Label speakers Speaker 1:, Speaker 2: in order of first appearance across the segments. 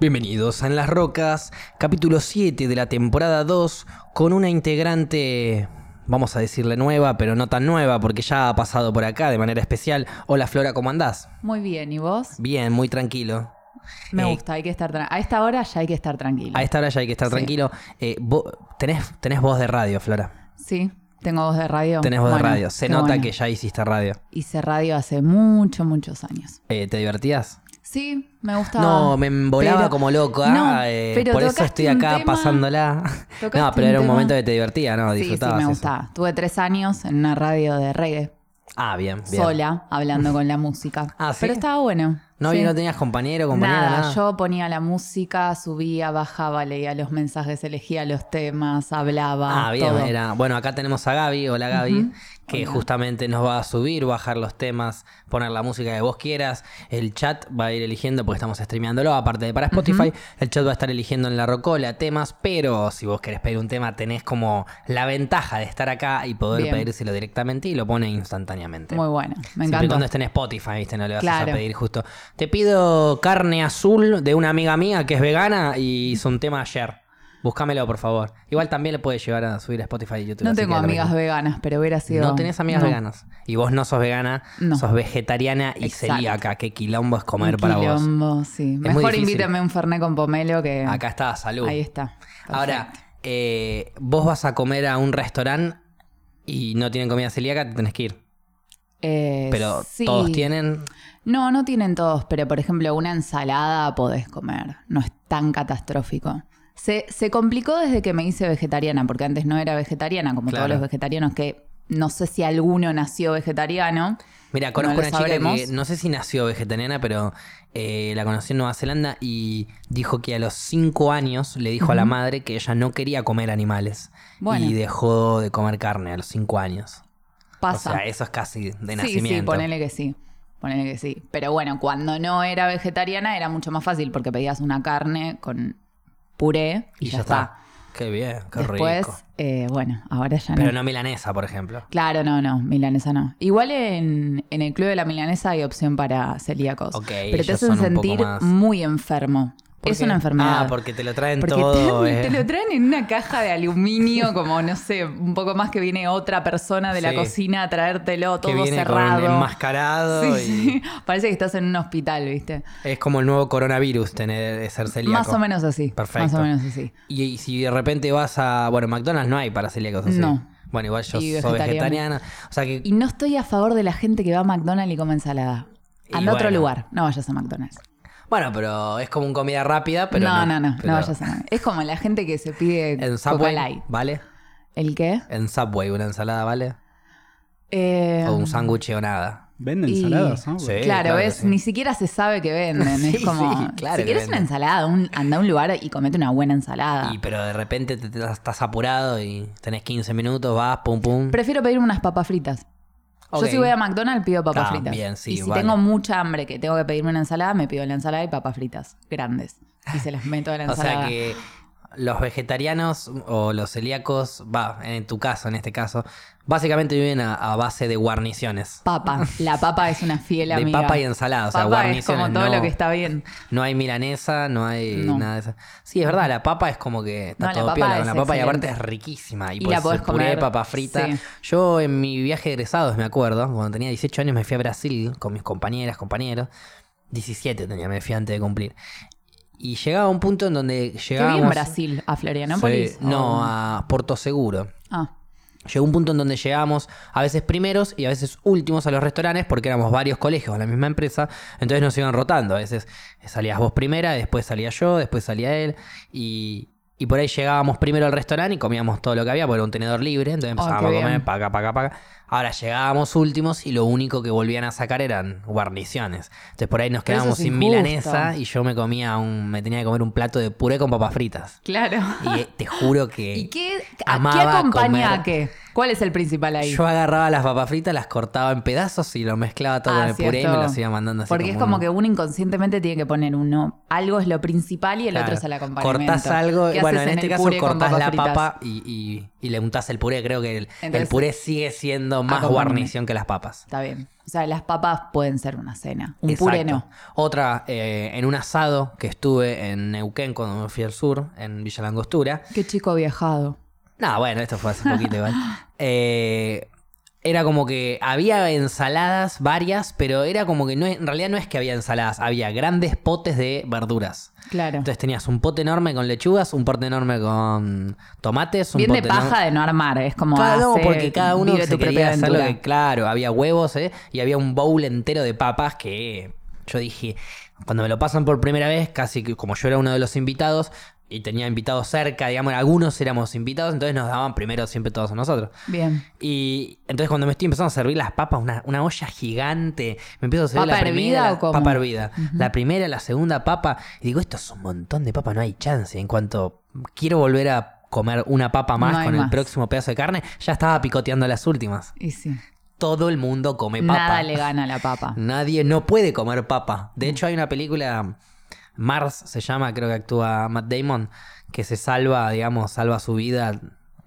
Speaker 1: Bienvenidos a En las Rocas, capítulo 7 de la temporada 2, con una integrante, vamos a decirle nueva, pero no tan nueva, porque ya ha pasado por acá de manera especial. Hola Flora, ¿cómo andás?
Speaker 2: Muy bien, ¿y vos?
Speaker 1: Bien, muy tranquilo.
Speaker 2: Me
Speaker 1: Eh,
Speaker 2: gusta, hay que estar tra- a esta hora ya hay que estar tranquilo.
Speaker 1: A esta hora ya hay que estar
Speaker 2: Sí.
Speaker 1: tranquilo. Eh, vo- tenés, tenés voz de radio, Flora.
Speaker 2: Sí, tengo voz de radio.
Speaker 1: Tenés voz
Speaker 2: Bueno,
Speaker 1: de radio. Se
Speaker 2: qué
Speaker 1: nota
Speaker 2: bueno.
Speaker 1: que ya hiciste radio.
Speaker 2: hice radio hace muchos, muchos años.
Speaker 1: Eh, ¿Te divertías?
Speaker 2: Sí, me gustaba.
Speaker 1: No, me embolaba
Speaker 2: pero-
Speaker 1: como loco. ah,
Speaker 2: No,
Speaker 1: eh,
Speaker 2: pero
Speaker 1: por eso
Speaker 2: tocaste
Speaker 1: estoy
Speaker 2: un
Speaker 1: acá
Speaker 2: tema-
Speaker 1: pasándola.
Speaker 2: tocaste
Speaker 1: No, pero
Speaker 2: un
Speaker 1: era un
Speaker 2: tema-
Speaker 1: momento que te divertía, ¿no?
Speaker 2: Sí, sí,
Speaker 1: Disfrutabas.
Speaker 2: me
Speaker 1: eso.
Speaker 2: gustaba. Tuve tres años en una radio de reggae,
Speaker 1: Ah, bien, bien.
Speaker 2: sola, hablando con la música.
Speaker 1: Ah, ¿sí?
Speaker 2: Pero estaba bueno.
Speaker 1: No,
Speaker 2: Sí.
Speaker 1: y no tenías compañero, compañera,
Speaker 2: Nada,
Speaker 1: nada.
Speaker 2: yo ponía la música, subía, bajaba, leía los mensajes, elegía los temas, hablaba.
Speaker 1: Ah, bien,
Speaker 2: todo.
Speaker 1: era. Bueno, acá tenemos a Gaby, hola Gaby,
Speaker 2: Ujú.
Speaker 1: que
Speaker 2: Hola.
Speaker 1: justamente nos va a subir, bajar los temas, poner la música que vos quieras. El chat va a ir eligiendo, porque estamos streameándolo, aparte de para Spotify, el chat va a estar eligiendo en la rocola temas, pero si vos querés pedir un tema, tenés como la ventaja de estar acá y poder
Speaker 2: Bien.
Speaker 1: pedírselo directamente y lo pone instantáneamente.
Speaker 2: Muy bueno, me
Speaker 1: Siempre y
Speaker 2: encantó.
Speaker 1: cuando esté en Spotify, ¿viste? No le vas a
Speaker 2: Claro.
Speaker 1: pedir justo. Te pido carne azul de una amiga mía que es vegana y hizo un tema ayer. Búscamelo, por favor. Igual también le puedes llevar a subir a Spotify y YouTube.
Speaker 2: No
Speaker 1: así
Speaker 2: tengo
Speaker 1: que lo
Speaker 2: amigas
Speaker 1: mismo.
Speaker 2: veganas, pero hubiera sido.
Speaker 1: No tenés amigas
Speaker 2: No.
Speaker 1: veganas. Y vos no sos vegana,
Speaker 2: No.
Speaker 1: sos vegetariana y
Speaker 2: Exacto.
Speaker 1: celíaca. Qué quilombo es
Speaker 2: Un
Speaker 1: comer para vos.
Speaker 2: quilombo, sí.
Speaker 1: muy
Speaker 2: Mejor
Speaker 1: difícil.
Speaker 2: invítame un fernet con pomelo que.
Speaker 1: Acá está, salud.
Speaker 2: Ahí está. Perfecto.
Speaker 1: Ahora, eh, vos vas a comer a un restaurante y no tienen comida celíaca, te tenés que ir.
Speaker 2: Eh,
Speaker 1: Pero
Speaker 2: sí.
Speaker 1: todos tienen.
Speaker 2: No, no tienen todos, pero por ejemplo, una ensalada podés comer. No es tan catastrófico. Se, se complicó desde que me hice vegetariana, porque antes no era vegetariana, como
Speaker 1: Claro.
Speaker 2: todos los vegetarianos que. No sé si alguno nació vegetariano.
Speaker 1: Mira,
Speaker 2: No
Speaker 1: conozco
Speaker 2: lo
Speaker 1: una chica que
Speaker 2: sabremos.
Speaker 1: no sé si nació vegetariana, pero eh, la conocí en Nueva Zelanda y dijo que a los cinco años le dijo a la madre que ella no quería comer animales
Speaker 2: Bueno.
Speaker 1: y dejó de comer carne a los cinco años.
Speaker 2: Pasa.
Speaker 1: O sea, eso es casi de
Speaker 2: Sí, sí,
Speaker 1: nacimiento.
Speaker 2: ponele que sí. Ponele que sí. Pero bueno, cuando no era vegetariana era mucho más fácil porque pedías una carne con puré y, ya, está.
Speaker 1: Qué bien, qué
Speaker 2: Después,
Speaker 1: rico.
Speaker 2: eh, bueno, ahora ya
Speaker 1: Pero
Speaker 2: no.
Speaker 1: no milanesa, por ejemplo.
Speaker 2: Claro, no, no, milanesa no. Igual en, en el club de la milanesa hay opción para celíacos.
Speaker 1: Ok,
Speaker 2: pero
Speaker 1: ellos
Speaker 2: te hacen
Speaker 1: son un poco
Speaker 2: sentir
Speaker 1: más-
Speaker 2: muy enfermo.
Speaker 1: ¿Por
Speaker 2: Es
Speaker 1: qué?
Speaker 2: una enfermedad.
Speaker 1: Ah, porque te lo traen
Speaker 2: Porque
Speaker 1: todo.
Speaker 2: te,
Speaker 1: eh.
Speaker 2: te lo traen en una caja de aluminio, como no sé, un poco más que viene otra persona de la
Speaker 1: Sí.
Speaker 2: cocina a traértelo, todo
Speaker 1: que viene
Speaker 2: cerrado.
Speaker 1: con enmascarado
Speaker 2: Sí,
Speaker 1: y
Speaker 2: sí. Parece que estás en un hospital, ¿viste?
Speaker 1: es como el nuevo coronavirus tener ser celíaco.
Speaker 2: Más o menos así.
Speaker 1: Perfecto.
Speaker 2: Más o menos así.
Speaker 1: Y, y si de repente vas a. Bueno, McDonald's no hay para celíacos así.
Speaker 2: No.
Speaker 1: Bueno, igual yo
Speaker 2: Y
Speaker 1: soy
Speaker 2: vegetariana.
Speaker 1: vegetariana. O sea que.
Speaker 2: Y no estoy a favor de la gente que va a McDonald's y come ensalada.
Speaker 1: Y
Speaker 2: Anda a otro
Speaker 1: bueno.
Speaker 2: lugar, no vayas a McDonald's.
Speaker 1: Bueno, pero es como un comida rápida, pero.
Speaker 2: no, no, no, no,
Speaker 1: pero-
Speaker 2: vayas a McDonald's. Es como la gente que se pide
Speaker 1: En
Speaker 2: Coca
Speaker 1: Subway.
Speaker 2: Light.
Speaker 1: ¿Vale?
Speaker 2: ¿El qué?
Speaker 1: En Subway, una ensalada, ¿vale?
Speaker 2: Eh,
Speaker 1: o un sándwich o nada.
Speaker 3: Venden
Speaker 2: Y-
Speaker 3: ensaladas, ¿no?
Speaker 1: Sí.
Speaker 2: claro,
Speaker 1: claro que
Speaker 2: es,
Speaker 1: sí.
Speaker 2: ni siquiera se sabe que venden.
Speaker 1: Sí,
Speaker 2: es como,
Speaker 1: sí, claro
Speaker 2: si
Speaker 1: que
Speaker 2: quieres una
Speaker 1: venden.
Speaker 2: ensalada, un- anda a un lugar y comete una buena ensalada.
Speaker 1: Y pero de repente te, te- estás apurado y tenés 15 minutos, vas, pum, pum.
Speaker 2: Prefiero pedirme unas papas fritas.
Speaker 1: Ok.
Speaker 2: Yo si voy a McDonald's pido papas
Speaker 1: Ah,
Speaker 2: fritas.
Speaker 1: bien, sí,
Speaker 2: y si
Speaker 1: vale.
Speaker 2: tengo mucha hambre que tengo que pedirme una ensalada, me pido la ensalada y papas fritas grandes. Y se las meto a la
Speaker 1: o sea
Speaker 2: ensalada.
Speaker 1: que los vegetarianos o los celíacos, va, en tu caso, en este caso, básicamente viven a, a base de guarniciones.
Speaker 2: Papa. La papa es una fiel
Speaker 1: De
Speaker 2: amiga.
Speaker 1: papa y ensalada, o sea,
Speaker 2: Papa es
Speaker 1: guarniciones,
Speaker 2: como todo
Speaker 1: no-
Speaker 2: lo que está bien.
Speaker 1: No hay milanesa, no hay
Speaker 2: No.
Speaker 1: nada de eso. Sí, es verdad, la papa es como que está
Speaker 2: No, la
Speaker 1: todo
Speaker 2: papa
Speaker 1: piola
Speaker 2: es
Speaker 1: con la papa y aparte
Speaker 2: excelente.
Speaker 1: es riquísima. Y,
Speaker 2: Y
Speaker 1: podés
Speaker 2: la podés
Speaker 1: hacer puré,
Speaker 2: comer,
Speaker 1: papa frita.
Speaker 2: sí.
Speaker 1: Yo en mi viaje de egresados, me acuerdo, cuando tenía 18 años me fui a Brasil con mis compañeras, compañeros. 17 tenía, me fui antes de cumplir. Y llegaba un punto en donde
Speaker 2: Qué
Speaker 1: llegábamos...
Speaker 2: bien Brasil, a Florianópolis.
Speaker 1: Sí, no,
Speaker 2: o-
Speaker 1: a Porto Seguro.
Speaker 2: Ah,
Speaker 1: Llegó un punto en donde llegábamos a veces primeros y a veces últimos a los restaurantes porque éramos varios colegios de la misma empresa, entonces nos iban rotando. A veces salías vos primera, después salía yo, después salía él y, y por ahí llegábamos primero al restaurante y comíamos todo lo que había porque era un tenedor libre, entonces
Speaker 2: Oh, qué
Speaker 1: empezábamos a comer,
Speaker 2: bien.
Speaker 1: pa' acá, pa' acá, pa' acá. Ahora llegábamos últimos y lo único que volvían a sacar eran guarniciones. Entonces por ahí nos
Speaker 2: Pero eso
Speaker 1: quedábamos
Speaker 2: es
Speaker 1: sin
Speaker 2: injusto.
Speaker 1: milanesa y yo me comía un, me tenía que comer un plato de puré con papas fritas.
Speaker 2: claro.
Speaker 1: Y eh, te juro que...
Speaker 2: ¿Y qué, a qué
Speaker 1: amaba
Speaker 2: acompaña
Speaker 1: comer-
Speaker 2: a qué? ¿Cuál es el principal ahí?
Speaker 1: Yo agarraba las papas fritas, las cortaba en pedazos y lo mezclaba todo
Speaker 2: Ah,
Speaker 1: con el puré y me
Speaker 2: cierto.
Speaker 1: las iba mandando así.
Speaker 2: Porque es como que uno inconscientemente tiene que poner uno. Algo es lo principal y el otro es el acompañamiento.
Speaker 1: Cortás algo,
Speaker 2: ¿Qué
Speaker 1: bueno,
Speaker 2: haces
Speaker 1: en este
Speaker 2: el
Speaker 1: caso
Speaker 2: puré con
Speaker 1: cortás
Speaker 2: papas
Speaker 1: la
Speaker 2: fritas?
Speaker 1: papa y, y- y le untás el puré. Creo que el, el
Speaker 2: Entonces-
Speaker 1: puré sigue siendo dado más
Speaker 2: Acompañame.
Speaker 1: guarnición que las papas.
Speaker 2: Está bien. O sea, las papas pueden ser una cena. Un
Speaker 1: Exacto.
Speaker 2: puré no.
Speaker 1: Otra, eh, en un asado que estuve en Neuquén cuando me fui al sur, en Villa Langostura.
Speaker 2: Qué chico viajado.
Speaker 1: No, bueno, esto fue hace poquito igual. Eh, era como que había ensaladas varias, pero era como que no, en realidad no es que había ensaladas, había grandes potes de verduras.
Speaker 2: Claro.
Speaker 1: Entonces tenías un pote enorme con lechugas, un pote enorme con tomates, un
Speaker 2: bien de
Speaker 1: pote enorme-
Speaker 2: paja de no armar. Es como.
Speaker 1: Cada uno,
Speaker 2: hace-
Speaker 1: porque cada uno
Speaker 2: vive
Speaker 1: se
Speaker 2: tu
Speaker 1: quería
Speaker 2: propia
Speaker 1: hacer lo
Speaker 2: aventura.
Speaker 1: que, claro, había huevos, ¿eh? Y había un bowl entero de papas que yo dije, cuando me lo pasan por primera vez, casi que como yo era uno de los invitados y tenía invitados cerca, digamos, algunos éramos invitados, entonces nos daban primero siempre todos a nosotros.
Speaker 2: Bien.
Speaker 1: Y entonces cuando me estoy empezando a servir las papas, una, una olla gigante, me empiezo a servir
Speaker 2: ¿Papa
Speaker 1: la primera,
Speaker 2: hervida
Speaker 1: la-
Speaker 2: o cómo?
Speaker 1: papa hervida, la primera, la segunda papa, y digo, esto es un montón de papa, no hay chance. En cuanto quiero volver a comer una papa más
Speaker 2: No hay
Speaker 1: con el
Speaker 2: más.
Speaker 1: próximo pedazo de carne, ya estaba picoteando las últimas.
Speaker 2: Y sí.
Speaker 1: Todo el mundo come papa.
Speaker 2: Nada le gana a la papa.
Speaker 1: Nadie no puede comer papa. De hecho, hay una película, Mars se llama, creo que actúa Matt Damon, que se salva, digamos, salva su vida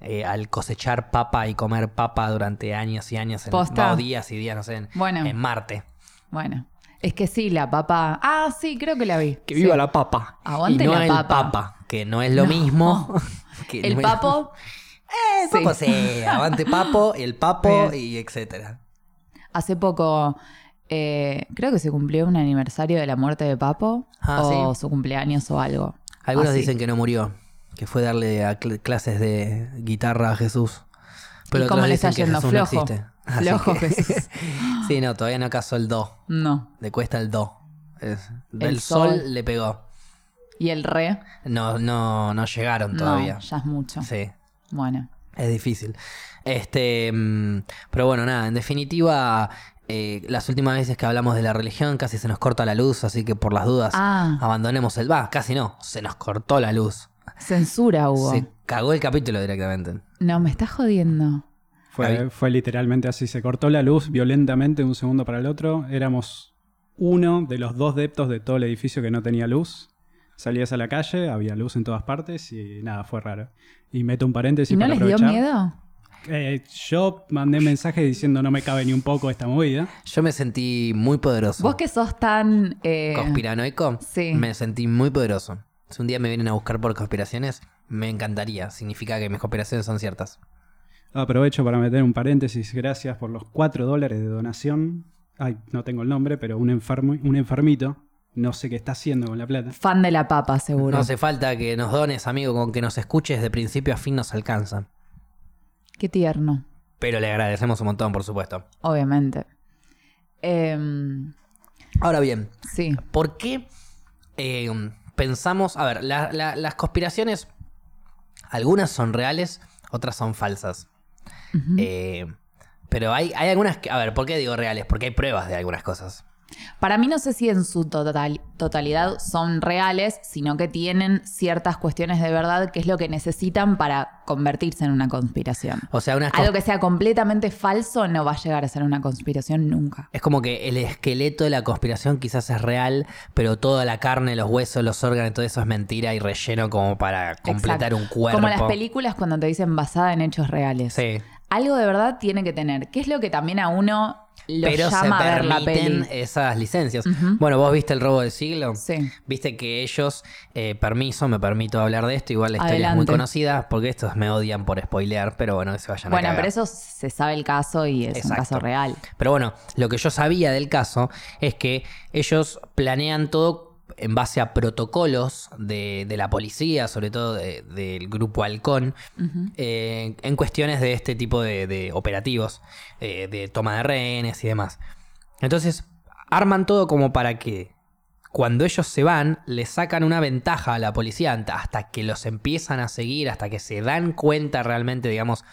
Speaker 1: eh, al cosechar papa y comer papa durante años y años, en,
Speaker 2: Posta.
Speaker 1: va, o días y días, no sé, en,
Speaker 2: Bueno.
Speaker 1: en Marte.
Speaker 2: Bueno. Es que sí, la papa. Ah, sí, creo que la vi.
Speaker 1: Que
Speaker 2: Sí.
Speaker 1: viva la papa.
Speaker 2: Aguante
Speaker 1: y no
Speaker 2: la
Speaker 1: el
Speaker 2: papa.
Speaker 1: papa, que no es lo mismo. que
Speaker 2: El
Speaker 1: no es-
Speaker 2: papo.
Speaker 1: El papo
Speaker 2: sí.
Speaker 1: sí, aguante papo, el papo
Speaker 2: Bien.
Speaker 1: y etcétera.
Speaker 2: Hace poco. eh, creo que se cumplió un aniversario de la muerte de Papo
Speaker 1: Ah,
Speaker 2: o su cumpleaños o algo.
Speaker 1: Algunos
Speaker 2: Así.
Speaker 1: dicen que no murió, que fue darle a cl- clases de guitarra a Jesús.
Speaker 2: ¿Y
Speaker 1: Pero
Speaker 2: cómo
Speaker 1: otros
Speaker 2: le está
Speaker 1: dicen que
Speaker 2: yendo?
Speaker 1: Jesús no
Speaker 2: Flojo.
Speaker 1: existe. Así
Speaker 2: Flojo
Speaker 1: que-
Speaker 2: Jesús.
Speaker 1: sí, no, todavía no casó el do.
Speaker 2: No.
Speaker 1: Le cuesta el do. Es- del
Speaker 2: El
Speaker 1: sol.
Speaker 2: sol.
Speaker 1: le pegó.
Speaker 2: Y el re,
Speaker 1: No, no, no llegaron todavía.
Speaker 2: no, ya es mucho.
Speaker 1: Sí,
Speaker 2: Bueno,
Speaker 1: es difícil. Este, mm, pero bueno, nada, en definitiva, eh, las últimas veces que hablamos de la religión casi se nos corta la luz, así que por las dudas
Speaker 2: Ah.
Speaker 1: abandonemos el va, casi no, se nos cortó la luz.
Speaker 2: censura hubo.
Speaker 1: Se cagó el capítulo directamente.
Speaker 2: No, me estás jodiendo.
Speaker 1: Ahí.
Speaker 3: Fue, fue literalmente así. Se cortó la luz violentamente de un segundo para el otro. Éramos uno de los dos deptos de todo el edificio que no tenía luz. Salías a la calle, había luz en todas partes y nada, fue raro. Y meto un paréntesis
Speaker 2: ¿Y no
Speaker 3: para
Speaker 2: les dio
Speaker 3: aprovechar.
Speaker 2: miedo?
Speaker 3: Eh, yo mandé mensaje diciendo no me cabe ni un poco esta movida.
Speaker 1: Yo me sentí muy poderoso.
Speaker 2: Vos que sos tan... eh,
Speaker 1: Conspiranoico.
Speaker 2: Sí.
Speaker 1: Me sentí muy poderoso. Si un día me vienen a buscar por conspiraciones, me encantaría. Significa que mis conspiraciones son ciertas.
Speaker 3: Aprovecho para meter un paréntesis. Gracias por los 4 dólares de donación. Ay, no tengo el nombre, pero un, enfermo, un enfermito. No sé qué está haciendo con la plata.
Speaker 2: Fan de la papa, seguro.
Speaker 1: No hace falta que nos dones, amigo, con que nos escuches de principio a fin nos alcanza.
Speaker 2: Qué tierno,
Speaker 1: Pero le agradecemos un montón, por supuesto.
Speaker 2: obviamente. Eh,
Speaker 1: Ahora bien,
Speaker 2: sí,
Speaker 1: ¿por qué eh, pensamos, a ver, la- la- las conspiraciones, algunas son reales, otras son falsas?
Speaker 2: Ujú.
Speaker 1: Eh, pero hay, hay algunas que, a ver, ¿por qué digo reales? Porque hay pruebas de algunas cosas.
Speaker 2: para mí no sé si en su total- totalidad son reales, sino que tienen ciertas cuestiones de verdad que es lo que necesitan para convertirse en una conspiración.
Speaker 1: O sea, unas
Speaker 2: Algo que sea completamente falso no va a llegar a ser una conspiración nunca.
Speaker 1: Es como que el esqueleto de la conspiración quizás es real, pero toda la carne, los huesos, los órganos, todo eso es mentira y relleno como para completar
Speaker 2: Exacto.
Speaker 1: un cuerpo.
Speaker 2: Como las películas cuando te dicen basada en hechos reales.
Speaker 1: Sí.
Speaker 2: Algo de verdad tiene que tener. ¿Qué es lo que también a uno lo
Speaker 1: pero se
Speaker 2: llama a ver la
Speaker 1: permiten eh,
Speaker 2: peli?
Speaker 1: esas licencias.
Speaker 2: Ujú.
Speaker 1: Bueno, vos viste el robo del siglo.
Speaker 2: Sí.
Speaker 1: Viste que ellos, eh, permiso, me permito hablar de esto, igual la historia es muy
Speaker 2: Adelante.
Speaker 1: conocida, porque estos me odian por spoilear, pero bueno, que se vayan a
Speaker 2: Bueno,
Speaker 1: cagar.
Speaker 2: pero eso se sabe el caso y es
Speaker 1: Exacto.
Speaker 2: un caso real.
Speaker 1: Pero bueno, lo que yo sabía del caso es que ellos planean todo en base a protocolos de, de la policía, sobre todo de- del grupo Halcón, eh, en cuestiones de este tipo de, de operativos, eh, de toma de rehenes y demás. Entonces, arman todo como para que cuando ellos se van, le sacan una ventaja a la policía ant- hasta que los empiezan a seguir, hasta que se dan cuenta realmente, digamos,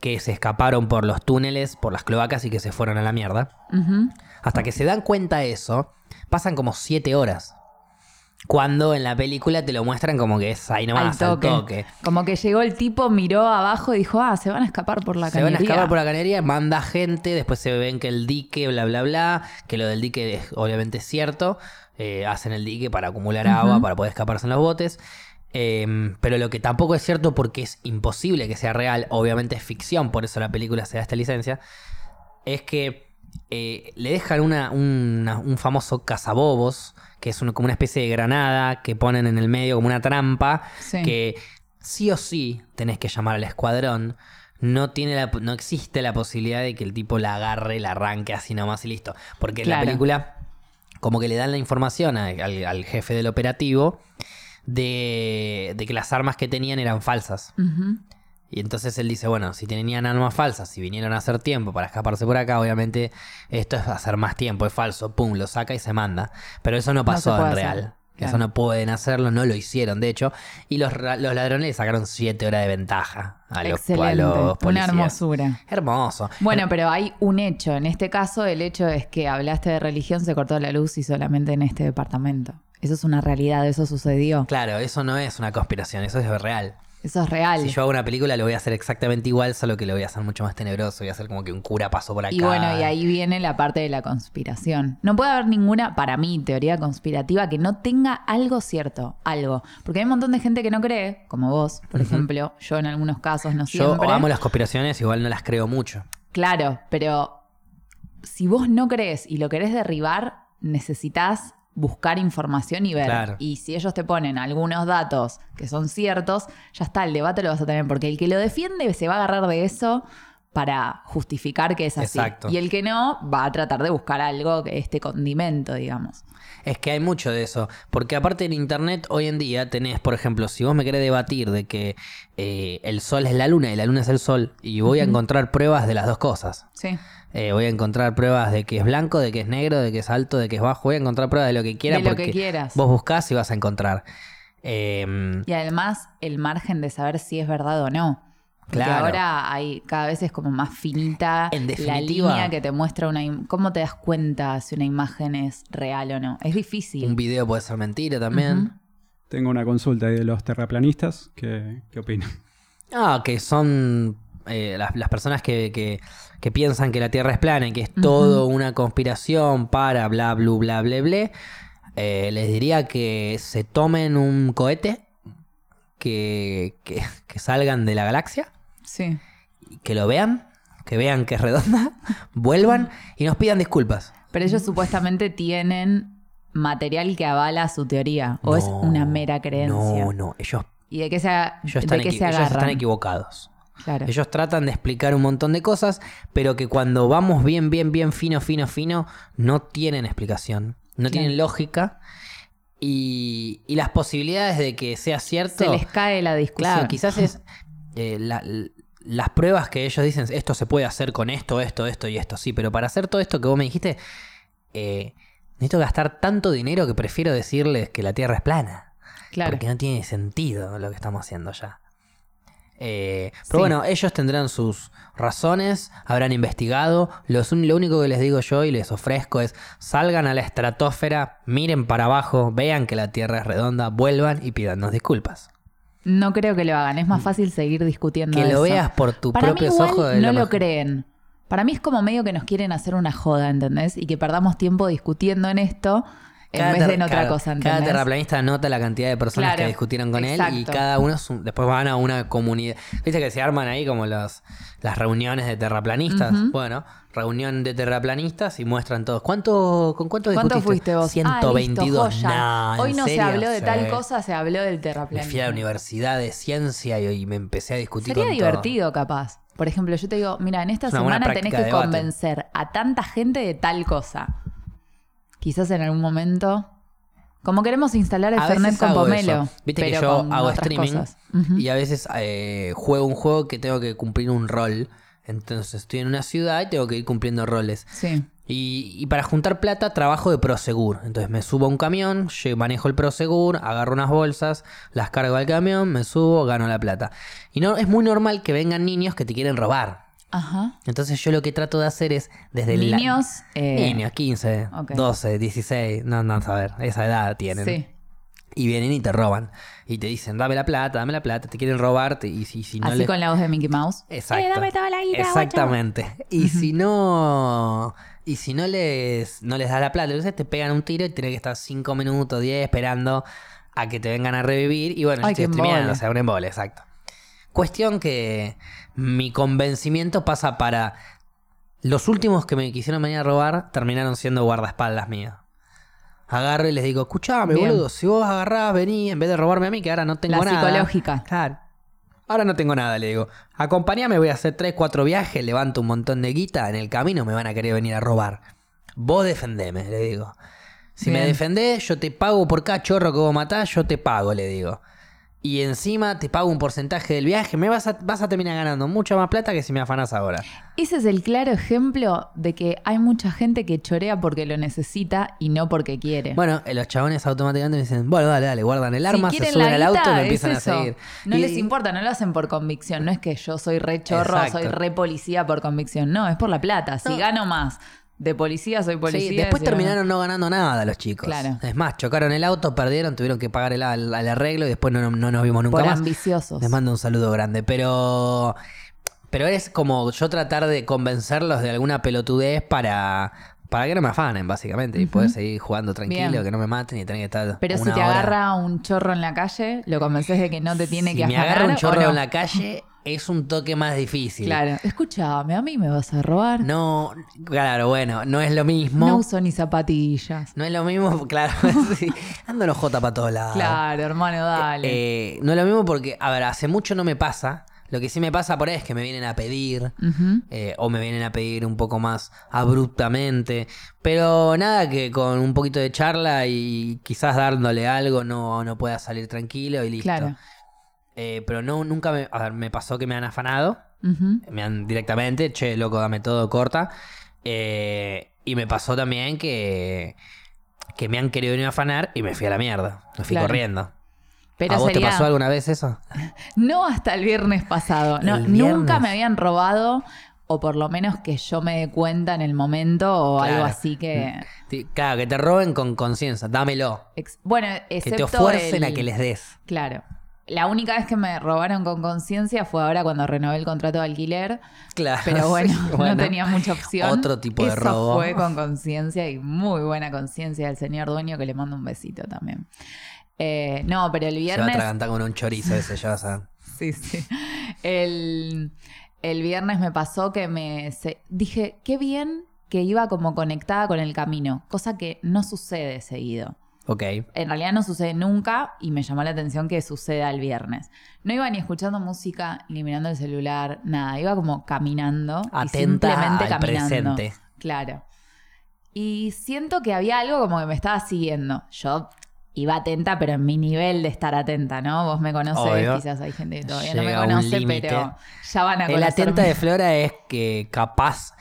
Speaker 1: que se escaparon por los túneles, por las cloacas y que se fueron a la mierda.
Speaker 2: Ujú.
Speaker 1: Hasta que se dan cuenta de eso, pasan como siete horas. Cuando en la película te lo muestran como que es ahí nomás,
Speaker 2: Al
Speaker 1: al toque.
Speaker 2: Como que llegó el tipo, miró abajo y dijo, ah, se van a escapar por la
Speaker 1: se van a
Speaker 2: cañería".
Speaker 1: escapar por la canería, manda gente, después se ven que el dique, bla, bla, bla, que lo del dique es obviamente es cierto, eh, hacen el dique para acumular agua, para poder escaparse en los botes. Eh, pero lo que tampoco es cierto porque es imposible que sea real, obviamente es ficción, por eso la película se da esta licencia, es que eh, le dejan una, una- un famoso cazabobos, que es un- como una especie de granada que ponen en el medio como una trampa,
Speaker 2: Sí.
Speaker 1: que sí o sí tenés que llamar al escuadrón. No, tiene la- no existe la posibilidad de que el tipo la agarre, la arranque así nomás y listo. Porque en
Speaker 2: Claro.
Speaker 1: la película como que le dan la información a- al, al jefe del operativo de, de que las armas que tenían eran falsas.
Speaker 2: Ujú.
Speaker 1: Y entonces él dice, bueno, si tenían armas falsas, si vinieron a hacer tiempo para escaparse por acá, obviamente esto es hacer más tiempo, es falso, pum, lo saca y se manda. Pero eso no pasó
Speaker 2: se puede
Speaker 1: en
Speaker 2: hacer,
Speaker 1: real.
Speaker 2: claro.
Speaker 1: Eso no pueden hacerlo, no lo hicieron, de hecho. Y los, ra- los ladrones le sacaron 7 horas de ventaja a los, a
Speaker 2: Excelente.
Speaker 1: los
Speaker 2: Una
Speaker 1: policías.
Speaker 2: hermosura.
Speaker 1: Hermoso.
Speaker 2: Bueno, pero hay un hecho. En este caso, el hecho es que hablaste de religión, se cortó la luz y solamente en este departamento. Eso es una realidad, eso sucedió.
Speaker 1: Claro, eso no es una conspiración, eso es real.
Speaker 2: Eso es real.
Speaker 1: Si yo hago una película, lo voy a hacer exactamente igual, solo que lo voy a hacer mucho más tenebroso. Voy a hacer como que un cura pasó por acá.
Speaker 2: Y bueno, y ahí viene la parte de la conspiración. No puede haber ninguna, para mí, teoría conspirativa que no tenga algo cierto, algo. Porque hay un montón de gente que no cree, como vos, por ejemplo, yo en algunos casos, no
Speaker 1: Yo
Speaker 2: siempre.
Speaker 1: amo las conspiraciones, igual no las creo mucho.
Speaker 2: Claro, pero si vos no crees y lo querés derribar, necesitas buscar información y ver.
Speaker 1: Claro.
Speaker 2: Y si ellos te ponen algunos datos que son ciertos, ya está, el debate lo vas a tener, porque el que lo defiende se va a agarrar de eso para justificar que es así.
Speaker 1: Exacto.
Speaker 2: Y el que no, va a tratar de buscar algo, que este condimento, digamos.
Speaker 1: Es que hay mucho de eso, porque aparte en internet hoy en día tenés, por ejemplo, si vos me querés debatir de que eh, el sol es la luna y la luna es el sol, y voy a encontrar pruebas de las dos cosas.
Speaker 2: Sí.
Speaker 1: Eh, voy a encontrar pruebas de que es blanco, de que es negro, de que es alto, de que es bajo, voy a encontrar pruebas de lo que quiera
Speaker 2: De lo
Speaker 1: porque
Speaker 2: que quieras.
Speaker 1: vos buscás y vas a encontrar. Em,
Speaker 2: Y además el margen de saber si es verdad o no. Porque
Speaker 1: Claro.
Speaker 2: ahora hay, cada vez es como más finita
Speaker 1: En
Speaker 2: la
Speaker 1: definitiva-
Speaker 2: línea que te muestra una... im- ¿Cómo te das cuenta si una imagen es real o no? Es difícil.
Speaker 1: un video puede ser mentira también.
Speaker 2: Ujú.
Speaker 3: Tengo una consulta ahí de los terraplanistas. ¿Qué, qué opinan?
Speaker 1: Ah, que son eh, las, las personas que, que- que piensan que la Tierra es plana y que es todo una conspiración para bla, bla, bla, bla, bla. eh, les diría que se tomen un cohete, que, que- que salgan de la galaxia,
Speaker 2: Sí.
Speaker 1: y que lo vean, que vean que es redonda, vuelvan y nos pidan disculpas.
Speaker 2: Pero ellos supuestamente tienen material que avala su teoría. O es
Speaker 1: No,
Speaker 2: una mera creencia.
Speaker 1: No, no, ellos,
Speaker 2: ¿Y de qué se, a-
Speaker 1: ellos
Speaker 2: de
Speaker 1: están,
Speaker 2: qué
Speaker 1: equi-
Speaker 2: se
Speaker 1: ellos están
Speaker 2: agarran?
Speaker 1: equivocados.
Speaker 2: claro.
Speaker 1: Ellos tratan de explicar un montón de cosas, pero que cuando vamos bien, bien, bien fino, fino, fino, no tienen explicación, no
Speaker 2: Claro.
Speaker 1: tienen lógica. Y, y las posibilidades de que sea cierto.
Speaker 2: se les cae la discusión.
Speaker 1: claro, quizás es. eh, la- l- las pruebas que ellos dicen, esto se puede hacer con esto, esto, esto y esto. Sí, pero para hacer todo esto que vos me dijiste, eh, necesito gastar tanto dinero que prefiero decirles que la Tierra es plana.
Speaker 2: Claro.
Speaker 1: Porque no tiene sentido lo que estamos haciendo ya. Eh,
Speaker 2: Sí.
Speaker 1: pero bueno, ellos tendrán sus razones, habrán investigado. Los un- lo único que les digo yo y les ofrezco es salgan a la estratosfera, miren para abajo, vean que la Tierra es redonda, vuelvan y pídanos disculpas.
Speaker 2: No creo que lo hagan. Es más fácil seguir discutiendo
Speaker 1: Que lo
Speaker 2: eso.
Speaker 1: veas por tus
Speaker 2: Para mí
Speaker 1: propios
Speaker 2: igual
Speaker 1: ojos. es
Speaker 2: no lo
Speaker 1: mejor.
Speaker 2: creen. Para mí es como medio que nos quieren hacer una joda, ¿entendés? Y que perdamos tiempo discutiendo en esto en
Speaker 1: Cada
Speaker 2: vez de
Speaker 1: terra-
Speaker 2: en otra
Speaker 1: cada-
Speaker 2: cosa,
Speaker 1: Cada
Speaker 2: ¿entendés?
Speaker 1: terraplanista anota la cantidad de personas
Speaker 2: Claro,
Speaker 1: que discutieron con él y
Speaker 2: exacto.
Speaker 1: cada uno su- después van a una comunidad. Viste que se arman ahí como los, las reuniones de terraplanistas.
Speaker 2: Ujú.
Speaker 1: Bueno, reunión de terraplanistas y muestran todos. ¿Cuánto, ¿Con cuánto
Speaker 2: ¿Cuánto
Speaker 1: discutiste?
Speaker 2: fuiste vos? Ah, listo,
Speaker 1: 122.
Speaker 2: joya.
Speaker 1: Nah,
Speaker 2: Hoy
Speaker 1: ¿en
Speaker 2: no se
Speaker 1: serio?
Speaker 2: habló de
Speaker 1: Sí.
Speaker 2: tal cosa, se habló del
Speaker 1: Me
Speaker 2: terraplanismo.
Speaker 1: fui a la universidad de ciencia y, y me empecé a discutir
Speaker 2: Sería
Speaker 1: con
Speaker 2: divertido, capaz. Por ejemplo, yo te digo, mira, en esta
Speaker 1: Es una buena
Speaker 2: semana tenés
Speaker 1: práctica
Speaker 2: que
Speaker 1: de debate.
Speaker 2: convencer a tanta gente de tal cosa. Quizás en algún momento. Como queremos instalar el
Speaker 1: todo. A
Speaker 2: Fernet
Speaker 1: veces
Speaker 2: con
Speaker 1: hago
Speaker 2: pomelo.
Speaker 1: eso. Viste
Speaker 2: pero
Speaker 1: que yo
Speaker 2: con
Speaker 1: hago
Speaker 2: otras
Speaker 1: streaming
Speaker 2: cosas. Ujú.
Speaker 1: y a veces eh, juego un juego que tengo que cumplir un rol. Entonces estoy en una ciudad y tengo que ir cumpliendo roles.
Speaker 2: Sí.
Speaker 1: Y, y para juntar plata trabajo de Prosegur. Entonces me subo a un camión, lle- manejo el Prosegur, agarro unas bolsas, las cargo al camión, me subo, gano la plata. Y no es muy normal que vengan niños que te quieren robar.
Speaker 2: Ajá.
Speaker 1: Entonces yo lo que trato de hacer es desde la-
Speaker 2: Niños. eh,
Speaker 1: Niños, 15,
Speaker 2: ok.
Speaker 1: 12, 16, no, no, a ver, esa edad tienen.
Speaker 2: Sí.
Speaker 1: Y vienen y te roban. Y te dicen, dame la plata, dame la plata, te quieren robar. te- y si, si no
Speaker 2: Así
Speaker 1: les-
Speaker 2: con la voz de Mickey Mouse.
Speaker 1: Exacto.
Speaker 2: Eh, dame toda la guita,
Speaker 1: Exactamente. Y si no. Y si no les, no les das la plata, entonces te pegan un tiro y tenés que estar 5 minutos, 10 esperando a que te vengan a revivir. Y bueno, yo
Speaker 2: Ay,
Speaker 1: estoy
Speaker 2: qué
Speaker 1: streameando,
Speaker 2: embole.
Speaker 1: o sea, un embole, exacto. Cuestión que mi convencimiento pasa para los últimos que me quisieron venir a robar terminaron siendo guardaespaldas míos. Agarro y les digo, escuchame,
Speaker 2: Bien.
Speaker 1: boludo, si vos agarrás, vení, en vez de robarme a mí, que ahora no tengo
Speaker 2: La
Speaker 1: nada.
Speaker 2: psicológica.
Speaker 1: Claro. Ahora no tengo nada, le digo. Acompáñame, voy a hacer 3, 4 viajes, levanto un montón de guita, en el camino me van a querer venir a robar. Vos defendeme, le digo. Si me
Speaker 2: Bien.
Speaker 1: defendés, yo te pago por cada chorro que vos matás, yo te pago, le digo. Y encima te pago un porcentaje del viaje, me vas a, vas a terminar ganando mucha más plata que si me afanás ahora.
Speaker 2: Ese es el claro ejemplo de que hay mucha gente que chorea porque lo necesita y no porque quiere.
Speaker 1: Bueno, eh, los chabones automáticamente me dicen, bueno, dale, dale, guardan el arma,
Speaker 2: si
Speaker 1: se
Speaker 2: quieren
Speaker 1: suben
Speaker 2: la
Speaker 1: al auto y
Speaker 2: guita,
Speaker 1: me
Speaker 2: es
Speaker 1: empiezan a
Speaker 2: eso.
Speaker 1: seguir.
Speaker 2: No
Speaker 1: Y-
Speaker 2: les importa, no lo hacen por convicción. No es que yo soy re chorro,
Speaker 1: Exacto.
Speaker 2: soy re policía por convicción. No, es por la plata. Si
Speaker 1: No.
Speaker 2: gano más de policía, soy policía.
Speaker 1: Sí, después
Speaker 2: si no-
Speaker 1: terminaron no ganando nada los chicos.
Speaker 2: Claro.
Speaker 1: Es más, chocaron el auto, perdieron, tuvieron que pagar el, al- al arreglo y después no, no- no nos vimos nunca
Speaker 2: por
Speaker 1: más.
Speaker 2: ambiciosos.
Speaker 1: Les mando un saludo grande, pero pero es como yo tratar de convencerlos de alguna pelotudez para para que no me afanen básicamente y poder seguir jugando tranquilo,
Speaker 2: Bien.
Speaker 1: que no me maten y tener que estar
Speaker 2: Pero si
Speaker 1: una
Speaker 2: te
Speaker 1: hora.
Speaker 2: agarra un chorro en la calle, lo convences de que no te tiene
Speaker 1: si
Speaker 2: que
Speaker 1: me
Speaker 2: afanar,
Speaker 1: agarra un
Speaker 2: ¿o
Speaker 1: chorro
Speaker 2: no?
Speaker 1: en la calle es un toque más difícil.
Speaker 2: Claro. Escúchame, a mí me vas a robar. No,
Speaker 1: Este, No, claro, bueno, no es lo mismo.
Speaker 2: uso ni zapatillas.
Speaker 1: No es lo mismo, claro. sí. Ando los J para todos lados.
Speaker 2: Claro, hermano, dale.
Speaker 1: Ah, Eh, no es lo mismo porque, a ver, hace mucho no me pasa. Lo que sí me pasa por ahí es que me vienen a pedir.
Speaker 2: Ujú.
Speaker 1: eh, o me vienen a pedir un poco más abruptamente. Pero nada que con un poquito de charla y quizás dándole algo no, no pueda salir tranquilo y listo.
Speaker 2: Claro.
Speaker 1: Eh, pero no, nunca me, a ver, me pasó que me han afanado.
Speaker 2: Ujú.
Speaker 1: Me han directamente, che, loco, dame todo, corta. Eh, y me pasó también que, que me han querido venir a afanar y me fui a la mierda. Me fui
Speaker 2: Claro.
Speaker 1: corriendo.
Speaker 2: Pero
Speaker 1: ¿A vos
Speaker 2: sería-
Speaker 1: te pasó alguna vez eso?
Speaker 2: No hasta el viernes pasado. No,
Speaker 1: El viernes.
Speaker 2: Nunca me habían robado, o por lo menos que yo me dé cuenta en el momento, o
Speaker 1: Claro. Mm.
Speaker 2: algo así que.
Speaker 1: Sí, Claro, que te roben con conciencia, dámelo.
Speaker 2: ex- Bueno,
Speaker 1: Que
Speaker 2: excepto.
Speaker 1: te fuercen
Speaker 2: el-
Speaker 1: a que les des.
Speaker 2: Claro. La única vez que me robaron con conciencia fue ahora cuando renové el contrato de alquiler.
Speaker 1: Claro.
Speaker 2: Pero bueno,
Speaker 1: sí,
Speaker 2: no tenía mucha opción.
Speaker 1: Otro tipo de
Speaker 2: Eso
Speaker 1: robo.
Speaker 2: fue con conciencia y muy buena conciencia del señor dueño que le mando un besito también. Eh, no, pero el
Speaker 1: Se va a
Speaker 2: viernes
Speaker 1: atragantar con un chorizo ese, ya vas a ver.
Speaker 2: Sí, sí. El, el viernes me pasó que me se- dije, qué bien que iba como conectada con el camino, cosa que no sucede seguido.
Speaker 1: Ok.
Speaker 2: En realidad no sucede nunca y me llamó la atención que suceda el viernes. No iba ni escuchando música, ni mirando el celular, nada, iba como caminando. y
Speaker 1: Atenta
Speaker 2: simplemente
Speaker 1: al
Speaker 2: caminando.
Speaker 1: presente.
Speaker 2: Claro. Y siento que había algo como que me estaba siguiendo. Yo iba atenta, pero en mi nivel de estar atenta, ¿no? Vos me conoces,
Speaker 1: Obvio.
Speaker 2: quizás hay gente que todavía
Speaker 1: Llega
Speaker 2: no me
Speaker 1: un
Speaker 2: conoce,
Speaker 1: límite.
Speaker 2: pero ya van a
Speaker 1: El
Speaker 2: conocerme.
Speaker 1: atenta de Flora es que capaz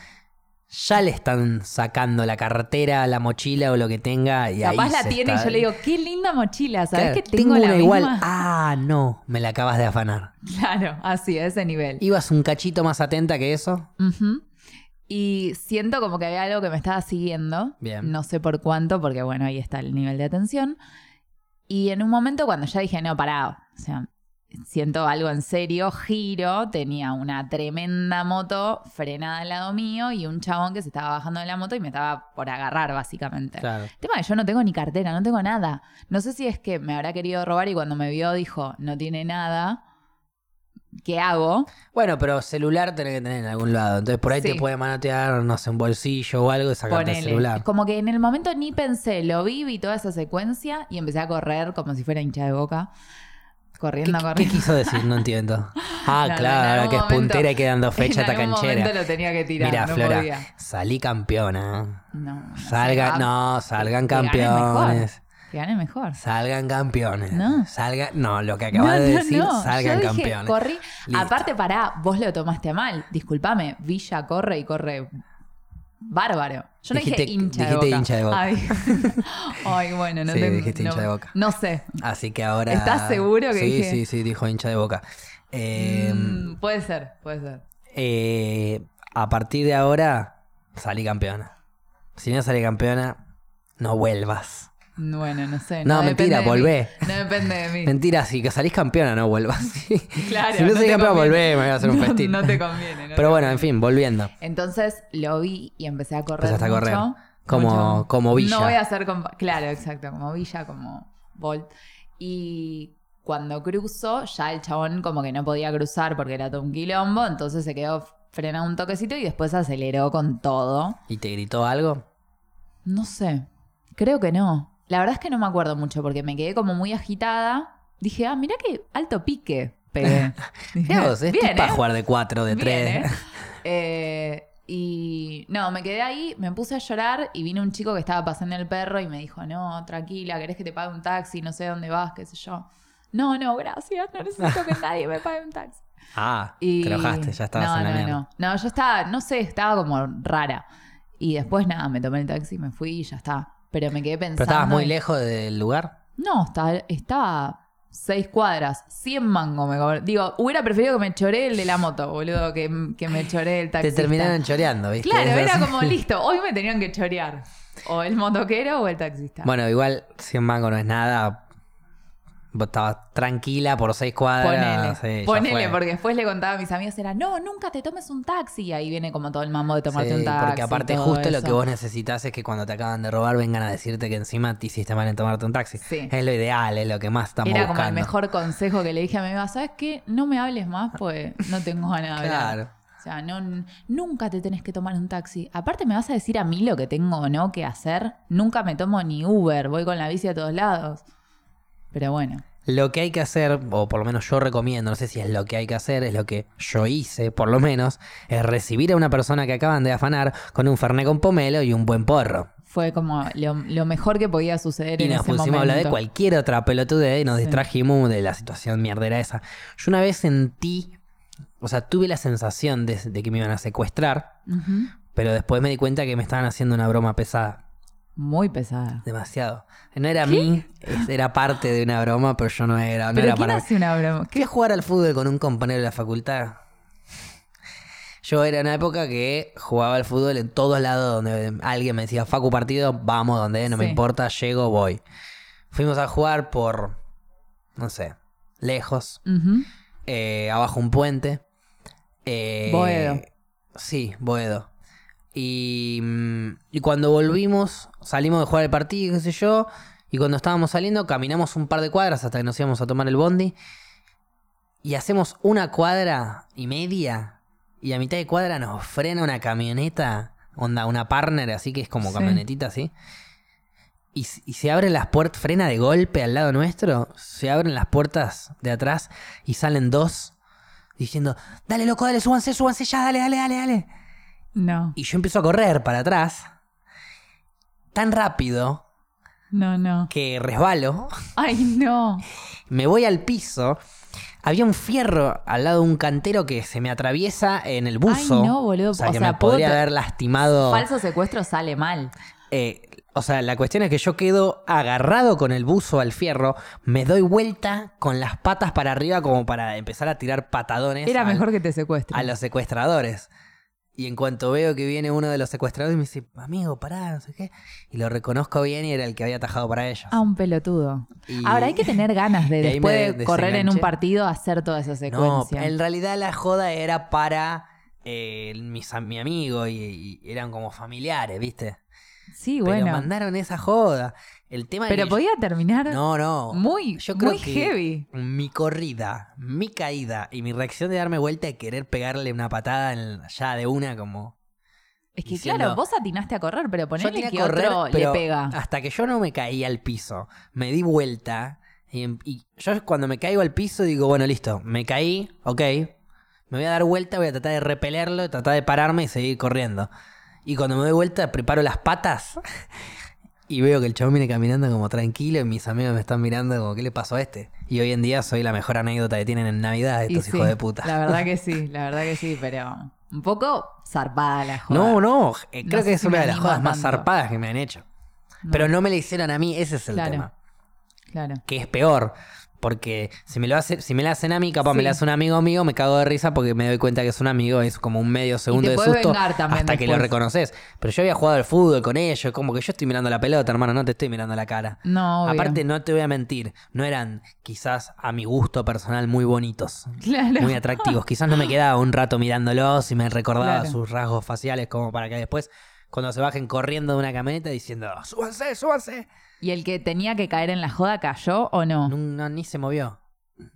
Speaker 1: ya le están sacando la cartera, la mochila o lo que tenga. Y
Speaker 2: Capaz
Speaker 1: ahí
Speaker 2: la
Speaker 1: se
Speaker 2: tiene
Speaker 1: está-
Speaker 2: y yo le digo, qué linda mochila, ¿sabés
Speaker 1: Claro,
Speaker 2: que tengo, la
Speaker 1: una
Speaker 2: misma?
Speaker 1: igual. Ah, no, me la acabas de afanar.
Speaker 2: Claro, así, a ese nivel.
Speaker 1: ¿Ibas un cachito más atenta que eso?
Speaker 2: Ujú. Y siento como que había algo que me estaba siguiendo.
Speaker 1: Bien.
Speaker 2: No sé por cuánto, porque bueno, ahí está el nivel de atención. Y en un momento cuando ya dije, no, pará, o sea, siento algo en serio, giro, tenía una tremenda moto frenada al lado mío y un chabón que se estaba bajando de la moto y me estaba por agarrar, básicamente.
Speaker 1: Claro.
Speaker 2: El tema es que yo no tengo ni cartera, no tengo nada. No sé si es que me habrá querido robar y cuando me vio dijo, no tiene nada, ¿qué hago?
Speaker 1: Bueno, pero celular tenés que tener en algún lado. Entonces por ahí
Speaker 2: Sí.
Speaker 1: te puede manotear, no sé, un bolsillo o algo y sacarte el
Speaker 2: Ponele.
Speaker 1: celular.
Speaker 2: Como que en el momento ni pensé, lo vi, vi toda esa secuencia y empecé a correr como si fuera hincha de boca.
Speaker 1: ¿Qué,
Speaker 2: Corriendo,
Speaker 1: qué-
Speaker 2: corriendo.
Speaker 1: qué quiso decir? No entiendo. Ah,
Speaker 2: No, no, en
Speaker 1: claro, ahora
Speaker 2: algún
Speaker 1: que es
Speaker 2: momento-
Speaker 1: puntera y quedando fecha
Speaker 2: en
Speaker 1: esta
Speaker 2: algún
Speaker 1: canchera.
Speaker 2: momento lo tenía que tirar,
Speaker 1: Mira,
Speaker 2: no
Speaker 1: Flora,
Speaker 2: podía.
Speaker 1: salí campeona.
Speaker 2: No, no sé,
Speaker 1: Salgan,
Speaker 2: va-
Speaker 1: no, salgan
Speaker 2: que gane
Speaker 1: campeones.
Speaker 2: mejor, Que gane mejor.
Speaker 1: Salgan campeones.
Speaker 2: No.
Speaker 1: Salgan, no, lo que acabas
Speaker 2: No,
Speaker 1: de
Speaker 2: no,
Speaker 1: decir,
Speaker 2: no.
Speaker 1: salgan
Speaker 2: Yo dije,
Speaker 1: campeones.
Speaker 2: corrí.
Speaker 1: Listo.
Speaker 2: Aparte, pará, vos lo tomaste a mal. Disculpame, Villa corre y corre bárbaro. Yo no
Speaker 1: Dijiste-
Speaker 2: dije hincha de
Speaker 1: dijiste
Speaker 2: boca.
Speaker 1: hincha de boca.
Speaker 2: Ay, Ay, bueno, no
Speaker 1: Sí,
Speaker 2: tengo-
Speaker 1: dijiste
Speaker 2: no-
Speaker 1: hincha de boca.
Speaker 2: No sé.
Speaker 1: Así que ahora.
Speaker 2: ¿Estás seguro que
Speaker 1: Sí,
Speaker 2: dije?
Speaker 1: sí, sí, dijo hincha de boca. Eh,
Speaker 2: Mm, puede ser, puede ser.
Speaker 1: eh, a partir de ahora, salí campeona. Si no salí campeona, no vuelvas.
Speaker 2: Bueno, Eh, no sé.
Speaker 1: No,
Speaker 2: depende
Speaker 1: mentira,
Speaker 2: de mí.
Speaker 1: volvé.
Speaker 2: No depende de mí.
Speaker 1: Mentira, si que salís campeona, no vuelvas.
Speaker 2: Claro,
Speaker 1: si no,
Speaker 2: no
Speaker 1: salís
Speaker 2: te
Speaker 1: campeona,
Speaker 2: conviene.
Speaker 1: volvé, me voy a hacer un
Speaker 2: No-
Speaker 1: festín.
Speaker 2: No, te conviene. no
Speaker 1: Pero
Speaker 2: te
Speaker 1: bueno, en
Speaker 2: conviene.
Speaker 1: fin, volviendo.
Speaker 2: Entonces lo vi y empecé a correr.
Speaker 1: Empezaste a
Speaker 2: mucho,
Speaker 1: correr. Como-
Speaker 2: mucho.
Speaker 1: como Villa.
Speaker 2: No voy a hacer. compa- Claro, exacto. Como Villa, como Bolt. Y cuando cruzó, ya el chabón como que no podía cruzar porque era todo un quilombo, entonces se quedó frenado un toquecito y después aceleró con todo.
Speaker 1: ¿Y te gritó algo?
Speaker 2: No sé, creo que no. La verdad es que no me acuerdo mucho porque me quedé como muy agitada. Dije, ah, mirá que alto pique pegué. Dije,
Speaker 1: Mirá vos, este
Speaker 2: "Bien,
Speaker 1: es para
Speaker 2: ¿eh?
Speaker 1: jugar de 4, de 3.
Speaker 2: Bien, ¿eh? Eh, y no, me quedé ahí, me puse a llorar y vino un chico que estaba pasando el perro y me dijo, no, tranquila, querés que te pague un taxi, no sé dónde vas, qué sé yo. No, no, gracias, no necesito que nadie me pague un taxi.
Speaker 1: Ah,
Speaker 2: Y...
Speaker 1: te enojaste, ya estabas
Speaker 2: no,
Speaker 1: en la
Speaker 2: no,
Speaker 1: mierda.
Speaker 2: no, no, yo estaba, no sé, estaba como rara. Y después nada, me tomé el taxi, me fui y ya está. Pero me quedé pensando.
Speaker 1: Pero estabas muy
Speaker 2: y-
Speaker 1: lejos del lugar.
Speaker 2: No, estaba, estaba seis cuadras, 100 mango me cobró. Digo, hubiera preferido que me choré el de la moto, boludo, que, que me choré el taxi.
Speaker 1: Te terminaron choreando, ¿viste?
Speaker 2: Claro,
Speaker 1: Eso
Speaker 2: era
Speaker 1: es-
Speaker 2: como listo, hoy me tenían que chorear. O el motoquero o el taxista.
Speaker 1: Bueno, igual 100 mango no es nada. Vos estabas tranquila por 6
Speaker 2: ponele,
Speaker 1: cuadras. sí, ya
Speaker 2: ponele,
Speaker 1: fue.
Speaker 2: porque después le contaba a mis amigos, era, no, nunca te tomes un taxi. Y ahí viene como todo el mambo de tomarte
Speaker 1: Sí,
Speaker 2: un taxi.
Speaker 1: Porque aparte,
Speaker 2: todo
Speaker 1: justo lo
Speaker 2: eso.
Speaker 1: que vos necesitas es que cuando te acaban de robar vengan a decirte que encima te hiciste mal en tomarte un taxi.
Speaker 2: Sí.
Speaker 1: Es lo ideal, es lo que más estamos
Speaker 2: Era
Speaker 1: buscando.
Speaker 2: como el mejor consejo que le dije a mi mamá, ¿sabes qué? No me hables más, pues no tengo ganas de hablar.
Speaker 1: Claro.
Speaker 2: O sea, no, nunca te tenés que tomar un taxi. Aparte, me vas a decir a mí lo que tengo o no que hacer. Nunca me tomo ni Uber, voy con la bici a todos lados. Pero bueno,
Speaker 1: Lo que hay que hacer, o por lo menos yo recomiendo, no sé si es lo que hay que hacer, es lo que yo hice, por lo menos, es recibir a una persona que acaban de afanar con un fernet con pomelo y un buen porro.
Speaker 2: fue como lo, lo mejor que podía suceder
Speaker 1: Y
Speaker 2: en
Speaker 1: nos
Speaker 2: ese
Speaker 1: pusimos
Speaker 2: momento.
Speaker 1: a hablar de cualquier otra pelotudez y nos
Speaker 2: Sí.
Speaker 1: distrajimos de la situación mierdera esa. Yo una vez sentí, o sea, tuve la sensación de, de que me iban a secuestrar,
Speaker 2: Ujú.
Speaker 1: pero después me di cuenta que me estaban haciendo una broma pesada.
Speaker 2: Muy pesada.
Speaker 1: Demasiado. No era a mí, es- era parte de una broma, pero yo no era, no
Speaker 2: Pero
Speaker 1: era
Speaker 2: ¿quién
Speaker 1: para mí.
Speaker 2: hace una broma?
Speaker 1: Fui a jugar al fútbol con un compañero de la facultad. Yo era en una época que jugaba al fútbol en todos lados donde alguien me decía, Facu partido, vamos donde, no me
Speaker 2: Sí.
Speaker 1: importa, llego, voy. Fuimos a jugar por, no sé, lejos,
Speaker 2: Ujú.
Speaker 1: eh, abajo un puente. eh,
Speaker 2: Boedo.
Speaker 1: Sí, Boedo. Y, mm, y cuando volvimos, salimos de jugar el partido, qué sé yo, y cuando estábamos saliendo, caminamos un par de cuadras hasta que nos íbamos a tomar el bondi. Y hacemos una cuadra y media, y a mitad de cuadra nos frena una camioneta, onda, una partner, así que es como
Speaker 2: Sí.
Speaker 1: camionetita así. Y, s- y se abren las puertas, frena de golpe al lado nuestro, se abren las puertas de atrás y salen dos diciendo, dale loco, dale, súbanse, súbanse ya, dale, dale, dale, dale.
Speaker 2: No,
Speaker 1: Y yo empiezo a correr para atrás, tan rápido
Speaker 2: no, no.
Speaker 1: que resbalo,
Speaker 2: Ay, no.
Speaker 1: me voy al piso. Había un fierro al lado de un cantero que se me atraviesa en el buzo.
Speaker 2: Ay, no, boludo.
Speaker 1: O sea,
Speaker 2: O
Speaker 1: que
Speaker 2: sea,
Speaker 1: me
Speaker 2: puedo
Speaker 1: podría
Speaker 2: te-
Speaker 1: haber lastimado.
Speaker 2: Falso secuestro sale mal.
Speaker 1: Eh, o sea, la cuestión es que yo quedo agarrado con el buzo al fierro, me doy vuelta con las patas para arriba como para empezar a tirar patadones
Speaker 2: Era
Speaker 1: al-
Speaker 2: mejor que te secuestren.
Speaker 1: a los secuestradores. Y en cuanto veo que viene uno de los secuestradores, me dice, amigo, pará, no sé qué. Y lo reconozco bien y era el que había atajado para ellos.
Speaker 2: A un pelotudo.
Speaker 1: Y-
Speaker 2: Ahora hay que tener ganas de
Speaker 1: y ahí me
Speaker 2: después
Speaker 1: de-
Speaker 2: de correr en un
Speaker 1: desenganché.
Speaker 2: partido hacer toda esa
Speaker 1: No,
Speaker 2: secuencia.
Speaker 1: en realidad la joda era para eh, mis, a- mi amigo y, y eran como familiares, ¿viste?
Speaker 2: Sí,
Speaker 1: Pero
Speaker 2: bueno.
Speaker 1: mandaron esa joda. El tema es
Speaker 2: Pero
Speaker 1: que
Speaker 2: podía terminar
Speaker 1: yo- No, no.
Speaker 2: muy,
Speaker 1: Yo creo
Speaker 2: muy
Speaker 1: que
Speaker 2: heavy.
Speaker 1: Mi corrida, mi caída y mi reacción de darme vuelta y querer pegarle una patada en- ya de una como...
Speaker 2: Es que
Speaker 1: diciendo-
Speaker 2: claro, vos atinaste a correr, pero
Speaker 1: Yo
Speaker 2: ponele
Speaker 1: tiré a
Speaker 2: que
Speaker 1: correr,
Speaker 2: otro
Speaker 1: pero ah,
Speaker 2: le pega.
Speaker 1: Hasta que yo no me caí al piso, me di vuelta. Y, em- y yo cuando me caigo al piso digo, bueno, listo, me caí, ok. Me voy a dar vuelta, voy a tratar de repelerlo, tratar de pararme y seguir corriendo. Y cuando me doy vuelta, preparo las patas y veo que el chabón viene caminando como tranquilo y mis amigos me están mirando como, ¿qué le pasó a este? Y hoy en día soy la mejor anécdota que tienen en Navidad
Speaker 2: Y
Speaker 1: estos
Speaker 2: sí,
Speaker 1: hijos de puta.
Speaker 2: La verdad que sí, la verdad que sí, pero un poco zarpada la joda.
Speaker 1: No, no, eh, creo
Speaker 2: No
Speaker 1: que
Speaker 2: sé
Speaker 1: es
Speaker 2: si
Speaker 1: una
Speaker 2: me
Speaker 1: de las
Speaker 2: animo
Speaker 1: jodas más
Speaker 2: tanto.
Speaker 1: zarpadas que me han hecho.
Speaker 2: No,
Speaker 1: Pero no me la hicieron a mí, ese es el
Speaker 2: Claro.
Speaker 1: tema.
Speaker 2: Claro.
Speaker 1: que es peor. Porque si me, lo hace, si me la hacen a mí, capaz
Speaker 2: Sí.
Speaker 1: me la hace un amigo mío, me cago de risa porque me doy cuenta que es un amigo, es como un medio segundo
Speaker 2: te
Speaker 1: de
Speaker 2: puedes
Speaker 1: susto
Speaker 2: vengar
Speaker 1: hasta
Speaker 2: también
Speaker 1: que lo
Speaker 2: después.
Speaker 1: reconoces. Pero yo había jugado al fútbol con ellos, como que yo estoy mirando la pelota, hermano, no te estoy mirando la cara.
Speaker 2: No, obvio.
Speaker 1: Aparte, no te voy a mentir, no eran quizás a mi gusto personal muy bonitos,
Speaker 2: Claro.
Speaker 1: muy atractivos. Quizás no me quedaba un rato mirándolos y me recordaba
Speaker 2: Claro.
Speaker 1: sus rasgos faciales como para que después, cuando se bajen corriendo de una camioneta diciendo, súbanse, súbanse.
Speaker 2: ¿Y el que tenía que caer en la joda cayó o no?
Speaker 1: No, no, ni se movió.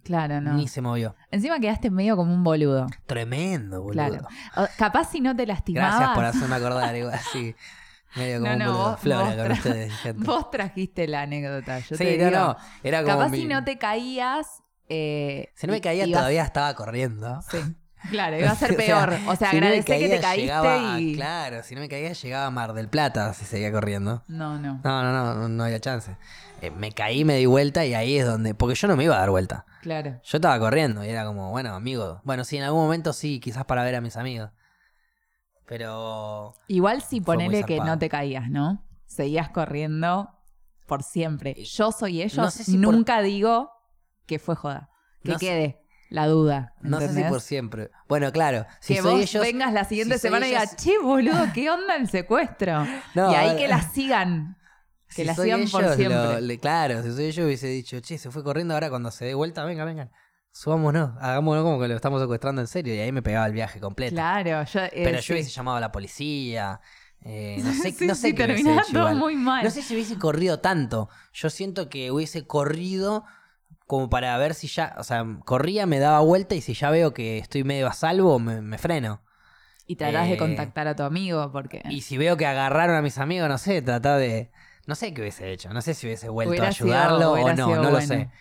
Speaker 2: Claro, no.
Speaker 1: Ni se movió.
Speaker 2: Encima quedaste medio como un boludo.
Speaker 1: Tremendo, boludo.
Speaker 2: Claro. O- capaz si no te lastimabas.
Speaker 1: Gracias por hacerme acordar, igual, sí. Medio como
Speaker 2: No, no,
Speaker 1: un boludo.
Speaker 2: vos-
Speaker 1: Flora
Speaker 2: vos
Speaker 1: con
Speaker 2: tra-
Speaker 1: ustedes, gente.
Speaker 2: Vos trajiste la anécdota. Yo
Speaker 1: sí,
Speaker 2: te
Speaker 1: no,
Speaker 2: digo.
Speaker 1: no. Era como.
Speaker 2: Capaz
Speaker 1: mi-
Speaker 2: si no te caías. eh,
Speaker 1: Si no me
Speaker 2: i-
Speaker 1: caía,
Speaker 2: ibas-
Speaker 1: todavía estaba corriendo.
Speaker 2: Sí. Claro, iba a ser
Speaker 1: O sea,
Speaker 2: peor. O sea,
Speaker 1: si no me
Speaker 2: agradecer que
Speaker 1: caía,
Speaker 2: te caíste
Speaker 1: llegaba-
Speaker 2: y.
Speaker 1: Claro, si no me caía, llegaba a Mar del Plata si seguía corriendo.
Speaker 2: No, no,
Speaker 1: No, no, no, no, no había chance. Eh, me caí, me di vuelta y ahí es donde. Porque yo no me iba a dar vuelta.
Speaker 2: claro.
Speaker 1: Yo estaba corriendo y era como, bueno, amigo. Bueno, sí, en algún momento sí, quizás para ver a mis amigos. Pero.
Speaker 2: Igual si
Speaker 1: Fue muy
Speaker 2: ponele que
Speaker 1: zarpado.
Speaker 2: no te caías, ¿no? Seguías corriendo por siempre. Yo soy ellos.
Speaker 1: Eh, No sé si por-
Speaker 2: Nunca digo que fue joda. Que
Speaker 1: No sé-
Speaker 2: quede la duda.
Speaker 1: No sé si
Speaker 2: ¿entendés?
Speaker 1: por siempre. Bueno, claro. Si
Speaker 2: que
Speaker 1: soy
Speaker 2: vos
Speaker 1: ellos.
Speaker 2: vengas la siguiente
Speaker 1: si soy
Speaker 2: semana y
Speaker 1: ellos-
Speaker 2: digas, che, boludo, ¿qué onda el secuestro?
Speaker 1: No,
Speaker 2: y
Speaker 1: a
Speaker 2: ahí
Speaker 1: ver.
Speaker 2: que la sigan. Que
Speaker 1: si
Speaker 2: la
Speaker 1: soy
Speaker 2: sigan por
Speaker 1: ellos, lo-
Speaker 2: siempre.
Speaker 1: le- claro, si soy yo hubiese dicho, che, se fue corriendo ahora cuando se dé vuelta, venga, vengan. Subámonos, hagámonos como que lo estamos secuestrando en serio. Y ahí me pegaba el viaje completo.
Speaker 2: Claro, yo. eh,
Speaker 1: Pero
Speaker 2: sí.
Speaker 1: yo hubiese llamado a la policía. eh, no sé,
Speaker 2: Sí,
Speaker 1: no sé
Speaker 2: sí,
Speaker 1: qué hubiese
Speaker 2: terminaba
Speaker 1: hecho
Speaker 2: todo
Speaker 1: igual.
Speaker 2: muy mal.
Speaker 1: No sé si hubiese corrido tanto. Yo siento que hubiese corrido como para ver si ya. O sea, corría, me daba vuelta y si ya veo que estoy medio a salvo, me, me freno.
Speaker 2: Y tratás
Speaker 1: Eh,
Speaker 2: de contactar a tu amigo porque
Speaker 1: Y si veo que agarraron a mis amigos, no sé, tratar de. No sé qué hubiese hecho. No sé si hubiese vuelto
Speaker 2: Hubiera
Speaker 1: a
Speaker 2: sido-
Speaker 1: ayudarlo o
Speaker 2: hubiera
Speaker 1: no,
Speaker 2: sido
Speaker 1: no lo
Speaker 2: bueno.
Speaker 1: sé.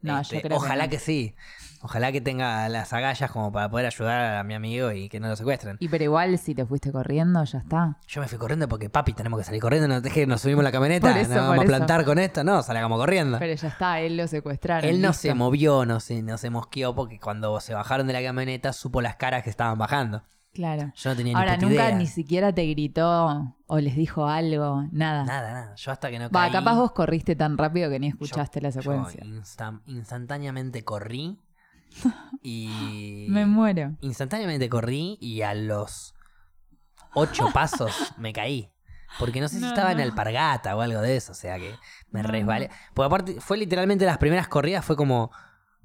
Speaker 2: No,
Speaker 1: Este,
Speaker 2: yo creo
Speaker 1: ojalá
Speaker 2: que,
Speaker 1: que, sí. Ojalá que tenga las agallas como para poder ayudar a mi amigo y que no lo secuestren.
Speaker 2: no. Y pero igual si te fuiste corriendo, ya está.
Speaker 1: Yo me fui corriendo porque, papi, tenemos que salir corriendo. No que nos subimos a la camioneta,
Speaker 2: Por eso,
Speaker 1: nos vamos
Speaker 2: por
Speaker 1: a
Speaker 2: eso.
Speaker 1: plantar con esto. No, salgamos corriendo.
Speaker 2: Pero ya está, él lo secuestraron.
Speaker 1: Ah. Él no
Speaker 2: listo.
Speaker 1: se movió, no se, no se mosqueó porque cuando se bajaron de la camioneta supo las caras que estaban bajando.
Speaker 2: Claro.
Speaker 1: Yo no tenía
Speaker 2: Ahora,
Speaker 1: ni puta
Speaker 2: nunca
Speaker 1: idea.
Speaker 2: ni siquiera te gritó o les dijo algo, nada.
Speaker 1: Nada, nada. Yo hasta que no
Speaker 2: Va,
Speaker 1: caí...
Speaker 2: capaz vos corriste tan rápido que ni escuchaste
Speaker 1: yo-
Speaker 2: la
Speaker 1: yo
Speaker 2: secuencia.
Speaker 1: instan- instantáneamente corrí y...
Speaker 2: Me muero.
Speaker 1: Instantáneamente corrí y a los ocho pasos me caí. Porque no sé si
Speaker 2: No,
Speaker 1: estaba en
Speaker 2: no.
Speaker 1: alpargata o algo de eso, o sea que me
Speaker 2: No,
Speaker 1: resbalé. Porque aparte, fue literalmente las primeras corridas, fue como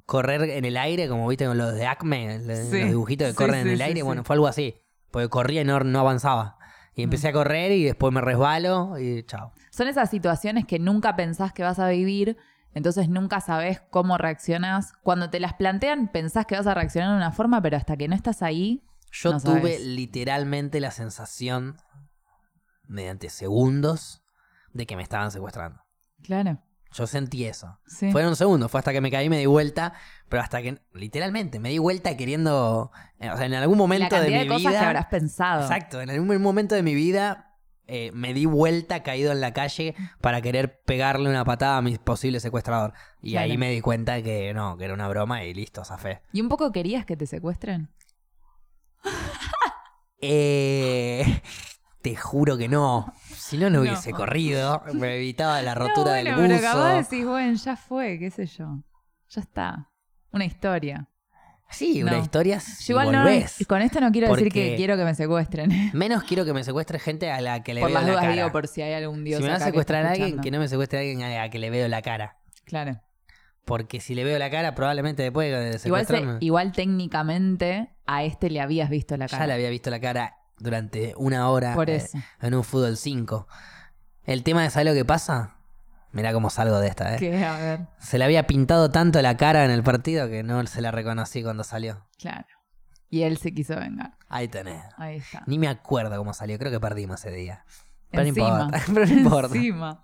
Speaker 1: correr en el aire, como viste con los de Acme, le-
Speaker 2: Sí,
Speaker 1: los dibujitos que
Speaker 2: sí,
Speaker 1: corren en
Speaker 2: sí,
Speaker 1: el
Speaker 2: sí,
Speaker 1: aire.
Speaker 2: sí.
Speaker 1: Bueno, fue algo así. Porque corría y no, no avanzaba. Y empecé
Speaker 2: Mm.
Speaker 1: a correr y después me resbalo y chao.
Speaker 2: Son esas situaciones que nunca pensás que vas a vivir, entonces nunca sabés cómo reaccionás. Cuando te las plantean, pensás que vas a reaccionar de una forma, pero hasta que no estás ahí,
Speaker 1: Yo
Speaker 2: No
Speaker 1: tuve
Speaker 2: sabes.
Speaker 1: literalmente la sensación, mediante segundos, de que me estaban secuestrando.
Speaker 2: claro.
Speaker 1: Yo sentí eso.
Speaker 2: Sí.
Speaker 1: Fue en un segundo, fue hasta que me caí, me di vuelta, pero hasta que, literalmente, me di vuelta queriendo, eh, o sea, en algún
Speaker 2: la
Speaker 1: momento de
Speaker 2: cantidad
Speaker 1: mi
Speaker 2: de, cosas
Speaker 1: vida,
Speaker 2: que habrás pensado.
Speaker 1: exacto, en algún momento de mi vida eh, me di vuelta caído en la calle para querer pegarle una patada a mi posible secuestrador. Y
Speaker 2: Claro.
Speaker 1: ahí me di cuenta que no, que era una broma y listo, zafé.
Speaker 2: ¿Y un poco querías que te secuestren?
Speaker 1: Eh, te juro que no, si no, no
Speaker 2: No.
Speaker 1: hubiese corrido, me evitaba la rotura
Speaker 2: no, bueno,
Speaker 1: del buzo.
Speaker 2: pero capaz decís, bueno, ya fue, qué sé yo. Ya está. Una historia.
Speaker 1: Sí, una
Speaker 2: No.
Speaker 1: historia si
Speaker 2: Yo igual no-
Speaker 1: volvés.
Speaker 2: con esto no quiero decir
Speaker 1: Porque-
Speaker 2: que quiero que me secuestren.
Speaker 1: Menos quiero que me secuestre gente a la que le
Speaker 2: Por
Speaker 1: veo
Speaker 2: las
Speaker 1: la
Speaker 2: dudas
Speaker 1: cara.
Speaker 2: digo, por si hay algún dios
Speaker 1: si me va a
Speaker 2: acá que
Speaker 1: secuestrar
Speaker 2: esté
Speaker 1: a alguien,
Speaker 2: escuchando.
Speaker 1: que no me secuestre a alguien a la que le veo la cara.
Speaker 2: Claro.
Speaker 1: Porque si le veo la cara, probablemente después de
Speaker 2: Igual, se-
Speaker 1: secuestrarme.
Speaker 2: igual técnicamente a este le habías visto la cara.
Speaker 1: ya le había visto la cara durante una hora
Speaker 2: Por
Speaker 1: eh,
Speaker 2: eso.
Speaker 1: en un fútbol 5. El tema de ¿sabes lo que pasa? Mirá cómo salgo de esta, eh.
Speaker 2: Que, a ver,
Speaker 1: Se le había pintado tanto la cara en el partido que no se la reconocí cuando salió.
Speaker 2: claro. Y él se quiso vengar.
Speaker 1: Ahí tenés.
Speaker 2: Ahí está.
Speaker 1: Ni me acuerdo cómo salió, creo que perdimos ese día. Pero
Speaker 2: Encima.
Speaker 1: no importa, pero no importa.
Speaker 2: Encima.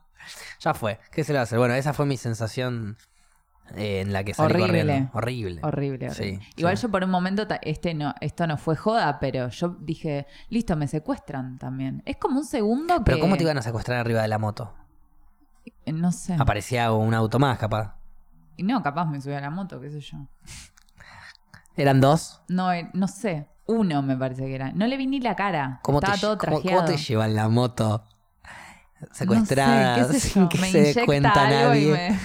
Speaker 1: Ya fue. ¿Qué se le va a hacer? Bueno, esa fue mi sensación eh, en la que salí
Speaker 2: Horrible.
Speaker 1: corriendo. Horrible.
Speaker 2: Horrible.
Speaker 1: Sí,
Speaker 2: horrible.
Speaker 1: sí.
Speaker 2: Igual yo por un momento, ta- este no, esto no fue joda, pero yo dije, listo, me secuestran también. Es como un segundo que...
Speaker 1: Pero ¿cómo te iban a secuestrar arriba de la moto?
Speaker 2: Eh, No sé.
Speaker 1: Aparecía un auto más, capaz.
Speaker 2: Y no, capaz me subí a la moto, qué sé yo.
Speaker 1: ¿Eran dos?
Speaker 2: No, eh, no sé. Uno me parece que era. No le vi ni la cara.
Speaker 1: ¿Cómo,
Speaker 2: Estaba
Speaker 1: te,
Speaker 2: todo
Speaker 1: cómo-
Speaker 2: trajeado.
Speaker 1: cómo te llevan la moto secuestrada
Speaker 2: No sé, qué sé
Speaker 1: sin
Speaker 2: yo,
Speaker 1: que
Speaker 2: me
Speaker 1: se dé
Speaker 2: inyecta
Speaker 1: cuenta
Speaker 2: algo y
Speaker 1: nadie?
Speaker 2: me-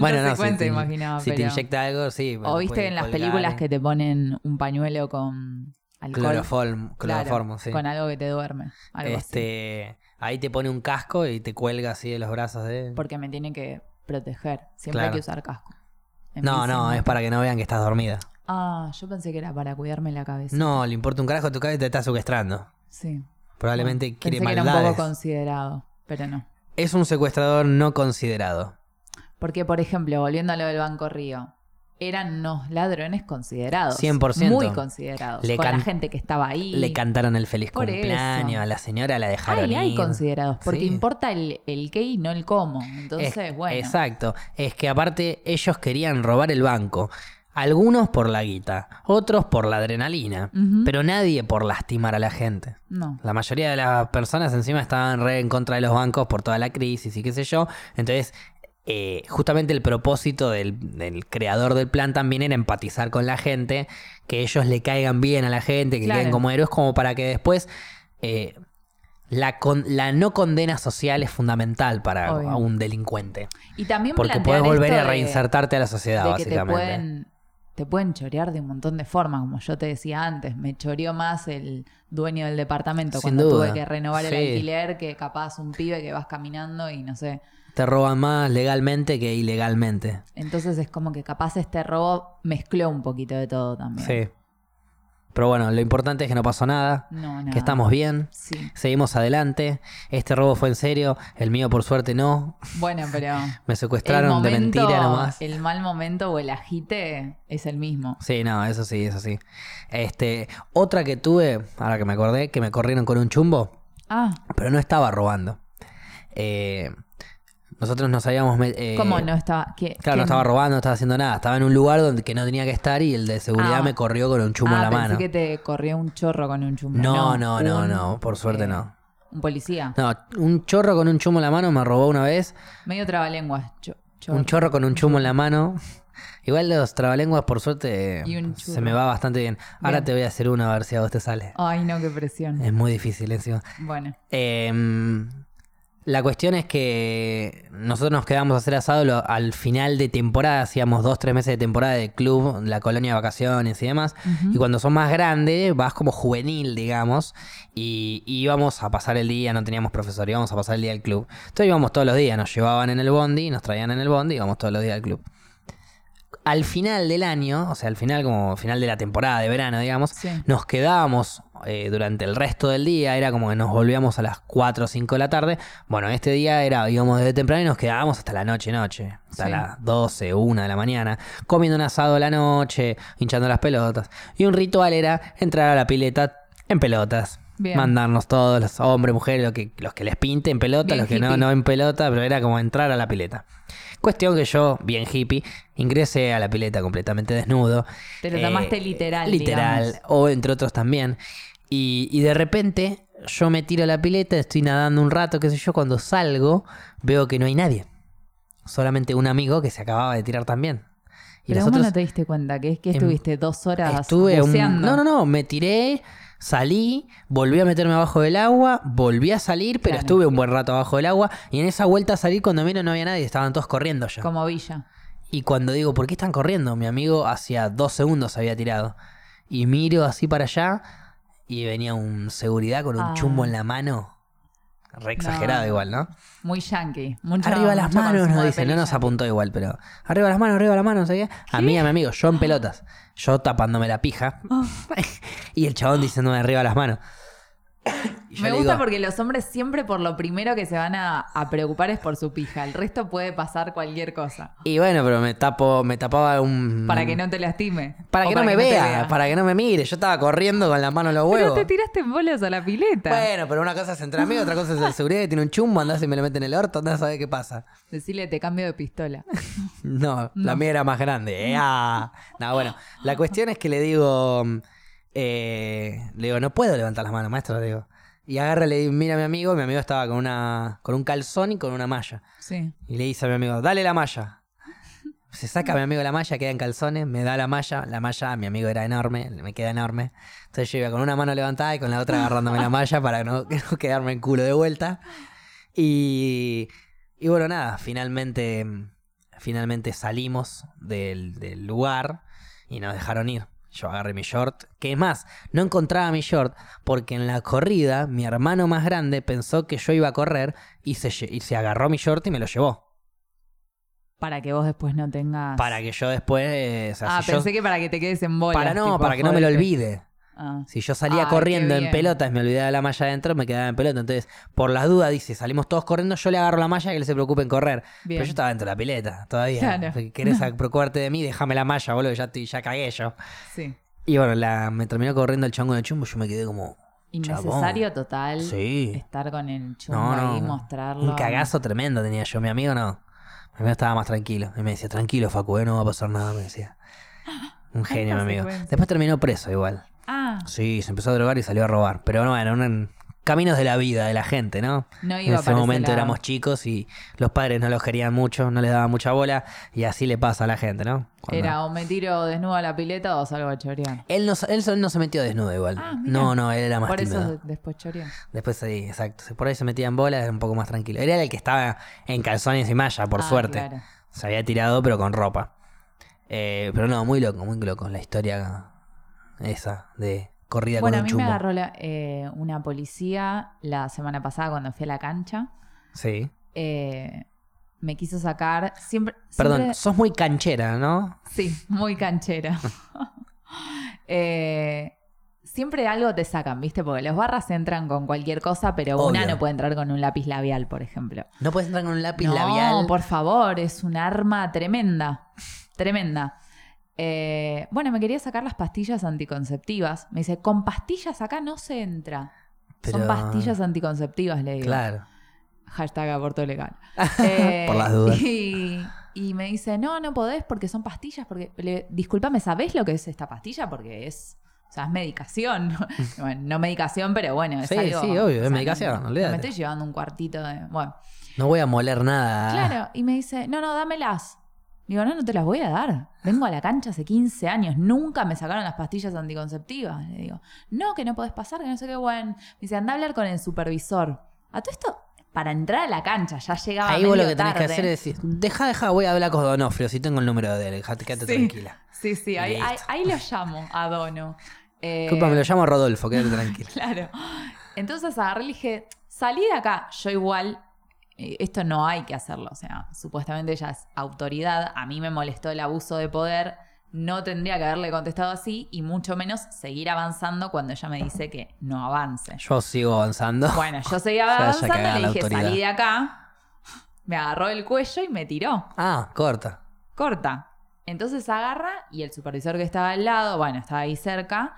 Speaker 1: Bueno,
Speaker 2: no
Speaker 1: no,
Speaker 2: se cuenta,
Speaker 1: si, te, in-
Speaker 2: imaginaba,
Speaker 1: si te
Speaker 2: pero-
Speaker 1: inyecta algo, sí.
Speaker 2: O viste en las
Speaker 1: eh.
Speaker 2: películas que te ponen un pañuelo con alcohol.
Speaker 1: Cloroform,
Speaker 2: Claro,
Speaker 1: cloroformo, sí.
Speaker 2: Con algo que te duerme. Algo así.
Speaker 1: este, Ahí te pone un casco y te cuelga así de los brazos de...
Speaker 2: Porque me tiene que proteger. Siempre
Speaker 1: Claro.
Speaker 2: hay que usar casco. En
Speaker 1: No,
Speaker 2: bici,
Speaker 1: no, es para que no vean que estás dormida.
Speaker 2: Ah, yo pensé que era para cuidarme la cabeza.
Speaker 1: No, le importa un carajo tu cabeza te está secuestrando.
Speaker 2: Sí.
Speaker 1: Probablemente
Speaker 2: Pensé
Speaker 1: quiere
Speaker 2: que era un
Speaker 1: maldades.
Speaker 2: poco considerado, pero no.
Speaker 1: es un secuestrador no considerado.
Speaker 2: Porque, por ejemplo, volviendo a lo del Banco Río, eran unos ladrones considerados.
Speaker 1: 100%.
Speaker 2: Muy considerados.
Speaker 1: Le
Speaker 2: con la
Speaker 1: can-
Speaker 2: gente que estaba ahí.
Speaker 1: Le cantaron el feliz
Speaker 2: Por eso.
Speaker 1: cumpleaños, a la señora la dejaron
Speaker 2: Ay, hay
Speaker 1: ir.
Speaker 2: considerados, porque
Speaker 1: Sí.
Speaker 2: importa el, el qué y no el cómo. Entonces,
Speaker 1: Es-
Speaker 2: bueno.
Speaker 1: Exacto. Es que aparte ellos querían robar el banco. Algunos por la guita, otros por la adrenalina,
Speaker 2: Ujú.
Speaker 1: pero nadie por lastimar a la gente.
Speaker 2: No.
Speaker 1: La mayoría de las personas encima estaban re en contra de los bancos por toda la crisis y qué sé yo. Entonces, eh, justamente el propósito del, del creador del plan también era empatizar con la gente, que ellos le caigan bien a la gente, que
Speaker 2: Claro.
Speaker 1: queden como héroes, como para que después... eh, la, con- la no condena social es fundamental para
Speaker 2: Obvio.
Speaker 1: a un delincuente.
Speaker 2: Y también
Speaker 1: Porque
Speaker 2: plantear
Speaker 1: puedes volver
Speaker 2: esto
Speaker 1: a
Speaker 2: de-
Speaker 1: reinsertarte a la sociedad,
Speaker 2: de que te
Speaker 1: básicamente.
Speaker 2: pueden, te pueden chorear de un montón de formas, como yo te decía antes, me choreó más el dueño del departamento
Speaker 1: Sin
Speaker 2: cuando
Speaker 1: duda.
Speaker 2: tuve que renovar el
Speaker 1: Sí.
Speaker 2: alquiler que capaz un pibe que vas caminando y no sé.
Speaker 1: Te roban más legalmente que ilegalmente.
Speaker 2: Entonces es como que capaz este robo mezcló un poquito de todo también.
Speaker 1: Sí. Pero bueno, lo importante es que no pasó nada,
Speaker 2: No, nada.
Speaker 1: que estamos bien,
Speaker 2: Sí.
Speaker 1: seguimos adelante. Este robo fue en serio, el mío por suerte no.
Speaker 2: Bueno, pero
Speaker 1: Me
Speaker 2: el
Speaker 1: secuestraron de
Speaker 2: momento,
Speaker 1: mentira nomás.
Speaker 2: el mal momento o el agite es el mismo.
Speaker 1: Sí, no, eso sí, eso sí. Este, otra que tuve, ahora que me acordé, que me corrieron con un chumbo.
Speaker 2: Ah,
Speaker 1: pero no estaba robando. Eh, nosotros nos habíamos... met- eh,
Speaker 2: ¿cómo no estaba? ¿Qué-
Speaker 1: Claro, no
Speaker 2: quién?
Speaker 1: estaba robando, no estaba haciendo nada. Estaba en un lugar donde que no tenía que estar y el de seguridad
Speaker 2: Ah.
Speaker 1: me corrió con un chumbo
Speaker 2: ah,
Speaker 1: en la
Speaker 2: pensé
Speaker 1: mano.
Speaker 2: que te corrió un chorro con un chumbo.
Speaker 1: No, no, no,
Speaker 2: un-
Speaker 1: no, por suerte
Speaker 2: eh,
Speaker 1: no.
Speaker 2: Un policía.
Speaker 1: No, un chorro con un chumbo en la mano me robó una vez.
Speaker 2: Medio trabalenguas. Cho-
Speaker 1: Un chorro con un chumbo en la mano. Igual los trabalenguas, por suerte,
Speaker 2: Y un
Speaker 1: se
Speaker 2: churro.
Speaker 1: me va bastante bien. Ahora
Speaker 2: Bien.
Speaker 1: te voy a hacer una a ver si a vos te sale.
Speaker 2: Ay, no, qué presión.
Speaker 1: Es muy difícil encima.
Speaker 2: Bueno,
Speaker 1: Eh, la cuestión es que nosotros nos quedamos a hacer asado lo- al final de temporada, hacíamos dos, tres meses de temporada de club, la colonia de vacaciones y demás.
Speaker 2: Ujú.
Speaker 1: Y cuando sos más grande, vas como juvenil, digamos, y y íbamos a pasar el día, no teníamos profesor, íbamos a pasar el día al club. Entonces íbamos todos los días, nos llevaban en el bondi, nos traían en el bondi, íbamos todos los días al club. Al final del año, o sea, al final como final de la temporada de verano, digamos,
Speaker 2: sí.
Speaker 1: nos quedábamos eh, durante el resto del día, era como que nos volvíamos a las 4 o 5 de la tarde. Bueno, este día era, íbamos desde temprano y nos quedábamos hasta la noche, noche, hasta
Speaker 2: Sí.
Speaker 1: las 12, 1 de la mañana, comiendo un asado a la noche, hinchando las pelotas. Y un ritual era entrar a la pileta en pelotas.
Speaker 2: Bien.
Speaker 1: Mandarnos todos, los hombres, mujeres, lo que, los que les pinte en pelota,
Speaker 2: Bien
Speaker 1: los que no,
Speaker 2: hippie.
Speaker 1: no en pelota, pero era como entrar a la pileta. Cuestión que yo, bien hippie, ingresé a la pileta completamente desnudo.
Speaker 2: Te lo
Speaker 1: Eh,
Speaker 2: tomaste literal.
Speaker 1: Literal,
Speaker 2: digamos.
Speaker 1: o entre otros también. Y, y de repente yo me tiro a la pileta, estoy nadando un rato, qué sé yo, cuando salgo veo que no hay nadie. Solamente un amigo que se acababa de tirar también. Y
Speaker 2: Pero ¿cómo
Speaker 1: nosotros
Speaker 2: no te diste cuenta? Que es que
Speaker 1: em-
Speaker 2: estuviste dos horas
Speaker 1: estuve un-
Speaker 2: buceando.
Speaker 1: No, no, no, me tiré, salí, volví a meterme abajo del agua, volví a salir, pero
Speaker 2: Claro.
Speaker 1: estuve un buen rato abajo del agua. Y en esa vuelta a salir cuando miro no había nadie, estaban todos corriendo ya.
Speaker 2: Como Villa.
Speaker 1: Y cuando digo, ¿por qué están corriendo? Mi amigo hacía dos segundos había tirado. Y miro así para allá y venía un seguridad con un
Speaker 2: Ah.
Speaker 1: chumbo en la mano. Re exagerado
Speaker 2: No.
Speaker 1: igual, ¿no?
Speaker 2: Muy yankee. Mucho,
Speaker 1: arriba las
Speaker 2: mucho
Speaker 1: manos,
Speaker 2: consumo
Speaker 1: nos
Speaker 2: de
Speaker 1: dicen. No nos
Speaker 2: perilla.
Speaker 1: apuntó igual, pero... Arriba las manos, arriba las manos, ¿sabía? A mí y a mi amigo, yo en pelotas. Yo tapándome la pija. y el chabón diciéndome arriba las manos. Y yo
Speaker 2: Me
Speaker 1: le
Speaker 2: gusta
Speaker 1: digo,
Speaker 2: porque los hombres siempre por lo primero que se van a, a preocupar es por su pija. El resto puede pasar cualquier cosa.
Speaker 1: Y bueno, pero me tapo, me tapaba un...
Speaker 2: Para que no te lastime.
Speaker 1: Mm. Para
Speaker 2: o
Speaker 1: que no me
Speaker 2: te
Speaker 1: vea, para que no me mire. Yo estaba corriendo con la mano en los
Speaker 2: Pero
Speaker 1: huevos.
Speaker 2: te tiraste en bolas a la pileta.
Speaker 1: Bueno, pero una cosa es entre amigos, otra cosa es el seguridad que tiene un chumbo, andás y me lo meten en el orto, andás a ver qué pasa.
Speaker 2: Decirle, te cambio de pistola.
Speaker 1: No, la mía era más grande. ¡Ea! No, bueno, la cuestión es que le digo, mm, eh, le digo, no puedo levantar las manos, maestro, le digo. Y agarra, le digo, mira a mi amigo, y mi amigo estaba con una, con un calzón y con una malla.
Speaker 2: Sí.
Speaker 1: Y le dice a mi amigo, dale la malla. Se saca a mi amigo la malla, queda en calzones, me da la malla, la malla, mi amigo era enorme, me queda enorme. Entonces yo iba con una mano levantada y con la otra agarrándome la malla para no, no quedarme en culo de vuelta. Y, y bueno, nada, finalmente, finalmente salimos del, del lugar y nos dejaron ir. Yo agarré mi short, que es más, no encontraba mi short porque en la corrida mi hermano más grande pensó que yo iba a correr y se, lle- y se agarró mi short y me lo llevó.
Speaker 2: Para que vos después no tengas.
Speaker 1: Para que yo después. eh, o sea,
Speaker 2: ah,
Speaker 1: si yo-
Speaker 2: pensé que para que te quedes en bolas.
Speaker 1: para no,
Speaker 2: tipo,
Speaker 1: para que no me lo
Speaker 2: jodete.
Speaker 1: olvide.
Speaker 2: Ah.
Speaker 1: Si yo salía
Speaker 2: Ay, qué
Speaker 1: corriendo en
Speaker 2: bien.
Speaker 1: pelotas, me olvidaba la malla adentro, me quedaba en pelota. Entonces, por las dudas, dice, salimos todos corriendo, yo le agarro la malla que él se preocupe en correr.
Speaker 2: Bien.
Speaker 1: Pero yo estaba dentro de la pileta todavía.
Speaker 2: Claro.
Speaker 1: Si querés preocuparte de mí, déjame la malla, boludo, ya, estoy- ya cagué yo.
Speaker 2: Sí.
Speaker 1: Y bueno, la, me terminó corriendo el chongo de chumbo, yo me quedé como...
Speaker 2: Innecesario total
Speaker 1: Sí.
Speaker 2: estar con el chumbo
Speaker 1: No, no.
Speaker 2: ahí, mostrarlo.
Speaker 1: Un cagazo tremendo tenía yo, mi amigo no. Mi amigo estaba más tranquilo. Y me decía, tranquilo, Facu, eh, no va a pasar nada, me decía. Un genio, mi amigo.
Speaker 2: consecuencias.
Speaker 1: Después terminó preso igual.
Speaker 2: Ah,
Speaker 1: Sí, se empezó a drogar y salió a robar. Pero bueno, eran caminos de la vida de la gente, ¿no?
Speaker 2: no
Speaker 1: En ese
Speaker 2: iba para ese
Speaker 1: momento
Speaker 2: lado.
Speaker 1: éramos chicos y los padres no los querían mucho, no les daban mucha bola y así le pasa a la gente, ¿no? Cuando-
Speaker 2: Era o me tiro desnudo a la pileta o salgo a chorear.
Speaker 1: Él, no, él solo no se metió desnudo igual.
Speaker 2: Ah, mira.
Speaker 1: no, no, él era más
Speaker 2: Por
Speaker 1: tímido.
Speaker 2: eso de- después choreo.
Speaker 1: Después sí, exacto. Por ahí se metía en bola, era un poco más tranquilo. Era el que estaba en calzones y malla, por
Speaker 2: Ah,
Speaker 1: suerte.
Speaker 2: claro.
Speaker 1: Se había tirado, pero con ropa. Eh, pero no, muy loco, muy loco. La historia esa de corrida
Speaker 2: Bueno, a
Speaker 1: con un
Speaker 2: mí me
Speaker 1: chumbo.
Speaker 2: agarró la- eh, una policía la semana pasada cuando fui a la cancha.
Speaker 1: Sí.
Speaker 2: Eh, me quiso sacar. Siempre.
Speaker 1: Perdón,
Speaker 2: siempre-
Speaker 1: sos muy canchera, ¿no?
Speaker 2: Sí, muy canchera. Eh, siempre algo te sacan, ¿viste? Porque los barras entran con cualquier cosa, pero una
Speaker 1: Obvio.
Speaker 2: no puede entrar con un lápiz labial, por ejemplo.
Speaker 1: No puedes entrar con un lápiz
Speaker 2: no,
Speaker 1: labial.
Speaker 2: por favor, es un arma tremenda. Tremenda. Eh, bueno, me quería sacar las pastillas anticonceptivas. Me dice, con pastillas acá no se entra.
Speaker 1: Pero-
Speaker 2: Son pastillas anticonceptivas, le digo.
Speaker 1: Claro.
Speaker 2: Hashtag aborto legal. Eh,
Speaker 1: Por las dudas.
Speaker 2: Y, y me dice, no, no podés porque son pastillas. Porque, le, disculpame, ¿sabés lo que es esta pastilla? Porque es, o sea, es medicación. bueno, no medicación, pero bueno, es
Speaker 1: Sí,
Speaker 2: algo-
Speaker 1: sí, obvio,
Speaker 2: o
Speaker 1: es
Speaker 2: sea,
Speaker 1: medicación,
Speaker 2: no- no
Speaker 1: olvídate.
Speaker 2: me estoy llevando un cuartito de... Bueno,
Speaker 1: No voy a moler nada.
Speaker 2: claro. Y me dice, no, no, dámelas. Digo, no, no te las voy a dar. Vengo a la cancha hace 15 años. Nunca me sacaron las pastillas anticonceptivas. Le digo, no, que no podés pasar, que no sé qué, bueno. Me dice, anda a hablar con el supervisor. A todo esto, para entrar a la cancha, ya llegaba
Speaker 1: Ahí vos lo
Speaker 2: Ah, medio
Speaker 1: que tenés que
Speaker 2: tarde.
Speaker 1: hacer es decir, deja, deja, voy a hablar con Donofrio, si tengo el número de él, dejate- quédate
Speaker 2: Sí. Eh,
Speaker 1: tranquila.
Speaker 2: Sí, sí, ahí,
Speaker 1: Listo.
Speaker 2: ahí, ahí lo llamo a Dono. Eh,
Speaker 1: Disculpa, me lo llamo Rodolfo, quédate tranquila.
Speaker 2: Claro. Entonces agarré y le dije, salí de acá. Yo igual, eh, esto no hay que hacerlo. O sea, supuestamente ella es autoridad. A mí me molestó el abuso de poder. No tendría que haberle contestado así y mucho menos seguir avanzando cuando ella me dice que no avance.
Speaker 1: Yo sigo avanzando.
Speaker 2: Bueno, yo seguía
Speaker 1: Ya, ya
Speaker 2: avanzando
Speaker 1: cagada
Speaker 2: y
Speaker 1: la
Speaker 2: le dije,
Speaker 1: autoridad.
Speaker 2: salí de acá. Me agarró el cuello y me tiró
Speaker 1: Ah, corta.
Speaker 2: corta. Entonces agarra y el supervisor que estaba al lado, bueno, estaba ahí cerca,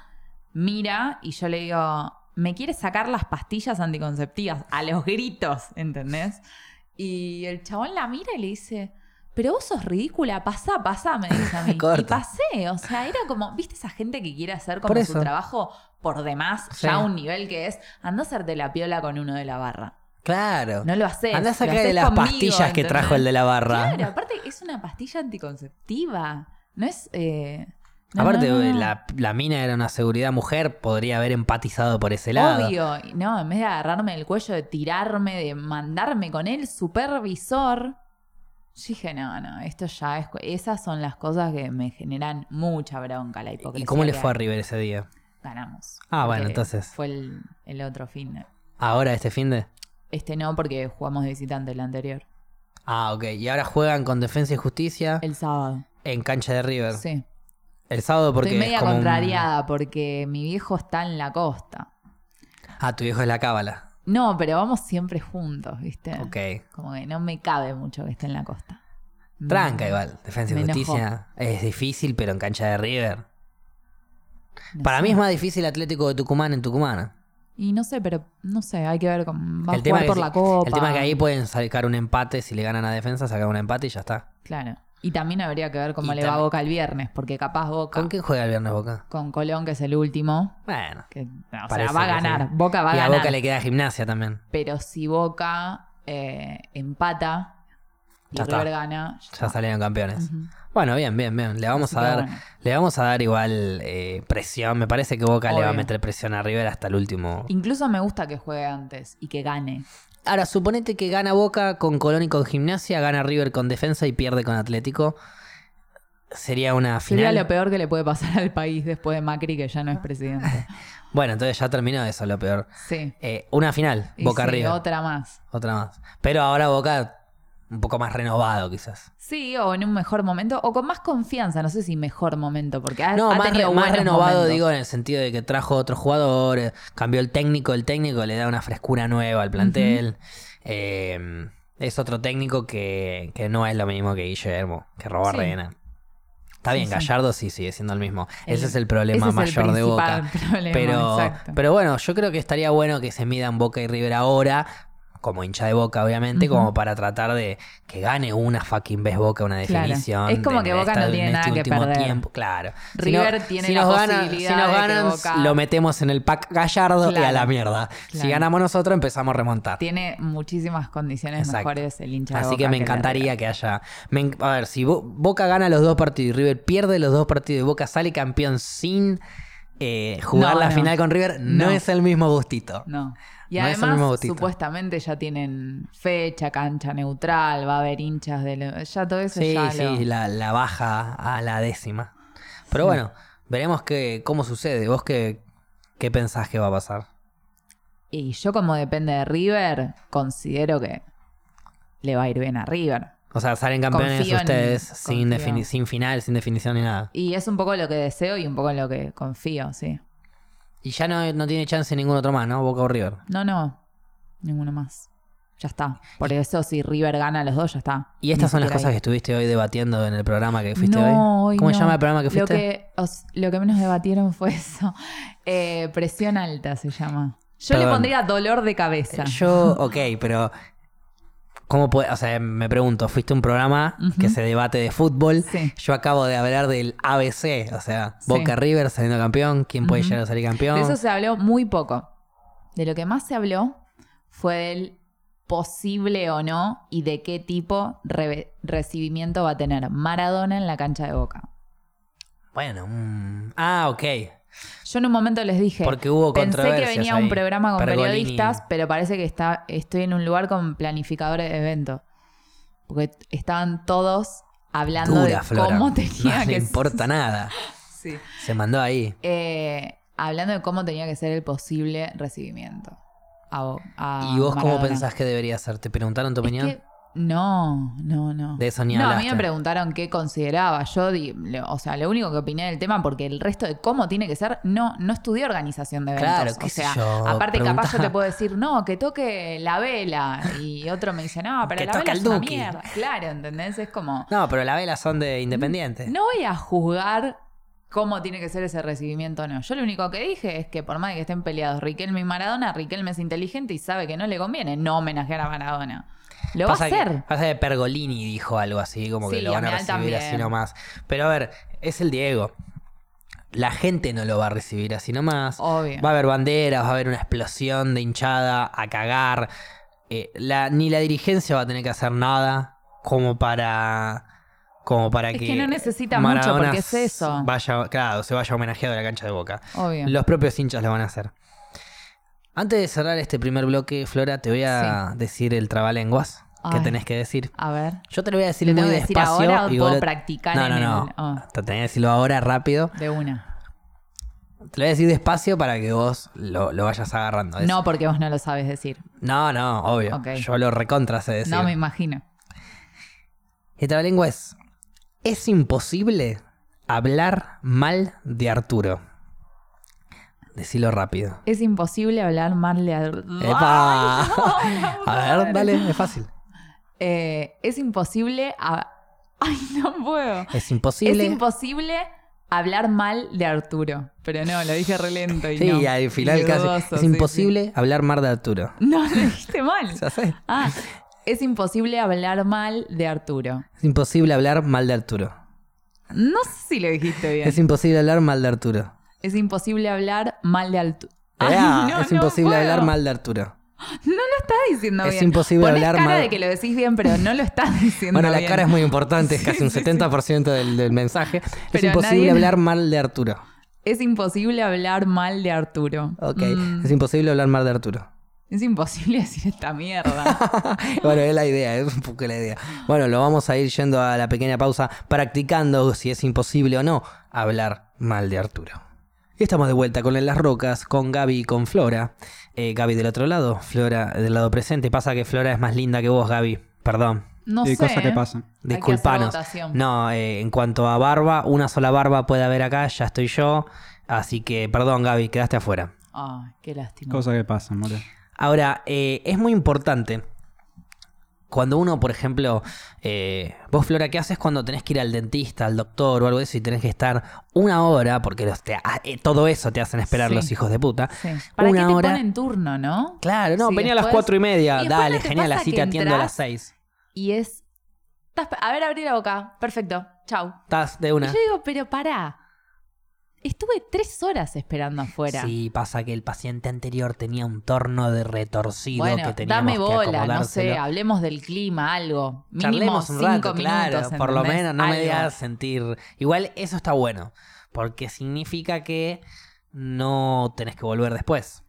Speaker 2: mira y yo le digo, ¿me quieres sacar las pastillas anticonceptivas? A los gritos, ¿entendés? Y el chabón la mira y le dice, pero vos sos ridícula, pasá, pasá, me dice a mí. y
Speaker 1: Corta.
Speaker 2: pasé, o sea, era como, ¿viste esa gente que quiere hacer
Speaker 1: Por
Speaker 2: como
Speaker 1: eso.
Speaker 2: su trabajo por demás,
Speaker 1: Sí.
Speaker 2: ya a un nivel que es, anda a hacerte la piola con uno de la barra?
Speaker 1: Claro.
Speaker 2: No lo haces.
Speaker 1: Andá a
Speaker 2: lo
Speaker 1: sacarle
Speaker 2: haces
Speaker 1: las
Speaker 2: conmigo,
Speaker 1: pastillas que
Speaker 2: ¿entendés?
Speaker 1: trajo el de la barra.
Speaker 2: Claro, aparte es una pastilla anticonceptiva. No es. eh, no,
Speaker 1: Aparte,
Speaker 2: no, no, no.
Speaker 1: La, la mina era una seguridad mujer, podría haber empatizado por ese lado.
Speaker 2: Obvio. Y No, en vez de agarrarme el cuello, de tirarme, de mandarme con el supervisor. Yo dije, no, no, esto ya es. cu- Esas son las cosas que me generan mucha bronca la
Speaker 1: ¿Y
Speaker 2: hipocresía.
Speaker 1: cómo le
Speaker 2: que
Speaker 1: fue a River ese día?
Speaker 2: Ganamos.
Speaker 1: Ah, bueno,
Speaker 2: Porque
Speaker 1: entonces.
Speaker 2: Fue el, el otro fin. de-
Speaker 1: ¿Ahora, este fin de?
Speaker 2: Este no, porque jugamos de visitante el anterior.
Speaker 1: Ah, ok. Y ahora juegan con Defensa y Justicia
Speaker 2: El sábado.
Speaker 1: en cancha de River.
Speaker 2: Sí.
Speaker 1: El sábado porque
Speaker 2: Estoy
Speaker 1: es
Speaker 2: media
Speaker 1: como un-
Speaker 2: contrariada porque mi viejo está en la costa.
Speaker 1: Ah, tu viejo es la cábala.
Speaker 2: No, pero vamos siempre juntos, ¿viste?
Speaker 1: Ok.
Speaker 2: Como que no me cabe mucho que esté en la costa. Mm.
Speaker 1: Tranca igual. Defensa y
Speaker 2: Me enojó.
Speaker 1: Justicia es difícil, pero en cancha de River.
Speaker 2: No
Speaker 1: Para
Speaker 2: sé.
Speaker 1: mí es más difícil Atlético de Tucumán en Tucumán.
Speaker 2: Y no sé, pero no sé, hay que ver con. Va a
Speaker 1: el tema
Speaker 2: jugar
Speaker 1: que
Speaker 2: por
Speaker 1: si-
Speaker 2: la copa.
Speaker 1: El tema es que ahí pueden sacar un empate. Si le ganan a defensa, sacar un empate y ya está.
Speaker 2: Claro. Y también habría que ver cómo
Speaker 1: Y
Speaker 2: le va
Speaker 1: también-
Speaker 2: Boca el viernes, porque capaz Boca.
Speaker 1: ¿Con
Speaker 2: ¿Con,
Speaker 1: quién juega el viernes Boca?
Speaker 2: Colón, que es el último.
Speaker 1: Bueno.
Speaker 2: Que, o sea,
Speaker 1: Parece
Speaker 2: va a
Speaker 1: que sí.
Speaker 2: ganar. Boca va a
Speaker 1: y a
Speaker 2: ganar.
Speaker 1: Boca le queda gimnasia también.
Speaker 2: Pero si Boca eh, empata y
Speaker 1: Ya está.
Speaker 2: River gana. ya
Speaker 1: Ya
Speaker 2: está.
Speaker 1: salieron campeones.
Speaker 2: Ujú.
Speaker 1: Bueno, bien, bien, bien. Le vamos
Speaker 2: Ah. Así
Speaker 1: a
Speaker 2: que
Speaker 1: dar,
Speaker 2: bueno.
Speaker 1: le vamos a dar igual eh, presión. Me parece que Boca le va a
Speaker 2: Obvio.
Speaker 1: meter presión a River hasta el último.
Speaker 2: Incluso me gusta que juegue antes y que gane.
Speaker 1: Ahora, suponete que gana Boca con Colón y con Gimnasia, gana River con Defensa y pierde con Atlético. Sería una final.
Speaker 2: Sería lo peor que le puede pasar al país después de Macri, que ya no es presidente.
Speaker 1: Bueno, entonces ya terminó eso, lo peor.
Speaker 2: Sí.
Speaker 1: Eh, una final,
Speaker 2: Y
Speaker 1: Boca
Speaker 2: sí,
Speaker 1: River.
Speaker 2: Otra más.
Speaker 1: Otra más. Pero ahora Boca un poco más renovado quizás.
Speaker 2: Sí, o en un mejor momento, o con más confianza, no sé si mejor momento, porque ha,
Speaker 1: No,
Speaker 2: ha
Speaker 1: más, re-
Speaker 2: tenido
Speaker 1: más
Speaker 2: buenos
Speaker 1: renovado,
Speaker 2: momentos.
Speaker 1: digo, en el sentido de que trajo otros jugadores, cambió el técnico, el técnico le da una frescura nueva al plantel. Eh, es otro técnico que, que no es lo mismo que Guillermo, que roba
Speaker 2: Sí.
Speaker 1: Reina. Está
Speaker 2: Sí,
Speaker 1: bien,
Speaker 2: sí.
Speaker 1: Gallardo sí sigue siendo el mismo. Ese
Speaker 2: El-
Speaker 1: es el problema
Speaker 2: Ese es el
Speaker 1: mayor de Boca.
Speaker 2: principal problema,
Speaker 1: Pero,
Speaker 2: exacto.
Speaker 1: pero bueno, yo creo que estaría bueno que se midan Boca y River ahora, como hincha de Boca, obviamente,
Speaker 2: Ujú.
Speaker 1: como para tratar de que gane una fucking vez Boca una
Speaker 2: Claro.
Speaker 1: definición.
Speaker 2: Es como
Speaker 1: en
Speaker 2: que Boca
Speaker 1: esta-
Speaker 2: no
Speaker 1: en
Speaker 2: tiene
Speaker 1: este
Speaker 2: nada que
Speaker 1: último
Speaker 2: perder.
Speaker 1: tiempo, claro.
Speaker 2: River tiene la posibilidad
Speaker 1: si nos
Speaker 2: de que
Speaker 1: ganan,
Speaker 2: Boca-
Speaker 1: lo metemos en el pack Gallardo y a
Speaker 2: Claro.
Speaker 1: la mierda. Si
Speaker 2: Claro.
Speaker 1: ganamos nosotros, empezamos a remontar.
Speaker 2: Tiene muchísimas condiciones
Speaker 1: Exacto.
Speaker 2: mejores el hincha de
Speaker 1: Así
Speaker 2: Boca
Speaker 1: que me
Speaker 2: la
Speaker 1: encantaría que haya. me en- a ver, si Bo- Boca gana los dos partidos y River pierde los dos partidos y Boca sale campeón sin eh, jugar
Speaker 2: No,
Speaker 1: la
Speaker 2: no.
Speaker 1: final con River, no,
Speaker 2: No.
Speaker 1: es el mismo gustito.
Speaker 2: River. No. Y
Speaker 1: No es el mismo
Speaker 2: además,
Speaker 1: Bautista.
Speaker 2: supuestamente ya tienen fecha, cancha neutral, va a haber hinchas de... lo- Ya todo eso
Speaker 1: Sí,
Speaker 2: ya lo-
Speaker 1: sí, la, la baja a la décima. Pero
Speaker 2: Sí.
Speaker 1: bueno, veremos que, cómo sucede. ¿Vos qué, qué pensás que va a pasar?
Speaker 2: Y yo como depende de River, considero que le va a ir bien a River.
Speaker 1: O sea, salen campeones
Speaker 2: Confío en-
Speaker 1: ustedes sin,
Speaker 2: confío.
Speaker 1: defini- sin final, sin definición ni nada.
Speaker 2: Y es un poco lo que deseo y un poco en lo que confío, sí.
Speaker 1: Y ya no, no tiene chance ningún otro más, ¿no? Boca o River.
Speaker 2: No, no, ninguno más. Ya está. Por eso si River gana a los dos, ya está.
Speaker 1: Y estas
Speaker 2: Ni
Speaker 1: son las
Speaker 2: siquiera
Speaker 1: cosas
Speaker 2: ahí.
Speaker 1: que estuviste hoy debatiendo en el programa que fuiste
Speaker 2: no,
Speaker 1: hoy.
Speaker 2: hoy
Speaker 1: ¿Cómo se
Speaker 2: no.
Speaker 1: llama el programa que
Speaker 2: Lo
Speaker 1: fuiste?
Speaker 2: que, os- lo que menos debatieron fue eso. Eh, presión alta se llama. Yo le
Speaker 1: Perdón.
Speaker 2: pondría dolor de cabeza.
Speaker 1: Yo, ok, pero. ¿Cómo puede.? O sea, me pregunto, fuiste un programa que se debate de fútbol.
Speaker 2: Sí.
Speaker 1: Yo acabo de hablar del ABC, o sea,
Speaker 2: Sí.
Speaker 1: Boca River saliendo campeón, quién puede llegar a salir campeón.
Speaker 2: De eso se habló muy poco. De lo que más se habló fue del posible o no y de qué tipo rebe- recibimiento va a tener Maradona en la cancha de Boca.
Speaker 1: Bueno, mm, ah, ok.
Speaker 2: Yo en un momento les dije,
Speaker 1: Porque hubo
Speaker 2: pensé que
Speaker 1: controversias
Speaker 2: venía
Speaker 1: ahí.
Speaker 2: un programa con
Speaker 1: Pergolini.
Speaker 2: periodistas, pero parece que está, estoy en un lugar con planificadores de eventos. Porque estaban todos hablando
Speaker 1: Dura,
Speaker 2: de
Speaker 1: Flora.
Speaker 2: cómo tenía
Speaker 1: no
Speaker 2: que
Speaker 1: le importa nada.
Speaker 2: Sí.
Speaker 1: Se mandó ahí.
Speaker 2: Eh, hablando de cómo tenía que ser el posible recibimiento. a Bo- a
Speaker 1: ¿Y vos cómo
Speaker 2: Maradona.
Speaker 1: pensás que debería ser? ¿Te preguntaron tu
Speaker 2: Es
Speaker 1: opinión?
Speaker 2: que- no, no, no.
Speaker 1: De eso ni
Speaker 2: No, a mí
Speaker 1: hablaste.
Speaker 2: me preguntaron qué consideraba. Yo, di- le- o sea, lo único que opiné del tema, porque el resto de cómo tiene que ser, no, no estudié organización de eventos.
Speaker 1: Claro, qué
Speaker 2: o
Speaker 1: sé
Speaker 2: sea,
Speaker 1: yo,
Speaker 2: aparte capaz yo
Speaker 1: preguntá.
Speaker 2: te puedo decir, no, que toque la vela. Y otro me dice, no, pero
Speaker 1: Que
Speaker 2: la
Speaker 1: toque
Speaker 2: vela
Speaker 1: el
Speaker 2: es una
Speaker 1: Duki.
Speaker 2: mierda. Claro, ¿entendés? Es como,
Speaker 1: No, pero la vela son de independientes.
Speaker 2: no voy a juzgar cómo tiene que ser ese recibimiento o no. Yo lo único que dije es que por más de que estén peleados Riquelme y Maradona, Riquelme es inteligente y sabe que no le conviene no homenajear a Maradona. Lo va a
Speaker 1: pasa que-
Speaker 2: hacer.
Speaker 1: pasa que Pergolini dijo algo así, como que
Speaker 2: Sí,
Speaker 1: lo van a
Speaker 2: Ameal
Speaker 1: recibir así
Speaker 2: también.
Speaker 1: nomás. Pero a ver, es el Diego. La gente no lo va a recibir así nomás.
Speaker 2: Obvio.
Speaker 1: Va a haber banderas, va a haber una explosión de hinchada a cagar. Eh, la- ni la dirigencia va a tener que hacer nada como para. Como para
Speaker 2: Es
Speaker 1: que.
Speaker 2: que no necesita mucho,
Speaker 1: Maradona
Speaker 2: porque es eso.
Speaker 1: Vaya, claro, se vaya homenajeado a la cancha de boca.
Speaker 2: Obvio.
Speaker 1: Los propios hinchas lo van a hacer. Antes de cerrar este primer bloque, Flora, te voy a decir el trabalenguas que
Speaker 2: Ay.
Speaker 1: tenés que decir.
Speaker 2: A ver,
Speaker 1: Yo te lo voy a decir
Speaker 2: ¿Lo
Speaker 1: muy
Speaker 2: tengo que decir
Speaker 1: despacio.
Speaker 2: ahora o
Speaker 1: y vos
Speaker 2: puedo
Speaker 1: lo-
Speaker 2: practicar
Speaker 1: No, no,
Speaker 2: en
Speaker 1: no.
Speaker 2: el- ah.
Speaker 1: Te tenés que decirlo ahora rápido.
Speaker 2: de una.
Speaker 1: Te lo voy a decir despacio para que vos lo, lo vayas agarrando. Es-
Speaker 2: No, porque vos no lo sabes decir.
Speaker 1: no, no, obvio.
Speaker 2: Ok.
Speaker 1: Yo lo recontra sé decir.
Speaker 2: No me imagino.
Speaker 1: El trabalengua es. Es imposible hablar mal de Arturo. Decilo rápido.
Speaker 2: Es imposible hablar mal de Ar-
Speaker 1: ¡Epa!
Speaker 2: Ay, no, la
Speaker 1: a ver,
Speaker 2: madre.
Speaker 1: dale, es fácil.
Speaker 2: Eh, es imposible. a- Ay, no puedo.
Speaker 1: Es imposible.
Speaker 2: Es imposible hablar mal de Arturo. Pero no, lo dije re lento. Y
Speaker 1: Sí,
Speaker 2: no.
Speaker 1: y al final
Speaker 2: Y
Speaker 1: casi.
Speaker 2: dudoso,
Speaker 1: es
Speaker 2: sí,
Speaker 1: imposible hablar mal de Arturo.
Speaker 2: sí. No, lo dijiste mal.
Speaker 1: Ya sé.
Speaker 2: Ah, es imposible hablar mal de Arturo.
Speaker 1: Es imposible hablar mal de Arturo.
Speaker 2: No sé si lo dijiste bien.
Speaker 1: Es imposible hablar mal de Arturo.
Speaker 2: Es imposible hablar mal de Arturo.
Speaker 1: Ah, es imposible hablar mal de Arturo.
Speaker 2: Estás diciendo
Speaker 1: Es
Speaker 2: bien.
Speaker 1: imposible
Speaker 2: Ponés
Speaker 1: hablar
Speaker 2: cara
Speaker 1: mal-
Speaker 2: de que lo decís bien, pero no lo estás diciendo
Speaker 1: Bueno, la
Speaker 2: bien.
Speaker 1: cara es muy importante, es
Speaker 2: Sí,
Speaker 1: casi un
Speaker 2: sí, sí.
Speaker 1: 70% del, del mensaje. es
Speaker 2: Pero
Speaker 1: imposible
Speaker 2: nadie-
Speaker 1: hablar mal de Arturo.
Speaker 2: Es imposible hablar mal de Arturo.
Speaker 1: Ok,
Speaker 2: Mm,
Speaker 1: es imposible hablar mal de Arturo.
Speaker 2: es imposible decir esta mierda.
Speaker 1: Bueno, es la idea, es un poco la idea. Bueno, lo vamos a ir yendo a la pequeña pausa, practicando si es imposible o no hablar mal de Arturo. Y estamos de vuelta con En las Rocas, con Gaby y con Flora. Eh, Gaby del otro lado, Flora del lado presente. Pasa que Flora es más linda que vos, Gaby. Perdón.
Speaker 2: No sé.
Speaker 3: eh, cosas que
Speaker 2: ¿eh?
Speaker 3: pasan.
Speaker 2: Hay que
Speaker 1: Disculpanos.
Speaker 2: hacer votación.
Speaker 1: No, eh, en cuanto a barba, una sola barba puede haber acá, ya estoy yo. Así que, perdón, Gaby, quedaste afuera.
Speaker 2: Ay, Ah, qué lástima.
Speaker 3: Cosas que pasan, boludo.
Speaker 1: Ahora, eh, es muy importante. Cuando uno, por ejemplo, eh, vos, Flora, ¿qué haces cuando tenés que ir al dentista, al doctor o algo de eso y tenés que estar una hora? Porque los te- ah, eh, todo eso te hacen esperar
Speaker 2: Sí.
Speaker 1: los hijos de puta.
Speaker 2: Sí. ¿Para
Speaker 1: Una
Speaker 2: qué te
Speaker 1: hora-
Speaker 2: ponen turno, no?
Speaker 1: Claro, no,
Speaker 2: Sí,
Speaker 1: venía a las
Speaker 2: después-
Speaker 1: cuatro y media.
Speaker 2: y después
Speaker 1: Dale,
Speaker 2: no te
Speaker 1: genial,
Speaker 2: pasa
Speaker 1: así
Speaker 2: que
Speaker 1: te atiendo a las
Speaker 2: entras-
Speaker 1: seis.
Speaker 2: Y es. "Estás pe- A ver, abrí la boca. Perfecto. Chau.
Speaker 1: Estás de
Speaker 2: Y
Speaker 1: una.
Speaker 2: yo digo, pero pará. Estuve tres horas esperando afuera.
Speaker 1: Sí, pasa que el paciente anterior tenía un torno de retorcido
Speaker 2: bueno,
Speaker 1: que teníamos
Speaker 2: dame
Speaker 1: que
Speaker 2: bola, no sé,
Speaker 1: acomodárselo.
Speaker 2: hablemos del clima, algo. Mínimo
Speaker 1: Charlemos
Speaker 2: cinco
Speaker 1: un rato,
Speaker 2: minutos.
Speaker 1: claro, por lo
Speaker 2: ¿entendés?
Speaker 1: menos no me
Speaker 2: Algo.
Speaker 1: digas sentir. Igual eso está bueno, porque significa que no tenés que volver después.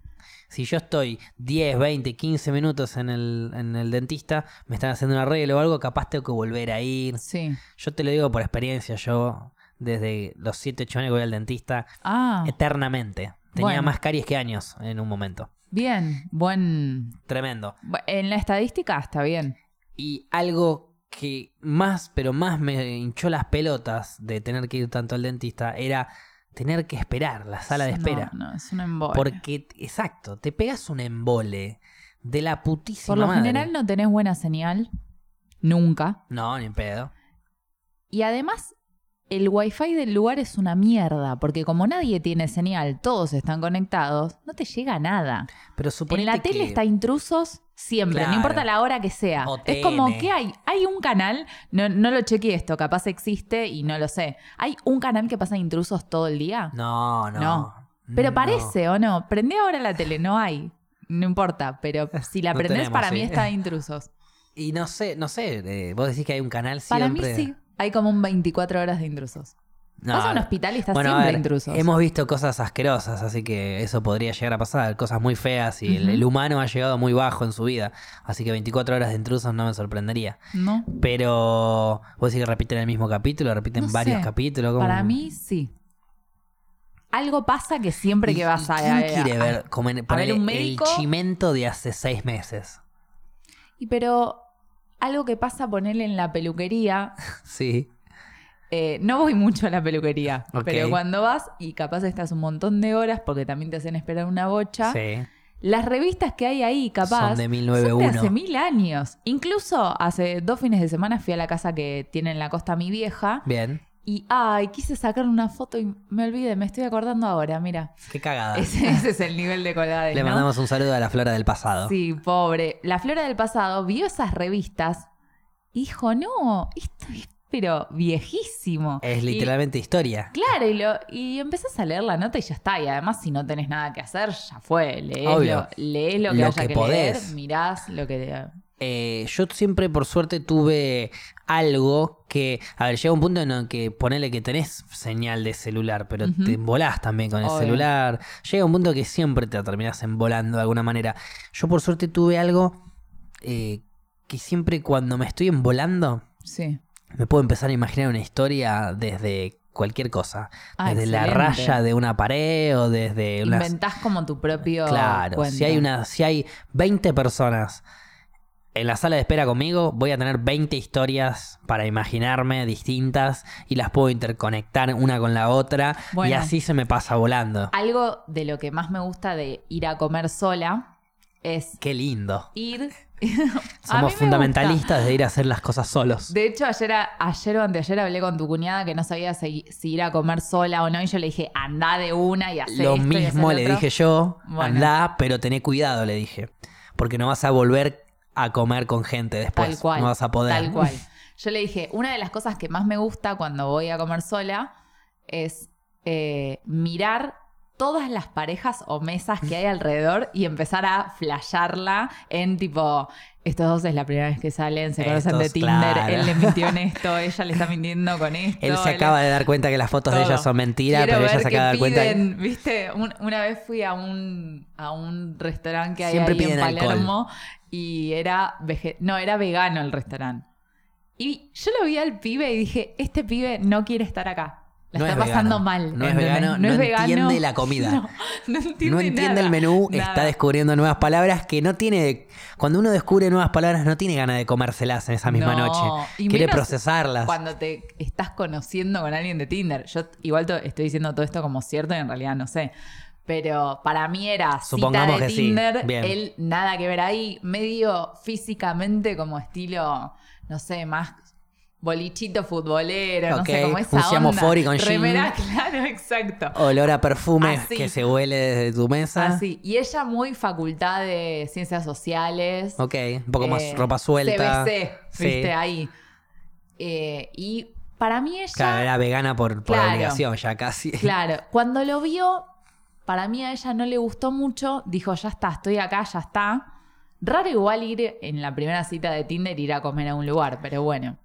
Speaker 1: Si yo estoy 10, 20, 15 minutos en el, en el dentista, me están haciendo un arreglo o algo, capaz tengo que volver a ir.
Speaker 2: Sí.
Speaker 1: Yo te lo digo por experiencia, yo desde los 7, 8 años que voy al dentista,
Speaker 2: Ah,
Speaker 1: eternamente. Tenía
Speaker 2: Bueno.
Speaker 1: más caries que años en un momento.
Speaker 2: bien. Buen.
Speaker 1: Tremendo.
Speaker 2: bu- En la estadística está bien.
Speaker 1: Y algo que más, pero más me hinchó las pelotas de tener que ir tanto al dentista era tener que esperar la sala de
Speaker 2: No,
Speaker 1: espera.
Speaker 2: No, es un embole.
Speaker 1: Porque, exacto, te pegas un embole de la putísima
Speaker 2: por lo
Speaker 1: madre.
Speaker 2: general no tenés buena señal. Nunca.
Speaker 1: No, ni en pedo.
Speaker 2: Y además, el wifi del lugar es una mierda, porque como nadie tiene señal, todos están conectados, no te llega nada.
Speaker 1: Pero
Speaker 2: en
Speaker 1: suponete
Speaker 2: la tele
Speaker 1: que-
Speaker 2: está intrusos siempre,
Speaker 1: Claro.
Speaker 2: no importa la hora que sea.
Speaker 1: O
Speaker 2: es como
Speaker 1: TN.
Speaker 2: que hay, hay un canal, no, no lo chequeé esto, capaz existe y no lo sé. Hay un canal que pasa intrusos todo el día.
Speaker 1: No, no.
Speaker 2: No. pero
Speaker 1: no.
Speaker 2: parece, ¿o no? Prende ahora la tele, no hay. No importa, pero si la
Speaker 1: No
Speaker 2: prendés,
Speaker 1: tenemos,
Speaker 2: para
Speaker 1: sí.
Speaker 2: mí está de intrusos.
Speaker 1: Y no sé, no sé, eh, vos decís que hay un canal
Speaker 2: Para mí
Speaker 1: siempre.
Speaker 2: sí, hay como un 24 horas de intrusos.
Speaker 1: No,
Speaker 2: Vas a un hospital y estás
Speaker 1: Bueno, a
Speaker 2: siempre
Speaker 1: ver,
Speaker 2: intrusos.
Speaker 1: Hemos visto cosas asquerosas, así que eso podría llegar a pasar, cosas muy feas y el,
Speaker 2: Ujú.
Speaker 1: el humano ha llegado muy bajo en su vida, así que 24 horas de intrusos no me sorprendería.
Speaker 2: ¿No?
Speaker 1: Pero vos decís que repiten el mismo capítulo, repiten
Speaker 2: No sé.
Speaker 1: varios capítulos. ¿cómo?
Speaker 2: Para mí, sí. Algo pasa que siempre
Speaker 1: ¿Y-
Speaker 2: que
Speaker 1: y
Speaker 2: vas a,
Speaker 1: ¿Quién
Speaker 2: a-
Speaker 1: quiere
Speaker 2: a-
Speaker 1: ver, como en- ponele
Speaker 2: un médico?
Speaker 1: el chimento de hace seis meses?
Speaker 2: Y pero algo que pasa ponerle en la peluquería.
Speaker 1: Sí.
Speaker 2: eh, no voy mucho a la peluquería,
Speaker 1: Ok.
Speaker 2: pero cuando vas y capaz estás un montón de horas porque también te hacen esperar una bocha.
Speaker 1: Sí.
Speaker 2: Las revistas que hay ahí, capaz.
Speaker 1: Son de
Speaker 2: son de hace
Speaker 1: 1901.
Speaker 2: mil años. Incluso hace dos fines de semana fui a la casa que tiene en la costa mi vieja
Speaker 1: Bien.
Speaker 2: y, ay, quise sacar una foto y me olvidé, me estoy acordando ahora, mira.
Speaker 1: Qué cagada.
Speaker 2: Ese, ese es el nivel de colgades.
Speaker 1: Ah. Le
Speaker 2: ¿no?
Speaker 1: mandamos un saludo a la flora del pasado.
Speaker 2: Sí, pobre. La Flora del pasado vio esas revistas y dijo, no, esto es pero viejísimo.
Speaker 1: Es
Speaker 2: Y-
Speaker 1: literalmente historia.
Speaker 2: claro, y, lo, y empezás a leer la nota y ya está. Y además, si no tenés nada que hacer, ya fue. Lees,
Speaker 1: Obvio.
Speaker 2: lo, lees lo que
Speaker 1: Lo
Speaker 2: haya
Speaker 1: que
Speaker 2: que,
Speaker 1: podés.
Speaker 2: leer, mirás lo que...
Speaker 1: Eh, yo siempre, por suerte, tuve algo que. A ver, llega un punto en el que ponele que tenés señal de celular, pero
Speaker 2: Ujú.
Speaker 1: te embolás también con el
Speaker 2: Obvio.
Speaker 1: celular. Llega un punto que siempre te terminás embolando de alguna manera. Yo, por suerte, tuve algo eh, que siempre cuando me estoy embolando,
Speaker 2: Sí.
Speaker 1: me puedo empezar a imaginar una historia desde cualquier cosa.
Speaker 2: Ah,
Speaker 1: desde la
Speaker 2: excelente.
Speaker 1: raya de una pared o desde unas
Speaker 2: Inventás como tu propio
Speaker 1: Claro,
Speaker 2: cuento.
Speaker 1: si hay una, si hay 20 personas en la sala de espera conmigo, voy a tener 20 historias para imaginarme distintas y las puedo interconectar una con la otra y
Speaker 2: Bueno.
Speaker 1: así se me pasa volando.
Speaker 2: Algo de lo que más me gusta de ir a comer sola es
Speaker 1: Qué lindo.
Speaker 2: ir... A mí me
Speaker 1: Somos
Speaker 2: gusta.
Speaker 1: fundamentalistas de ir a hacer las cosas solos.
Speaker 2: De hecho, ayer, a- ayer o anteayer hablé con tu cuñada que no sabía si, si ir a comer sola o no, y yo le dije, anda de una y haz
Speaker 1: Lo
Speaker 2: esto y haz el
Speaker 1: mismo le
Speaker 2: otro".
Speaker 1: dije yo,
Speaker 2: Bueno.
Speaker 1: andá, pero tené cuidado, le dije, porque no vas a volver a comer con gente después,
Speaker 2: Tal cual.
Speaker 1: no vas a poder.
Speaker 2: Tal cual. Yo le dije, una de las cosas que más me gusta cuando voy a comer sola es eh, mirar todas las parejas o mesas que hay alrededor y empezar a flashearla en tipo, estos dos es la primera vez que salen, se conocen de
Speaker 1: Estos,
Speaker 2: Tinder,
Speaker 1: claro.
Speaker 2: él le mintió en esto, ella le está mintiendo con esto.
Speaker 1: Él se
Speaker 2: él-
Speaker 1: acaba de dar cuenta que las fotos de
Speaker 2: todo.
Speaker 1: ella son mentiras,
Speaker 2: Quiero
Speaker 1: pero ella
Speaker 2: ver
Speaker 1: se
Speaker 2: qué
Speaker 1: acaba de dar cuenta. que-
Speaker 2: piden, ¿viste? Un- una vez fui a un, a un restaurante que hay
Speaker 1: Siempre
Speaker 2: ahí en
Speaker 1: piden alcohol.
Speaker 2: Palermo y era, vege- no, era vegano el restaurante. Y yo lo vi al pibe y dije, este pibe no quiere estar acá. La
Speaker 1: No
Speaker 2: está
Speaker 1: es
Speaker 2: pasando
Speaker 1: vegano,
Speaker 2: mal.
Speaker 1: no es
Speaker 2: ¿entendés?
Speaker 1: vegano, no entiende la comida.
Speaker 2: No, no entiende,
Speaker 1: no entiende
Speaker 2: nada,
Speaker 1: el menú,
Speaker 2: nada.
Speaker 1: está descubriendo nuevas palabras que no tiene. Cuando uno descubre nuevas palabras, no tiene ganas de comérselas en esa misma
Speaker 2: No,
Speaker 1: noche.
Speaker 2: y
Speaker 1: Quiere
Speaker 2: menos
Speaker 1: procesarlas.
Speaker 2: Cuando te estás conociendo con alguien de Tinder. Yo igual to- estoy diciendo todo esto como cierto y en realidad no sé. Pero para mí era cita
Speaker 1: Supongamos
Speaker 2: de
Speaker 1: que sí,
Speaker 2: Tinder,
Speaker 1: bien.
Speaker 2: él nada que ver ahí, medio físicamente como estilo, no sé, más bolichito futbolero, no sé,
Speaker 1: Ok,
Speaker 2: como esa
Speaker 1: un Siamo
Speaker 2: onda.
Speaker 1: Fori con jean.
Speaker 2: Remera, claro, exacto.
Speaker 1: Olor a perfume
Speaker 2: Así.
Speaker 1: que se huele desde tu mesa.
Speaker 2: Así. Y ella muy facultad de ciencias sociales.
Speaker 1: Ok, un poco más
Speaker 2: eh,
Speaker 1: ropa suelta.
Speaker 2: CBC,
Speaker 1: Sí.
Speaker 2: viste, ahí. Eh, y para mí ella.
Speaker 1: Claro, era vegana por, por
Speaker 2: Claro.
Speaker 1: obligación ya casi.
Speaker 2: Claro, cuando lo vio, para mí a ella no le gustó mucho. Dijo, ya está, estoy acá, ya está. Raro igual ir en la primera cita de Tinder ir a comer a un lugar, pero bueno.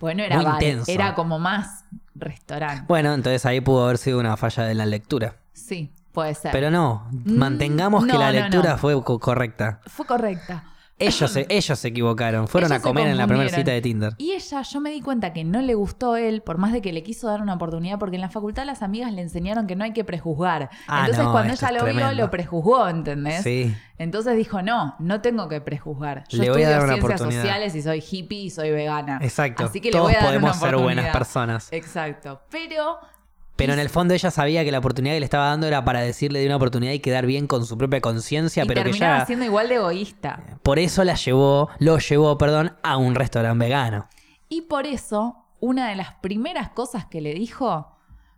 Speaker 2: Bueno, era
Speaker 1: Muy
Speaker 2: bar,
Speaker 1: intenso.
Speaker 2: era como más restaurante.
Speaker 1: Bueno, entonces ahí pudo haber sido una falla de la lectura.
Speaker 2: Sí, puede ser.
Speaker 1: Pero no,
Speaker 2: Mm,
Speaker 1: mantengamos que
Speaker 2: no,
Speaker 1: la
Speaker 2: no,
Speaker 1: lectura
Speaker 2: no.
Speaker 1: fue co- correcta.
Speaker 2: Fue correcta.
Speaker 1: Ellos se, ellos se equivocaron, fueron
Speaker 2: Ellos
Speaker 1: a
Speaker 2: se
Speaker 1: comer en la primera
Speaker 2: confundieron.
Speaker 1: cita de Tinder.
Speaker 2: Y ella, yo me di cuenta que no le gustó él, por más de que le quiso dar una oportunidad, porque en la facultad las amigas le enseñaron que no hay que prejuzgar.
Speaker 1: Ah,
Speaker 2: Entonces,
Speaker 1: no,
Speaker 2: cuando
Speaker 1: esto
Speaker 2: ella
Speaker 1: es
Speaker 2: lo vio,
Speaker 1: tremendo.
Speaker 2: lo prejuzgó, ¿entendés?
Speaker 1: Sí.
Speaker 2: Entonces dijo, no, no tengo que prejuzgar. Yo
Speaker 1: Le voy a
Speaker 2: estudio
Speaker 1: dar una
Speaker 2: ciencias
Speaker 1: oportunidad.
Speaker 2: sociales y soy hippie y soy vegana.
Speaker 1: Exacto.
Speaker 2: Así que le
Speaker 1: Todos
Speaker 2: voy a dar
Speaker 1: podemos
Speaker 2: una
Speaker 1: ser buenas
Speaker 2: oportunidad. Eh,
Speaker 1: personas.
Speaker 2: Exacto. Pero
Speaker 1: Pero en el fondo ella sabía que la oportunidad que le estaba dando era para decirle de una oportunidad y quedar bien con su propia conciencia,
Speaker 2: y
Speaker 1: pero que
Speaker 2: terminaba
Speaker 1: ya
Speaker 2: siendo igual de egoísta.
Speaker 1: por eso la llevó, lo llevó, perdón, a un restaurante vegano.
Speaker 2: Y por eso, una de las primeras cosas que le dijo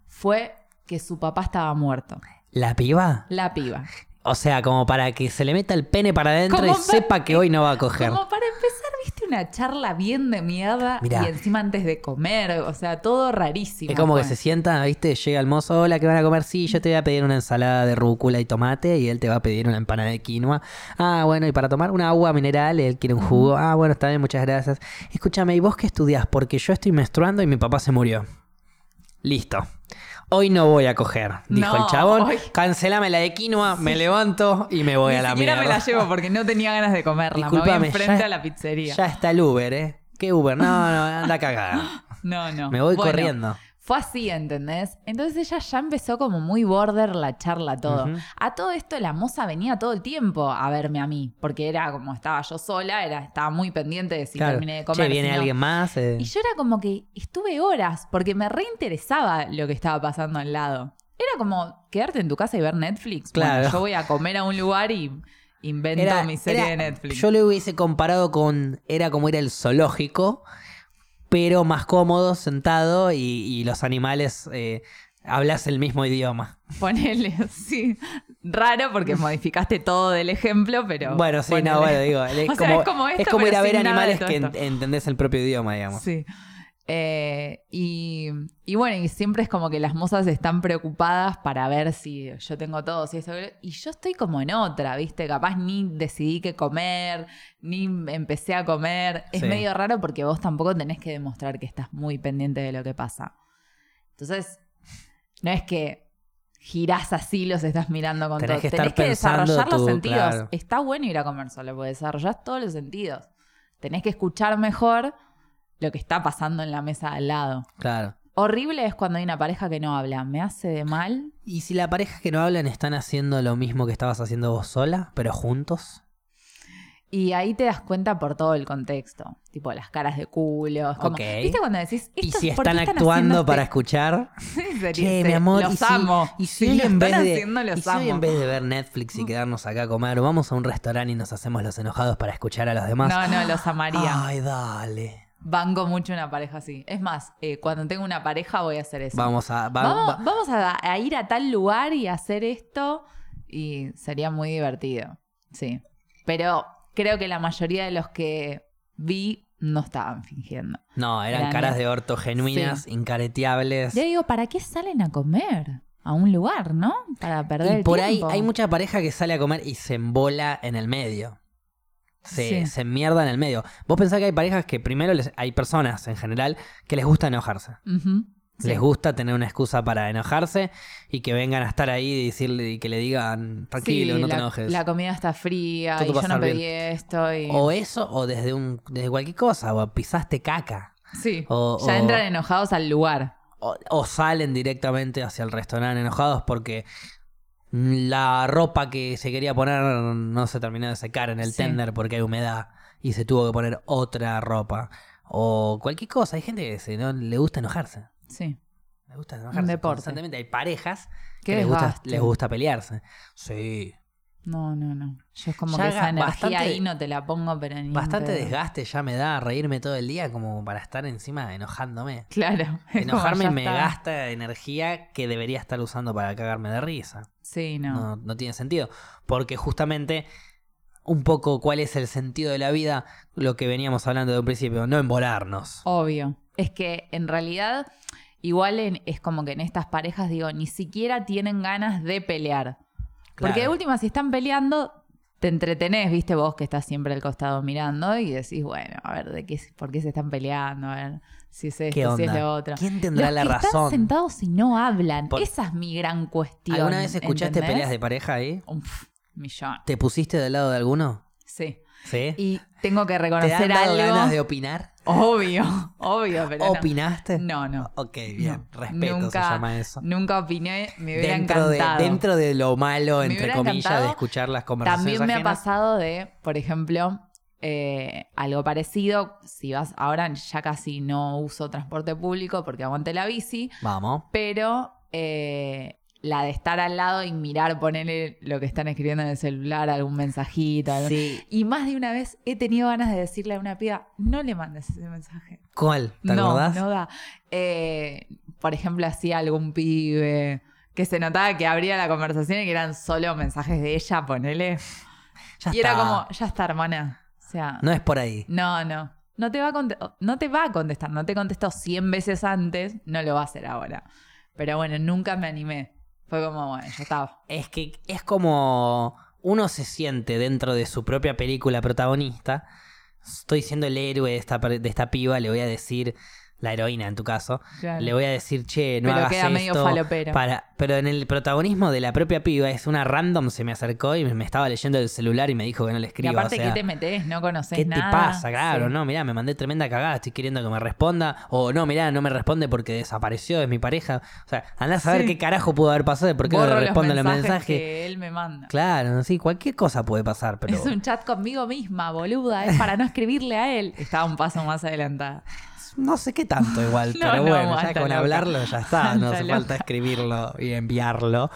Speaker 2: fue que su papá estaba muerto.
Speaker 1: La piba,
Speaker 2: La piba.
Speaker 1: o sea, como para que se le meta el pene para adentro y
Speaker 2: Como para-
Speaker 1: sepa que hoy no va a coger.
Speaker 2: Como para empezar, viste una charla bien de mierda
Speaker 1: Mirá.
Speaker 2: y encima antes de comer, o sea, todo rarísimo.
Speaker 1: Es como que
Speaker 2: fue.
Speaker 1: se sienta, ¿viste? Llega el mozo, hola, ¿qué van a comer? Sí, yo te voy a pedir una ensalada de rúcula y tomate y él te va a pedir una empanada de quinoa. Ah, bueno, y para tomar una agua mineral, él quiere un jugo. Ah, bueno, está bien, muchas gracias. Escúchame, ¿y vos qué estudias? Porque yo estoy menstruando y mi papá se murió. Listo. Hoy no voy a coger, dijo
Speaker 2: No,
Speaker 1: el chabón.
Speaker 2: hoy-
Speaker 1: Cancelame la de quinoa, me levanto y me voy
Speaker 2: Ni
Speaker 1: a la
Speaker 2: siquiera
Speaker 1: mierda.
Speaker 2: me la llevo porque no tenía ganas de comerla. me voy
Speaker 1: Disculpame,
Speaker 2: enfrente
Speaker 1: ya-
Speaker 2: a la pizzería.
Speaker 1: Ya está el Uber, ¿eh? ¿Qué Uber? No, no, anda cagada.
Speaker 2: No, no.
Speaker 1: Me voy
Speaker 2: Bueno,
Speaker 1: corriendo.
Speaker 2: Fue así, ¿entendés? Entonces ella ya empezó como muy border la charla, todo.
Speaker 1: Ujú.
Speaker 2: A todo esto la moza venía todo el tiempo a verme a mí, porque era como estaba yo sola, era, estaba muy pendiente de si
Speaker 1: Claro.
Speaker 2: terminé de comer.
Speaker 1: che, viene
Speaker 2: si no.
Speaker 1: alguien más. Eh,
Speaker 2: Y yo era como que estuve horas, porque me reinteresaba lo que estaba pasando al lado. Era como quedarte en tu casa y ver Netflix. Bueno,
Speaker 1: Claro.
Speaker 2: yo voy a comer a un lugar y invento
Speaker 1: Era-
Speaker 2: mi serie
Speaker 1: era-
Speaker 2: de Netflix.
Speaker 1: Yo lo hubiese comparado con. Era como ir al zoológico, pero más cómodo, sentado y, y los animales eh, hablas el mismo idioma.
Speaker 2: Ponele, sí. Raro porque modificaste todo del ejemplo, pero.
Speaker 1: bueno, sí,
Speaker 2: ponele.
Speaker 1: no, bueno, digo. Es
Speaker 2: O sea,
Speaker 1: como,
Speaker 2: es como esto,
Speaker 1: es como ir
Speaker 2: pero
Speaker 1: a ver
Speaker 2: sin nada de
Speaker 1: animales
Speaker 2: todo
Speaker 1: que
Speaker 2: esto.
Speaker 1: en- entendés el propio idioma, digamos.
Speaker 2: Sí. Eh, y, y bueno, y siempre es como que las mozas están preocupadas para ver si yo tengo todo, si eso. Y yo estoy como en otra, ¿viste? Capaz ni decidí qué comer, ni empecé a comer. Es
Speaker 1: Sí.
Speaker 2: medio raro porque vos tampoco tenés que demostrar que estás muy pendiente de lo que pasa. Entonces, no es que girás así, los estás mirando con
Speaker 1: Tenés
Speaker 2: todo.
Speaker 1: que estar
Speaker 2: tenés que
Speaker 1: pensando
Speaker 2: desarrollar los
Speaker 1: tú,
Speaker 2: sentidos.
Speaker 1: claro.
Speaker 2: Está bueno ir a comer solo porque desarrollás todos los sentidos. Tenés que escuchar mejor lo que está pasando en la mesa de al lado.
Speaker 1: Claro.
Speaker 2: Horrible es cuando hay una pareja que no habla. Me hace de mal.
Speaker 1: ¿Y si la pareja que no hablan están haciendo lo mismo que estabas haciendo vos sola, pero juntos?
Speaker 2: Y ahí te das cuenta por todo el contexto. Tipo las caras de culo. es como-
Speaker 1: Ok.
Speaker 2: ¿Viste cuando decís
Speaker 1: ¿Y
Speaker 2: "Esto
Speaker 1: si
Speaker 2: es- ¿por qué
Speaker 1: están actuando
Speaker 2: haciendo
Speaker 1: para
Speaker 2: este-?"
Speaker 1: escuchar?
Speaker 2: Sí, sería-
Speaker 1: Che,
Speaker 2: sí,
Speaker 1: mi amor,
Speaker 2: los
Speaker 1: y si,
Speaker 2: amo.
Speaker 1: y si
Speaker 2: Sí,
Speaker 1: hoy
Speaker 2: lo
Speaker 1: en vez
Speaker 2: están
Speaker 1: de,
Speaker 2: haciendo, los
Speaker 1: y si hoy
Speaker 2: amo.
Speaker 1: en vez de ver Netflix y quedarnos acá a comer, vamos a un restaurante y nos hacemos los enojados para escuchar a los demás.
Speaker 2: No, no, los amaría.
Speaker 1: Ay, dale.
Speaker 2: Banco mucho una pareja así. Es más, eh, cuando tengo una pareja voy a hacer eso.
Speaker 1: Vamos a. va-
Speaker 2: vamos,
Speaker 1: va-
Speaker 2: vamos a, a ir a tal lugar y hacer esto y sería muy divertido. Sí. Pero creo que la mayoría de los que vi no estaban fingiendo.
Speaker 1: No, eran
Speaker 2: Eran-
Speaker 1: caras de orto genuinas, incareteables.
Speaker 2: Yo digo, ¿para qué salen a comer? A un lugar, ¿no? Para perder
Speaker 1: Y
Speaker 2: el
Speaker 1: por ahí
Speaker 2: tiempo.
Speaker 1: hay mucha pareja que sale a comer y se embola en el medio. Se,
Speaker 2: Sí.
Speaker 1: se mierda en el medio. Vos pensás que hay parejas que primero les- hay personas en general que les gusta enojarse.
Speaker 2: Ujú. Sí.
Speaker 1: Les gusta tener una excusa para enojarse y que vengan a estar ahí y decirle y que le digan tranquilo,
Speaker 2: Sí,
Speaker 1: no
Speaker 2: la,
Speaker 1: te enojes.
Speaker 2: La comida está fría
Speaker 1: Todo
Speaker 2: y
Speaker 1: va a
Speaker 2: yo
Speaker 1: estar
Speaker 2: no
Speaker 1: bien.
Speaker 2: pedí esto. Y...
Speaker 1: O eso, o desde un, desde cualquier cosa, o pisaste caca.
Speaker 2: sí.
Speaker 1: o-
Speaker 2: ya
Speaker 1: o-
Speaker 2: entran enojados al lugar.
Speaker 1: o, o salen directamente hacia el restaurante enojados porque la ropa que se quería poner no se terminó de secar en el
Speaker 2: Sí.
Speaker 1: tender porque hay humedad y se tuvo que poner otra ropa. O cualquier cosa. Hay gente que se- no, le gusta enojarse.
Speaker 2: Sí.
Speaker 1: Le gusta enojarse.
Speaker 2: deporte.
Speaker 1: Constantemente hay parejas
Speaker 2: Qué
Speaker 1: que les gusta,
Speaker 2: desgaste.
Speaker 1: les gusta pelearse. Sí.
Speaker 2: No, no, no. Yo es como
Speaker 1: Ya
Speaker 2: que esa
Speaker 1: ga-
Speaker 2: energía
Speaker 1: bastante-
Speaker 2: ahí no te la pongo, pero ni en
Speaker 1: Bastante
Speaker 2: pedo.
Speaker 1: desgaste ya me da reírme todo el día como para estar encima enojándome.
Speaker 2: Claro. es como,
Speaker 1: Enojarme
Speaker 2: ya
Speaker 1: me
Speaker 2: está.
Speaker 1: gasta energía que debería estar usando para cagarme de risa.
Speaker 2: Sí, no.
Speaker 1: No, no tiene sentido. Porque justamente, un poco cuál es el sentido de la vida, lo que veníamos hablando de un principio, no embolarnos.
Speaker 2: Obvio. Es que en realidad, igual en- es como que en estas parejas, digo, ni siquiera tienen ganas de pelear. Porque de
Speaker 1: Claro.
Speaker 2: última, si están peleando, te entretenés, viste vos que estás siempre al costado mirando y decís, bueno, a ver, ¿de qué, es- ¿por qué se están peleando? A ver, si es
Speaker 1: ¿Qué
Speaker 2: esto, si es
Speaker 1: onda?
Speaker 2: lo otro.
Speaker 1: ¿Quién tendrá
Speaker 2: Los
Speaker 1: la
Speaker 2: que Están
Speaker 1: razón?
Speaker 2: sentados y no hablan.
Speaker 1: Por-
Speaker 2: Esa es mi gran cuestión.
Speaker 1: ¿Alguna vez escuchaste
Speaker 2: ¿entendés?
Speaker 1: peleas de pareja ahí?
Speaker 2: Un pf, millón.
Speaker 1: ¿Te pusiste del lado de alguno?
Speaker 2: Sí.
Speaker 1: ¿Sí?
Speaker 2: Y tengo que
Speaker 1: ¿Te han
Speaker 2: reconocer
Speaker 1: dado
Speaker 2: algo.
Speaker 1: ganas de opinar?
Speaker 2: Obvio, obvio, pero. no.
Speaker 1: ¿Opinaste?
Speaker 2: No, no.
Speaker 1: Ok, bien.
Speaker 2: No.
Speaker 1: Respeto
Speaker 2: Nunca-
Speaker 1: se llama eso.
Speaker 2: Nunca opiné, me hubiera
Speaker 1: Dentro de,
Speaker 2: encantado.
Speaker 1: dentro de lo malo,
Speaker 2: Me
Speaker 1: entre
Speaker 2: hubiera
Speaker 1: comillas, de ¿eh?
Speaker 2: encantado.
Speaker 1: escuchar las conversaciones
Speaker 2: También me ha
Speaker 1: ajenas.
Speaker 2: pasado de, por ejemplo, eh, algo parecido. Si vas, ahora ya casi no uso transporte público porque aguante la bici,
Speaker 1: Vamos.
Speaker 2: pero eh, la de estar al lado y mirar, ponerle lo que están escribiendo en el celular, algún mensajito. algo-
Speaker 1: Sí.
Speaker 2: Y más de una vez he tenido ganas de decirle a una piba, no le mandes ese mensaje.
Speaker 1: ¿Cuál? ¿Te
Speaker 2: no,
Speaker 1: acordás?
Speaker 2: no da. Eh, por ejemplo, hacía algún pibe que se notaba que abría la conversación y que eran solo mensajes de ella, ponele.
Speaker 1: Ya
Speaker 2: y era
Speaker 1: está.
Speaker 2: como, ya está, hermana. O sea,
Speaker 1: No es por ahí.
Speaker 2: no, no. No te, va a conte- no te va a contestar, no te contestó 100 veces antes, no lo va a hacer ahora. Pero bueno, nunca me animé. Fue como, bueno, ya estaba.
Speaker 1: Es que es como uno se siente dentro de su propia película protagonista. Estoy siendo el héroe de esta, per- de esta piba, le voy a decir, la heroína en tu caso,
Speaker 2: Claro.
Speaker 1: le voy a decir, che, no
Speaker 2: Pero
Speaker 1: hagas
Speaker 2: queda medio
Speaker 1: esto
Speaker 2: falopero.
Speaker 1: para- pero en el protagonismo de la propia piba es una random, se me acercó y me me estaba leyendo el celular y me dijo que no le
Speaker 2: y
Speaker 1: escriba. o
Speaker 2: aparte,
Speaker 1: sea,
Speaker 2: ¿qué te metes? No conoces
Speaker 1: ¿Qué
Speaker 2: nada.
Speaker 1: te pasa? Claro,
Speaker 2: Sí.
Speaker 1: no, mirá, me mandé tremenda cagada, estoy queriendo que me responda. O no, mirá, no me responde porque desapareció, es mi pareja. O sea, andá a saber
Speaker 2: Sí.
Speaker 1: qué carajo pudo haber pasado y por qué no
Speaker 2: Borro
Speaker 1: le respondo los mensajes.
Speaker 2: que él me manda.
Speaker 1: Claro, sí, cualquier cosa puede pasar, pero
Speaker 2: Es un chat conmigo misma, boluda. Es para no escribirle a él. Estaba un paso más adelantada.
Speaker 1: no sé qué tanto igual,
Speaker 2: No,
Speaker 1: pero
Speaker 2: no,
Speaker 1: bueno, ya
Speaker 2: basta,
Speaker 1: con
Speaker 2: loca.
Speaker 1: hablarlo ya está, no
Speaker 2: Basta,
Speaker 1: hace
Speaker 2: loca.
Speaker 1: falta escribirlo y enviarlo,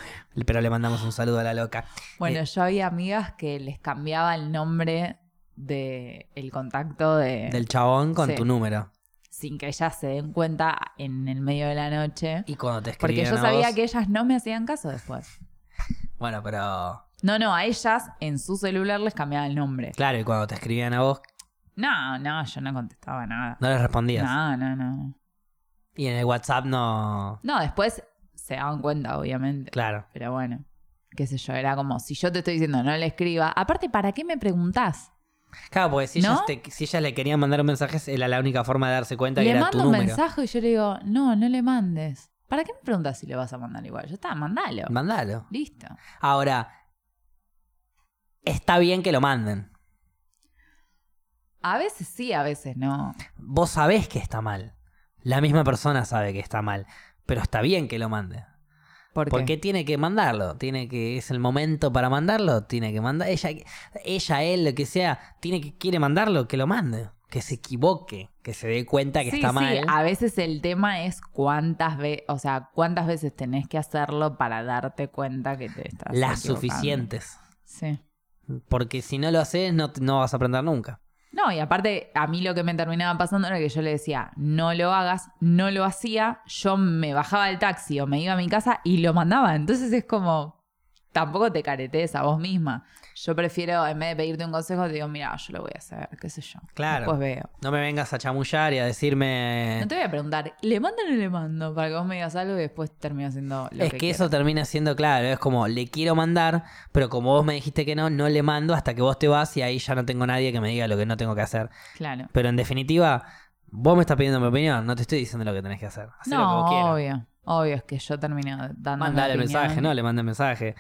Speaker 1: pero le mandamos un saludo a la loca.
Speaker 2: Bueno,
Speaker 1: Eh,
Speaker 2: yo había amigas que les cambiaba el nombre de el contacto de,
Speaker 1: del chabón con
Speaker 2: sí.
Speaker 1: tu número.
Speaker 2: sin que ellas se den cuenta en el medio de la noche.
Speaker 1: Y cuando te
Speaker 2: Porque
Speaker 1: escribían
Speaker 2: yo
Speaker 1: a
Speaker 2: sabía
Speaker 1: vos-
Speaker 2: que ellas no me hacían caso después.
Speaker 1: bueno, pero
Speaker 2: No, no, a ellas en su celular les cambiaba el nombre.
Speaker 1: claro, y cuando te escribían a vos
Speaker 2: No, no, yo no contestaba nada.
Speaker 1: no les respondías.
Speaker 2: No, no, no. no.
Speaker 1: Y en el WhatsApp no,
Speaker 2: No, después se daban cuenta, obviamente.
Speaker 1: claro.
Speaker 2: Pero bueno, qué sé yo, era como, si yo te estoy diciendo no le escriba, aparte, ¿para qué me preguntás?
Speaker 1: Claro, porque si,
Speaker 2: ¿No?
Speaker 1: ellas te- si ellas le querían mandar un mensaje, era la única forma de darse cuenta que era
Speaker 2: Le
Speaker 1: tu
Speaker 2: mando un
Speaker 1: número.
Speaker 2: mensaje y yo le digo, no, no le mandes. ¿Para qué me preguntas si le vas a mandar igual? Yo estaba, mandalo.
Speaker 1: Mandalo.
Speaker 2: Listo.
Speaker 1: Ahora, está bien que lo manden.
Speaker 2: A veces sí, a veces no.
Speaker 1: vos sabés que está mal. La misma persona sabe que está mal. Pero está bien que lo mande.
Speaker 2: ¿Por qué?
Speaker 1: Porque tiene que mandarlo. Tiene que, es el momento para mandarlo. Tiene que mandar. Ella, ella, él, lo que sea, tiene que, quiere mandarlo, que lo mande. Que se equivoque, que se dé cuenta que
Speaker 2: Sí,
Speaker 1: está
Speaker 2: sí,
Speaker 1: mal. Ah,
Speaker 2: a veces el tema es cuántas veces, o sea, cuántas veces tenés que hacerlo para darte cuenta que te estás
Speaker 1: Las
Speaker 2: equivocando.
Speaker 1: suficientes.
Speaker 2: Sí.
Speaker 1: Porque si no lo haces, no, te- no vas a aprender nunca.
Speaker 2: No, y aparte, a mí lo que me terminaba pasando era que yo le decía, no lo hagas, no lo hacía, yo me bajaba del taxi o me iba a mi casa y lo mandaba. Entonces es como, tampoco te caretes a vos misma. Yo prefiero, en vez de pedirte un consejo, te digo, mira, yo lo voy a hacer, qué sé yo.
Speaker 1: Claro. Eh.
Speaker 2: Después veo.
Speaker 1: No me vengas a chamullar y a decirme.
Speaker 2: No te voy a preguntar, ¿le mando o no le mando? Para que vos me digas algo y después termino haciendo lo
Speaker 1: es que,
Speaker 2: que
Speaker 1: eso termina siendo claro, es como le quiero mandar, pero como vos me dijiste que no, no le mando hasta que vos te vas y ahí ya no tengo nadie que me diga lo que no tengo que hacer.
Speaker 2: quiero. Claro.
Speaker 1: Pero en definitiva, vos me estás pidiendo mi opinión, no te estoy diciendo lo que tenés que hacer. Hacé lo que vos
Speaker 2: No,
Speaker 1: quieras.
Speaker 2: obvio. Obvio, es que yo termino dando. mi
Speaker 1: Mandale el
Speaker 2: opinión.
Speaker 1: mensaje, no le mandé el mensaje.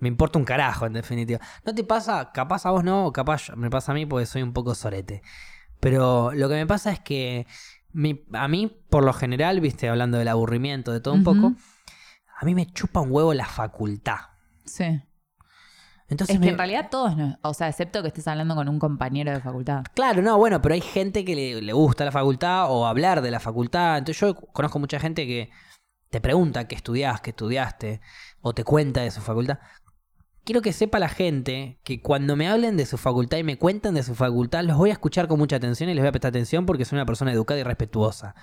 Speaker 1: Me importa un carajo, en definitiva. No te pasa, capaz a vos no, o capaz me pasa a mí porque soy un poco sorete. Pero lo que me pasa es que Mi- a mí, por lo general, viste, hablando del aburrimiento, de todo un
Speaker 2: Ujú.
Speaker 1: poco, a mí me chupa un huevo la facultad.
Speaker 2: Sí.
Speaker 1: Entonces
Speaker 2: Es que
Speaker 1: me-
Speaker 2: en realidad todos, no- o sea, excepto que estés hablando con un compañero de facultad.
Speaker 1: Claro, no, bueno, pero hay gente que le, le gusta la facultad o hablar de la facultad. Entonces yo conozco mucha gente que te pregunta qué estudiás, qué estudiaste, o te cuenta de su facultad. Quiero que sepa la gente que cuando me hablen de su facultad y me cuentan de su facultad, los voy a escuchar con mucha atención y les voy a prestar atención porque soy una persona educada y respetuosa.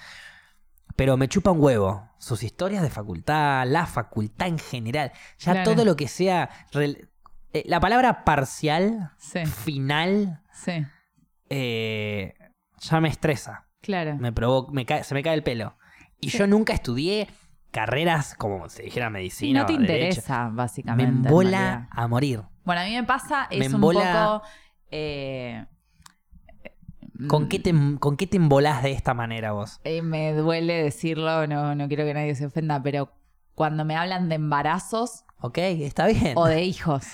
Speaker 1: Pero me chupa un huevo. Sus historias de facultad, la facultad en general, ya
Speaker 2: Claro.
Speaker 1: todo lo que sea... rel- eh, La palabra parcial,
Speaker 2: Sí,
Speaker 1: final,
Speaker 2: sí,
Speaker 1: eh, ya me estresa,
Speaker 2: claro.
Speaker 1: me provoca, me cae- se me cae el pelo. Y yo nunca estudié carreras como se dijera
Speaker 2: Sí,
Speaker 1: medicina.
Speaker 2: no te
Speaker 1: o derecho.
Speaker 2: interesa,
Speaker 1: Me
Speaker 2: básicamente. en realidad.
Speaker 1: embola a morir.
Speaker 2: Bueno, a mí me pasa, es
Speaker 1: Me
Speaker 2: un
Speaker 1: embola-
Speaker 2: poco. eh,
Speaker 1: ¿Con
Speaker 2: Mm.
Speaker 1: qué, te, ¿Con qué te embolás de esta manera vos?
Speaker 2: eh, me duele decirlo, no, no quiero que nadie se ofenda, pero cuando me hablan de embarazos
Speaker 1: Ok, está bien.
Speaker 2: o de hijos.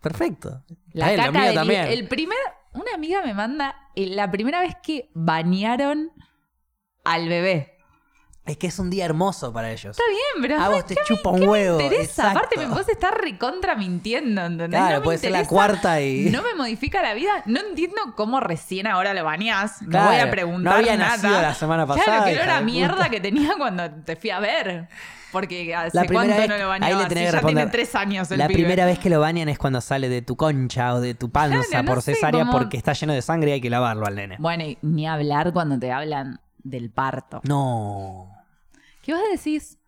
Speaker 1: Perfecto.
Speaker 2: La
Speaker 1: Está bien, lo
Speaker 2: caca
Speaker 1: mío
Speaker 2: del-
Speaker 1: también.
Speaker 2: El primer, una amiga me manda eh, la primera vez que bañaron al bebé.
Speaker 1: Es que es un día hermoso para ellos.
Speaker 2: Está bien, pero
Speaker 1: a
Speaker 2: no
Speaker 1: vos te chupa un huevo.
Speaker 2: me interesa. Aparte, me
Speaker 1: exacto.
Speaker 2: vos estar recontra mintiendo, ¿entendés?
Speaker 1: Claro,
Speaker 2: no me
Speaker 1: puede ser la
Speaker 2: interesa,
Speaker 1: cuarta y.
Speaker 2: No me modifica la vida. No entiendo cómo recién ahora lo bañás. No
Speaker 1: Claro,
Speaker 2: voy a preguntar
Speaker 1: no había
Speaker 2: nada.
Speaker 1: nacido la semana pasada.
Speaker 2: Claro, que
Speaker 1: hija
Speaker 2: era la
Speaker 1: de
Speaker 2: mierda
Speaker 1: puta.
Speaker 2: que tenía cuando te fui a ver. Porque hace
Speaker 1: La primera
Speaker 2: cuánto
Speaker 1: vez-
Speaker 2: no lo
Speaker 1: ahí le tenés
Speaker 2: bañaba.
Speaker 1: que
Speaker 2: Sí, ya tiene
Speaker 1: responder.
Speaker 2: tres años el
Speaker 1: La
Speaker 2: pibe.
Speaker 1: primera vez que lo bañan es cuando sale de tu concha o de tu panza
Speaker 2: Claro, no
Speaker 1: por
Speaker 2: sé,
Speaker 1: cesárea
Speaker 2: como-
Speaker 1: porque está lleno de sangre y hay que lavarlo al nene.
Speaker 2: Bueno, y ni hablar cuando te hablan del parto.
Speaker 1: No.
Speaker 2: ¿Qué vos decís?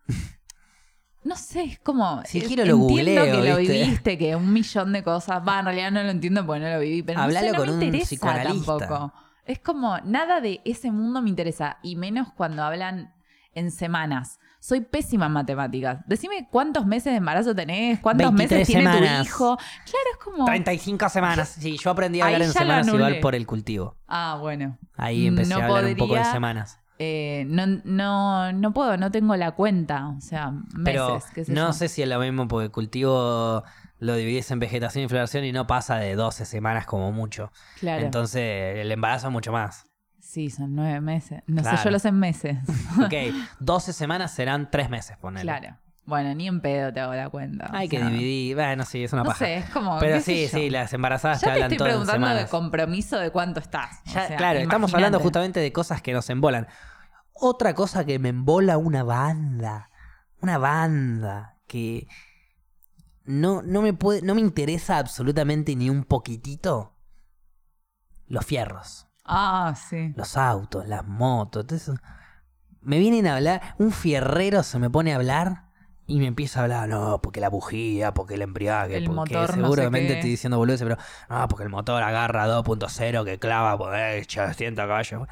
Speaker 2: No sé, es como.
Speaker 1: Si
Speaker 2: eh,
Speaker 1: quiero lo
Speaker 2: entiendo
Speaker 1: googleo,
Speaker 2: que lo
Speaker 1: ¿viste?
Speaker 2: viviste, que un millón de cosas. Va, en realidad no lo entiendo porque no lo viví, pero no sé,
Speaker 1: Hablalo
Speaker 2: no
Speaker 1: con
Speaker 2: me
Speaker 1: un
Speaker 2: interesa
Speaker 1: psicoanalista.
Speaker 2: tampoco. Es como nada de ese mundo me interesa, y menos cuando hablan en semanas. Soy pésima en matemáticas. Decime cuántos meses de embarazo tenés, cuántos meses
Speaker 1: 23
Speaker 2: tiene
Speaker 1: semanas.
Speaker 2: tu hijo. Claro, es como.
Speaker 1: 35 semanas. Sí, yo aprendí a
Speaker 2: Ahí
Speaker 1: hablar en
Speaker 2: ya lo
Speaker 1: semanas igual
Speaker 2: anulé.
Speaker 1: por el cultivo.
Speaker 2: Ah, bueno.
Speaker 1: Ahí empecé
Speaker 2: No
Speaker 1: a hablar un poco de
Speaker 2: podría-
Speaker 1: semanas.
Speaker 2: Eh, no, no, no puedo, no tengo la cuenta. O sea,
Speaker 1: Pero
Speaker 2: meses, qué sé
Speaker 1: no
Speaker 2: yo.
Speaker 1: sé si es lo mismo porque el cultivo lo dividís en vegetación y floración y no pasa de 12 semanas como mucho.
Speaker 2: Claro.
Speaker 1: Entonces el embarazo es mucho más.
Speaker 2: Sí, son nueve meses. No sé,
Speaker 1: Claro.
Speaker 2: yo lo sé en meses.
Speaker 1: Ok, 12 semanas serán 3 meses, ponele.
Speaker 2: claro. Bueno, ni en pedo te hago la cuenta. o
Speaker 1: Hay que
Speaker 2: sea,
Speaker 1: dividir. Bueno, sí, es una
Speaker 2: No
Speaker 1: paja.
Speaker 2: sé, es como.
Speaker 1: Pero
Speaker 2: qué sé
Speaker 1: sí,
Speaker 2: yo.
Speaker 1: sí, las embarazadas te
Speaker 2: Ya te
Speaker 1: hablan
Speaker 2: estoy
Speaker 1: todo en
Speaker 2: preguntando de
Speaker 1: semanas.
Speaker 2: compromiso de cuánto estás. o
Speaker 1: Ya,
Speaker 2: sea,
Speaker 1: claro, estamos
Speaker 2: imagínate.
Speaker 1: hablando justamente de cosas que nos embolan. Otra cosa que me embola una banda, una banda que no, no me puede, no me interesa absolutamente ni un poquitito. Los fierros,
Speaker 2: Ah, sí.
Speaker 1: los autos, las motos, todo eso. Me vienen a hablar, un fierrero se me pone a hablar y me empieza a hablar, no, porque la bujía, porque el embriague,
Speaker 2: El
Speaker 1: porque
Speaker 2: motor no sé
Speaker 1: seguramente
Speaker 2: qué".
Speaker 1: estoy diciendo boludeces, pero no, porque el motor agarra 2.0 que clava pues, eh, por ahí 800 caballos.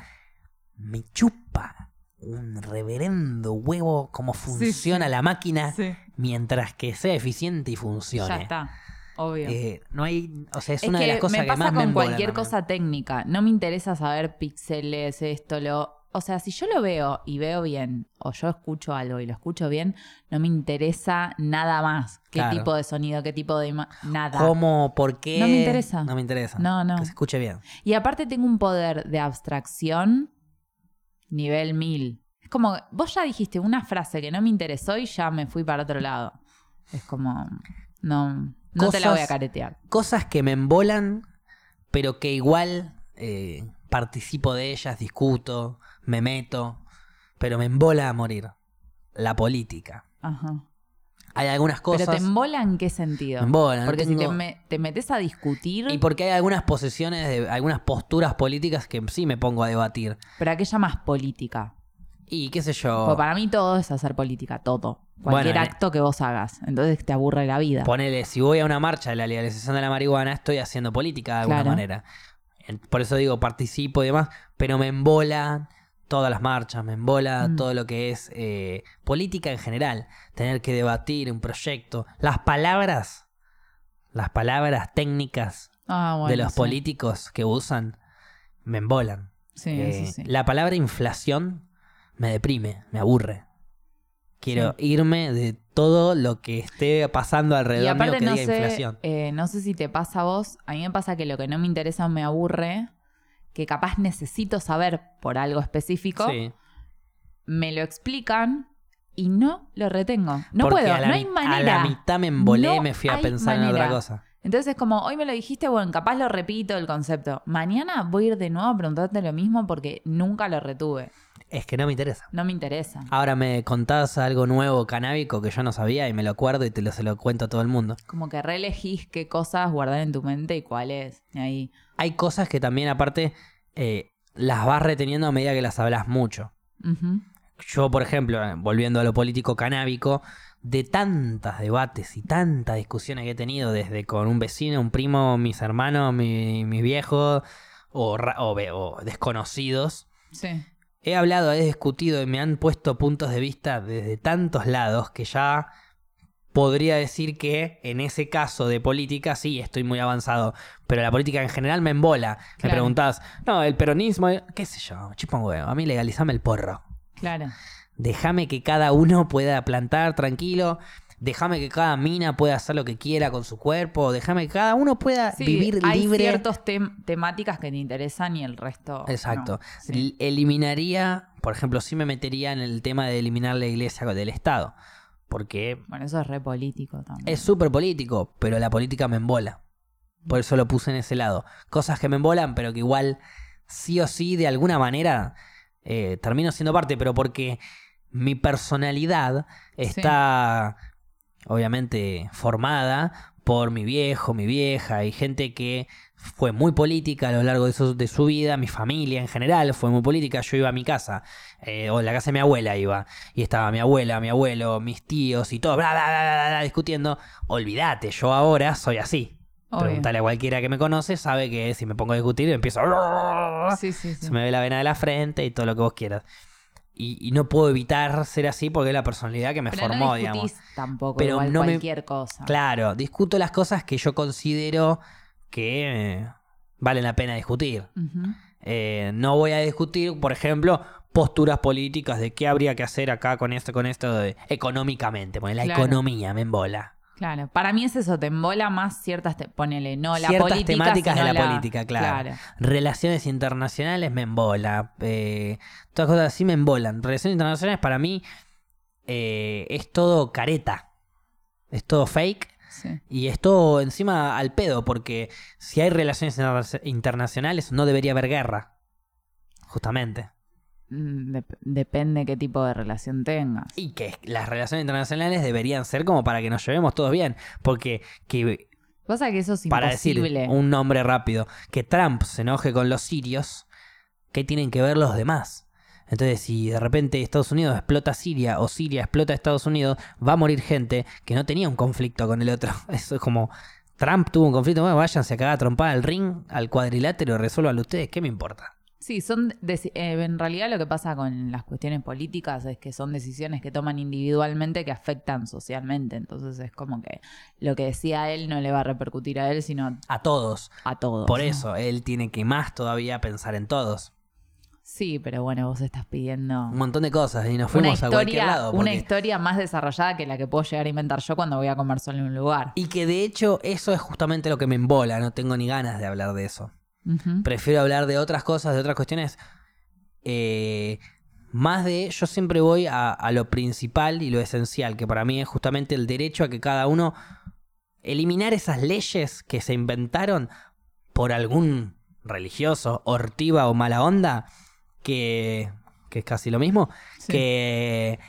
Speaker 1: Me chupa un reverendo huevo cómo funciona la máquina
Speaker 2: Sí.
Speaker 1: mientras que sea eficiente y funcione.
Speaker 2: Ya está. Obvio.
Speaker 1: Eh, no hay, o sea, es,
Speaker 2: es
Speaker 1: una
Speaker 2: que
Speaker 1: de las cosas
Speaker 2: me
Speaker 1: que
Speaker 2: pasa
Speaker 1: más
Speaker 2: con
Speaker 1: me embolan
Speaker 2: cualquier
Speaker 1: a mí.
Speaker 2: cosa técnica. No me interesa saber píxeles, esto, lo. O sea, si yo lo veo y veo bien, o yo escucho algo y lo escucho bien, no me interesa nada más. ¿Qué
Speaker 1: Claro.
Speaker 2: tipo de sonido? ¿Qué tipo de ima- Nada.
Speaker 1: ¿Cómo? ¿Por qué?
Speaker 2: No me interesa.
Speaker 1: No me interesa.
Speaker 2: No, no.
Speaker 1: Que se escuche bien.
Speaker 2: Y aparte tengo un poder de abstracción nivel 1000. Es como, vos ya dijiste una frase que no me interesó y ya me fui para otro lado. Es como, no, no te la
Speaker 1: Cosas-
Speaker 2: voy a caretear.
Speaker 1: cosas que me embolan, pero que igual eh, participo de ellas, discuto, me meto, pero me embola a morir. La política.
Speaker 2: Ajá.
Speaker 1: Hay algunas cosas.
Speaker 2: Pero te embola en qué sentido.
Speaker 1: me embolan, no
Speaker 2: porque si
Speaker 1: tengo-
Speaker 2: te, me- te metes a discutir,
Speaker 1: Y porque hay algunas posiciones, de, algunas posturas políticas que sí me pongo a debatir.
Speaker 2: ¿pero a qué llamas política?
Speaker 1: Y qué sé yo.
Speaker 2: Porque para mí todo es hacer política, todo. Cualquier
Speaker 1: Oh. Bueno, eh.
Speaker 2: acto que vos hagas. Entonces te aburre la vida.
Speaker 1: Ponele, si voy a una marcha de la legalización de la marihuana, estoy haciendo política de alguna
Speaker 2: Claro.
Speaker 1: manera. En- Por eso digo, participo y demás, pero me embola todas las marchas, me embola
Speaker 2: Mm.
Speaker 1: todo lo que es eh, política en general. Tener que debatir un proyecto. Las palabras, las palabras técnicas
Speaker 2: Ah, bueno,
Speaker 1: de los
Speaker 2: sí.
Speaker 1: políticos que usan, me embolan.
Speaker 2: Sí,
Speaker 1: Eh,
Speaker 2: eso sí.
Speaker 1: La palabra inflación me deprime, me aburre. Quiero irme de todo lo que esté pasando
Speaker 2: Y
Speaker 1: alrededor mío
Speaker 2: aparte
Speaker 1: que
Speaker 2: no
Speaker 1: diga
Speaker 2: sé,
Speaker 1: inflación.
Speaker 2: eh, no sé si te pasa a vos, a mí me pasa que lo que no me interesa me aburre, que capaz necesito saber por algo específico
Speaker 1: Sí.
Speaker 2: me lo explican y no lo retengo. No
Speaker 1: Porque
Speaker 2: puedo,
Speaker 1: a la
Speaker 2: no hay
Speaker 1: mi-
Speaker 2: manera.
Speaker 1: A la mitad me embolé,
Speaker 2: No
Speaker 1: me fui a
Speaker 2: hay
Speaker 1: pensar en otra
Speaker 2: manera.
Speaker 1: cosa.
Speaker 2: Entonces es como, hoy me lo dijiste, bueno, capaz lo repito el concepto. Mañana voy a ir de nuevo a preguntarte lo mismo porque nunca lo retuve.
Speaker 1: Es que no me interesa.
Speaker 2: No me interesa.
Speaker 1: Ahora me contás algo nuevo canábico que yo no sabía y me lo acuerdo y te lo, se lo cuento a todo el mundo.
Speaker 2: Como que reelegís qué cosas guardar en tu mente y cuáles. Y ahí.
Speaker 1: Hay cosas que también aparte eh, las vas reteniendo a medida que las hablas mucho.
Speaker 2: Ujú.
Speaker 1: Yo, por ejemplo, eh, volviendo a lo político canábico, de tantos debates y tantas discusiones que he tenido, desde con un vecino, un primo, mis hermanos, mi- mis viejos o, ra- o ve- o desconocidos,
Speaker 2: Sí.
Speaker 1: He hablado, he discutido y me han puesto puntos de vista desde tantos lados que ya podría decir que en ese caso de política sí estoy muy avanzado, pero la política en general me embola. Me
Speaker 2: Claro.
Speaker 1: preguntás, no, el peronismo, eh, qué sé yo, chispa un huevo, a mí legalizame el porro.
Speaker 2: Claro.
Speaker 1: Déjame que cada uno pueda plantar tranquilo. Déjame que cada mina pueda hacer lo que quiera con su cuerpo. Déjame que cada uno pueda
Speaker 2: Sí,
Speaker 1: vivir
Speaker 2: hay
Speaker 1: libre.
Speaker 2: ciertas temáticas que te interesan y el resto.
Speaker 1: Exacto.
Speaker 2: no. Sí.
Speaker 1: L- Eliminaría, por ejemplo, sí me metería en el tema de eliminar la iglesia del Estado, porque
Speaker 2: Bueno, eso es re político también.
Speaker 1: es súper político, pero la política me embola. Por eso lo puse en ese lado. Cosas que me embolan, pero que igual sí o sí, de alguna manera, eh, termino siendo parte, pero porque mi personalidad está, obviamente, formada por mi viejo, mi vieja y gente que fue muy política a lo largo de su, de su vida, mi familia en general fue muy política, yo iba a mi casa, eh, o la casa de mi abuela iba, y estaba mi abuela, mi abuelo, mis tíos y todo, bla, bla, bla, bla, bla, discutiendo, olvídate, yo ahora soy así.
Speaker 2: Obvio.
Speaker 1: Preguntale a cualquiera que me conoce, sabe que si me pongo a discutir empiezo a...
Speaker 2: Sí, sí, sí.
Speaker 1: Se me ve la vena de la frente y todo lo que vos quieras. Y, y no puedo evitar ser así porque es la personalidad que me
Speaker 2: Pero
Speaker 1: formó,
Speaker 2: no
Speaker 1: digamos.
Speaker 2: discutís tampoco
Speaker 1: Pero
Speaker 2: igual
Speaker 1: no me-
Speaker 2: cualquier cosa.
Speaker 1: Claro, discuto las cosas que yo considero que eh, valen la pena discutir.
Speaker 2: Ujú.
Speaker 1: Eh, no voy a discutir, por ejemplo, posturas políticas de qué habría que hacer acá con esto, con esto, de- económicamente. Porque la
Speaker 2: Claro.
Speaker 1: economía me embola.
Speaker 2: Claro, para mí es eso, te embola más ciertas, te, ponele, no la
Speaker 1: Ciertas
Speaker 2: política.
Speaker 1: temáticas de
Speaker 2: sino
Speaker 1: la política, claro. Relaciones internacionales me embola. eh, todas cosas así me embolan. Relaciones internacionales para mí eh, es todo careta. Es todo fake.
Speaker 2: sí.
Speaker 1: Y es todo encima al pedo, porque si hay relaciones interna- internacionales no debería haber guerra. Justamente.
Speaker 2: Mm, dep- depende qué tipo de relación tengas.
Speaker 1: Y que las relaciones internacionales deberían ser como para que nos llevemos todos bien. Porque que
Speaker 2: Pasa que eso es
Speaker 1: para
Speaker 2: imposible.
Speaker 1: decir un nombre rápido, que Trump se enoje con los sirios, ¿qué tienen que ver los demás? Entonces, si de repente Estados Unidos explota Siria o Siria explota Estados Unidos, va a morir gente que no tenía un conflicto con el otro. Eso es como Trump tuvo un conflicto, bueno, váyanse a cagar a trompada al ring, al cuadrilátero, resuélvanlo ustedes, ¿qué me importa?
Speaker 2: Sí, son deci- eh, en realidad lo que pasa con las cuestiones políticas es que son decisiones que toman individualmente que afectan socialmente. Entonces es como que lo que decía él no le va a repercutir a él, sino
Speaker 1: A todos.
Speaker 2: a todos.
Speaker 1: Por eso, él tiene que más todavía pensar en todos.
Speaker 2: Sí, pero bueno, vos estás pidiendo
Speaker 1: Un montón de cosas y nos
Speaker 2: una
Speaker 1: fuimos a cualquier
Speaker 2: historia,
Speaker 1: lado.
Speaker 2: una
Speaker 1: porque-
Speaker 2: historia más desarrollada que la que puedo llegar a inventar yo cuando voy a comer solo en un lugar.
Speaker 1: Y que de hecho eso es justamente lo que me embola, no tengo ni ganas de hablar de eso.
Speaker 2: Ujú.
Speaker 1: prefiero hablar de otras cosas, de otras cuestiones. eh, más de, yo siempre voy a, a lo principal y lo esencial, que para mí es justamente el derecho a que cada uno eliminar esas leyes que se inventaron por algún religioso, ortiva o mala onda, que, que es casi lo mismo,
Speaker 2: Sí.
Speaker 1: que,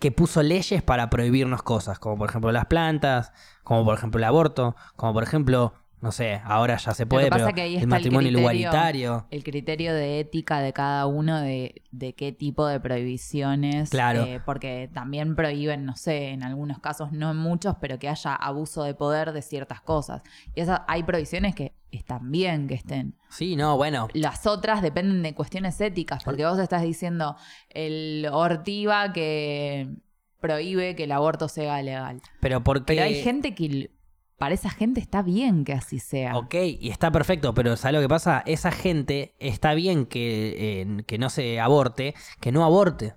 Speaker 1: que puso leyes para prohibirnos cosas, como por ejemplo las plantas, como por ejemplo el aborto, como por ejemplo, no sé, ahora ya se puede,
Speaker 2: que pasa
Speaker 1: pero
Speaker 2: que ahí
Speaker 1: el
Speaker 2: está el
Speaker 1: matrimonio
Speaker 2: criterio.
Speaker 1: igualitario.
Speaker 2: el criterio de ética de cada uno de, de qué tipo de prohibiciones.
Speaker 1: Claro.
Speaker 2: eh, porque también prohíben, no sé, en algunos casos, no en muchos, pero que haya abuso de poder de ciertas cosas. Y esas, hay prohibiciones que están bien que estén.
Speaker 1: Sí, no, bueno,
Speaker 2: Las otras dependen de cuestiones éticas, porque vos estás diciendo el ortiva que prohíbe que el aborto sea legal.
Speaker 1: pero porque...
Speaker 2: Pero hay gente que para esa gente está bien que así sea.
Speaker 1: Ok, y está perfecto, pero ¿sabes lo que pasa? Esa gente está bien que, eh, que no se aborte, que no aborte,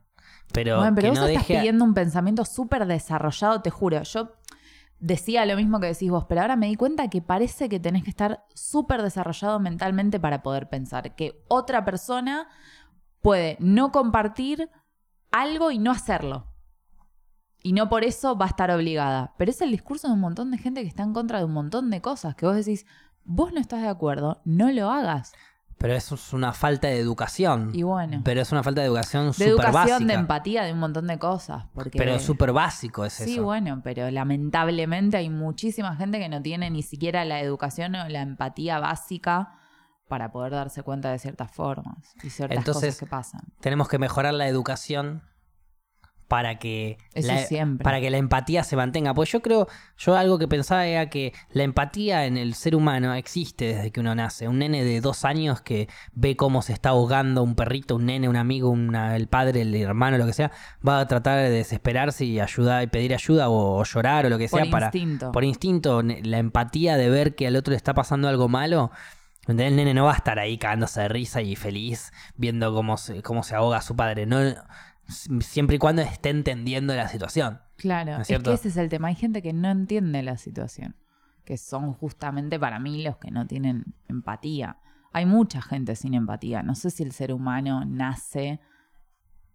Speaker 1: pero,
Speaker 2: Bueno, pero
Speaker 1: que
Speaker 2: vos
Speaker 1: no
Speaker 2: estás
Speaker 1: deje... a-
Speaker 2: pidiendo un pensamiento súper desarrollado, te juro. Yo decía lo mismo que decís vos, pero ahora me di cuenta que parece que tenés que estar súper desarrollado mentalmente para poder pensar que otra persona puede no compartir algo y no hacerlo. Y no por eso va a estar obligada. Pero es el discurso de un montón de gente que está en contra de un montón de cosas, que vos decís, vos no estás de acuerdo, no lo hagas.
Speaker 1: Pero eso es una falta de educación.
Speaker 2: Y bueno.
Speaker 1: Pero es una falta de educación
Speaker 2: De
Speaker 1: súper
Speaker 2: educación,
Speaker 1: básica.
Speaker 2: de empatía, de un montón de cosas. Porque
Speaker 1: Pero súper básico es
Speaker 2: Sí,
Speaker 1: eso.
Speaker 2: bueno, pero lamentablemente hay muchísima gente que no tiene ni siquiera la educación o la empatía básica para poder darse cuenta de ciertas formas y ciertas
Speaker 1: Entonces,
Speaker 2: cosas que pasan.
Speaker 1: Tenemos que mejorar la educación para que
Speaker 2: Eso
Speaker 1: la,
Speaker 2: siempre.
Speaker 1: para que la empatía se mantenga. Pues yo creo, yo algo que pensaba era que la empatía en el ser humano existe desde que uno nace. Un nene de dos años que ve cómo se está ahogando un perrito, un nene, un amigo, una- el padre, el hermano, lo que sea, va a tratar de desesperarse y ayudar y pedir ayuda o, o llorar o lo que
Speaker 2: Por
Speaker 1: sea para
Speaker 2: instinto.
Speaker 1: por instinto, ne- la empatía de ver que al otro le está pasando algo malo. ¿entendés? El nene no va a estar ahí cagándose de risa y feliz viendo cómo se, cómo se ahoga su padre. No, si- siempre y cuando esté entendiendo la situación.
Speaker 2: Claro,
Speaker 1: ¿No es
Speaker 2: es,
Speaker 1: cierto?
Speaker 2: que ese es el tema. Hay gente que no entiende la situación, que son justamente para mí los que no tienen empatía. Hay mucha gente sin empatía. No sé si el ser humano nace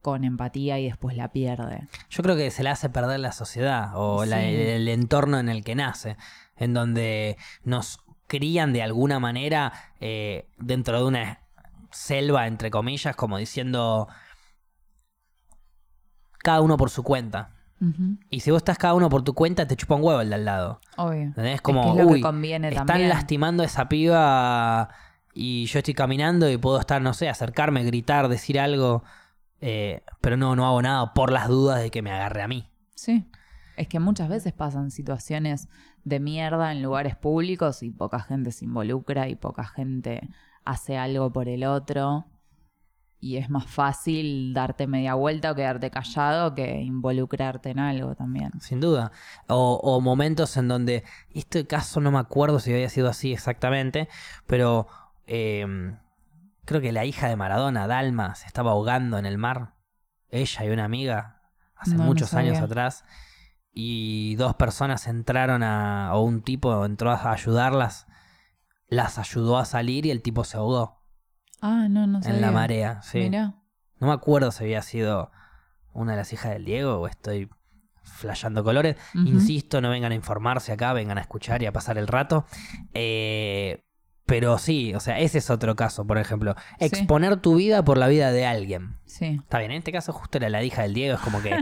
Speaker 2: con empatía y después la pierde.
Speaker 1: Yo creo que se le hace perder la sociedad o la-
Speaker 2: Sí.
Speaker 1: el, el entorno en el que nace, en donde nos crían de alguna manera eh, dentro de una selva, entre comillas, como diciendo cada uno por su cuenta.
Speaker 2: Ujú,
Speaker 1: Y si vos estás cada uno por tu cuenta, te chupa un huevo el de al lado.
Speaker 2: Obvio.
Speaker 1: ¿Entendés? Como,
Speaker 2: es lo
Speaker 1: uy,
Speaker 2: que conviene
Speaker 1: están
Speaker 2: también.
Speaker 1: lastimando a esa piba y yo estoy caminando y puedo estar, no sé, acercarme, gritar, decir algo, eh, pero no, no hago nada por las dudas de que me agarre a mí.
Speaker 2: Sí. Es que muchas veces pasan situaciones de mierda en lugares públicos y poca gente se involucra y poca gente hace algo por el otro. Y es más fácil darte media vuelta o quedarte callado que involucrarte en algo también.
Speaker 1: Sin duda. O, o momentos en donde, este caso no me acuerdo si había sido así exactamente, pero eh, creo que la hija de Maradona, Dalma, se estaba ahogando en el mar. Ella y una amiga, hace
Speaker 2: No, no
Speaker 1: muchos años
Speaker 2: sabía.
Speaker 1: atrás. Y dos personas entraron a, o un tipo entró a ayudarlas, las ayudó a salir y el tipo se ahogó
Speaker 2: Ah, no, no sé.
Speaker 1: en la marea. Sí.
Speaker 2: Mirá.
Speaker 1: No me acuerdo si había sido una de las hijas del Diego o estoy flasheando colores.
Speaker 2: Ujú.
Speaker 1: Insisto, no vengan a informarse acá, vengan a escuchar y a pasar el rato. Eh, pero sí, o sea, ese es otro caso, por ejemplo.
Speaker 2: Sí.
Speaker 1: Exponer tu vida por la vida de alguien.
Speaker 2: Sí.
Speaker 1: Está bien, en este caso justo era la hija del Diego, es como que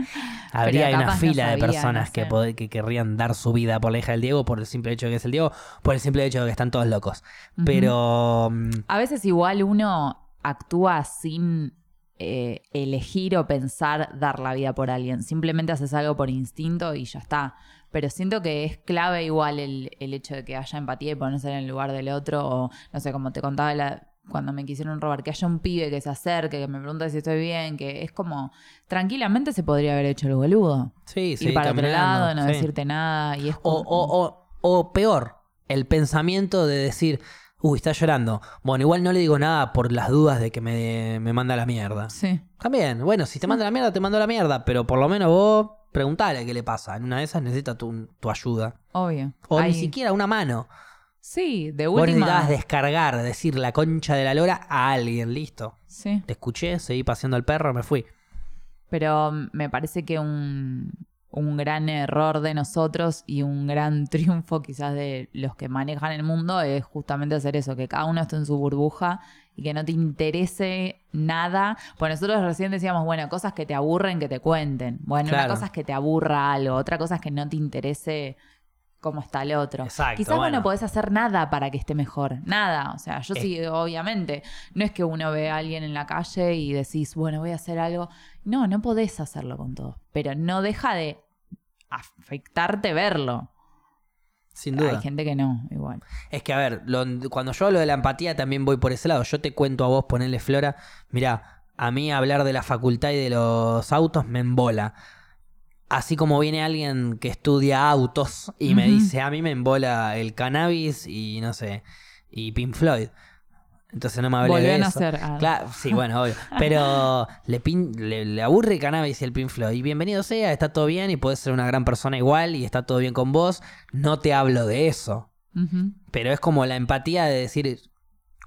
Speaker 1: habría
Speaker 2: capaz
Speaker 1: una
Speaker 2: no
Speaker 1: fila de
Speaker 2: sabía,
Speaker 1: personas
Speaker 2: no
Speaker 1: que,
Speaker 2: sé.
Speaker 1: pod- que querrían dar su vida por la hija del Diego por el simple hecho de que es el Diego, por el simple hecho de que están todos locos.
Speaker 2: Ujú.
Speaker 1: Pero... mm,
Speaker 2: A veces igual uno actúa sin eh, elegir o pensar dar la vida por alguien. Simplemente haces algo por instinto y ya está. Pero siento que es clave igual el, el hecho de que haya empatía y ponerse en el lugar del otro. O no sé, como te contaba la- cuando me quisieron robar, que haya un pibe que se acerque, que me pregunte si estoy bien, que es como tranquilamente se podría haber hecho el boludo.
Speaker 1: sí,
Speaker 2: Ir
Speaker 1: sí,
Speaker 2: para otro
Speaker 1: caminando,
Speaker 2: lado, no
Speaker 1: sí.
Speaker 2: decirte nada. Y es
Speaker 1: O,
Speaker 2: como-
Speaker 1: o- o- o peor, el pensamiento de decir, uy, está llorando. Bueno, igual no le digo nada por las dudas de que me, me manda a la mierda.
Speaker 2: Sí.
Speaker 1: También, bueno, si te manda a la mierda, te mando a la mierda, pero por lo menos vos preguntale qué le pasa. En una de esas necesita tu, tu ayuda.
Speaker 2: Obvio.
Speaker 1: O
Speaker 2: Hay-
Speaker 1: ni siquiera una mano.
Speaker 2: Sí, de
Speaker 1: Vos
Speaker 2: última.
Speaker 1: necesitabas descargar, decir la concha de la lora a alguien, listo.
Speaker 2: Sí.
Speaker 1: Te escuché, seguí paseando al perro, me fui.
Speaker 2: Pero mm, me parece que un, un gran error de nosotros y un gran triunfo quizás de los que manejan el mundo es justamente hacer eso, que cada uno esté en su burbuja y que no te interese nada. Pues nosotros recién decíamos, bueno, cosas que te aburren, que te cuenten. Bueno,
Speaker 1: Claro.
Speaker 2: una cosa es que te aburra algo, otra cosa es que no te interese cómo está el otro.
Speaker 1: Exacto,
Speaker 2: Quizás vos
Speaker 1: bueno.
Speaker 2: no podés hacer nada para que esté mejor. Nada. O sea, yo
Speaker 1: Es-
Speaker 2: sí, obviamente. No es que uno ve a alguien en la calle y decís, bueno, voy a hacer algo. No, no podés hacerlo con todo. Pero no deja de afectarte verlo.
Speaker 1: Sin duda.
Speaker 2: Hay gente que no, igual.
Speaker 1: Es que, a ver, lo- cuando yo hablo de la empatía también voy por ese lado. Yo te cuento a vos, ponerle Flora, mirá, a mí hablar de la facultad y de los autos me embola. Así como viene alguien que estudia autos y me
Speaker 2: Ujú.
Speaker 1: dice, a mí me embola el cannabis y no sé, y Pink Floyd. Entonces no me hablé de
Speaker 2: Volvieron a
Speaker 1: eso.
Speaker 2: hacer. ah,
Speaker 1: Claro, sí, bueno, obvio. Pero le, pin- le, le aburre cannabis y el Pink Floyd. Y bienvenido sea, está todo bien y puedes ser una gran persona igual y está todo bien con vos. No te hablo de eso.
Speaker 2: ujú.
Speaker 1: Pero es como la empatía de decir,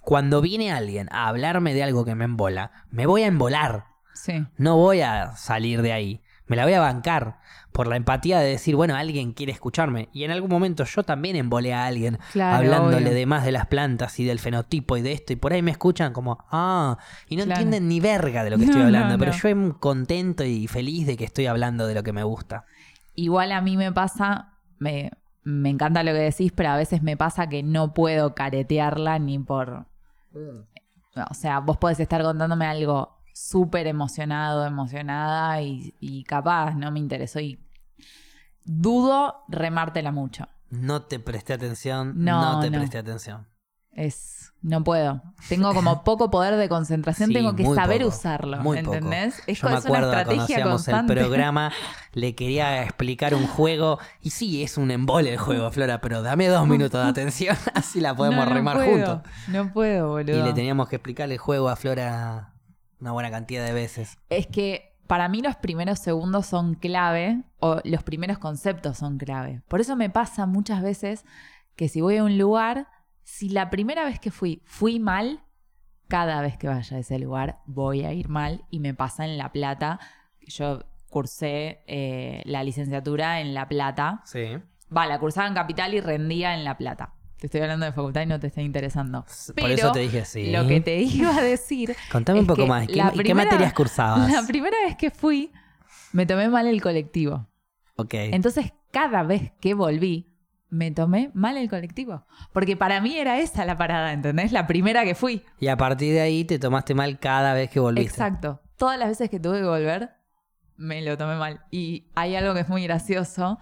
Speaker 1: cuando viene alguien a hablarme de algo que me embola, me voy a embolar.
Speaker 2: Sí.
Speaker 1: no voy a salir de ahí. Me la voy a bancar por la empatía de decir, bueno, alguien quiere escucharme. Y en algún momento yo también embolé a alguien
Speaker 2: Claro,
Speaker 1: hablándole
Speaker 2: obvio.
Speaker 1: de más de las plantas y del fenotipo y de esto. Y por ahí me escuchan como, ah, y no
Speaker 2: Claro.
Speaker 1: entienden ni verga de lo que
Speaker 2: No,
Speaker 1: estoy
Speaker 2: no,
Speaker 1: hablando. Pero
Speaker 2: no.
Speaker 1: yo em- contento y feliz de que estoy hablando de lo que me gusta.
Speaker 2: Igual a mí me pasa, me, me encanta lo que decís, pero a veces me pasa que no puedo caretearla ni por...
Speaker 1: Mm.
Speaker 2: O sea, vos podés estar contándome algo súper emocionado, emocionada y, y capaz, no me interesó y dudo remártela mucho.
Speaker 1: No te presté atención, no,
Speaker 2: No,
Speaker 1: te
Speaker 2: no.
Speaker 1: presté atención.
Speaker 2: Es, no puedo. Tengo como poco poder de concentración,
Speaker 1: Sí,
Speaker 2: tengo que
Speaker 1: muy
Speaker 2: saber
Speaker 1: poco,
Speaker 2: usarlo,
Speaker 1: muy poco.
Speaker 2: ¿entendés? Es,
Speaker 1: Yo me
Speaker 2: es una
Speaker 1: acuerdo que
Speaker 2: estrategia
Speaker 1: conocíamos
Speaker 2: constante.
Speaker 1: el programa, le quería explicar un juego, y sí, es un embole el juego, Flora, pero dame dos minutos de atención, así la podemos
Speaker 2: No, no
Speaker 1: remar
Speaker 2: puedo,
Speaker 1: juntos.
Speaker 2: No puedo,
Speaker 1: Y
Speaker 2: boludo.
Speaker 1: le teníamos que explicar el juego a Flora una buena cantidad de veces.
Speaker 2: Es que para mí los primeros segundos son clave o los primeros conceptos son clave. Por eso me pasa muchas veces que si voy a un lugar, si la primera vez que fui fui mal, cada vez que vaya a ese lugar voy a ir mal y me pasa en La Plata. Yo cursé eh, la licenciatura en La Plata.
Speaker 1: Sí.
Speaker 2: Va, la cursaba en Capital y rendía en La Plata. Te estoy hablando de facultad y no te está interesando.
Speaker 1: Por
Speaker 2: Pero
Speaker 1: eso te dije sí.
Speaker 2: Lo que te iba a decir
Speaker 1: Contame un
Speaker 2: es
Speaker 1: poco
Speaker 2: que
Speaker 1: más, ¿qué, y
Speaker 2: la
Speaker 1: qué
Speaker 2: primera-
Speaker 1: materias cursabas?
Speaker 2: La primera vez que fui, me tomé mal el colectivo.
Speaker 1: Ok.
Speaker 2: Entonces, cada vez que volví, me tomé mal el colectivo. Porque para mí era esa la parada, ¿entendés? La primera que fui.
Speaker 1: Y a partir de ahí te tomaste mal cada vez que volviste.
Speaker 2: Exacto. Todas las veces que tuve que volver, me lo tomé mal. Y hay algo que es muy gracioso,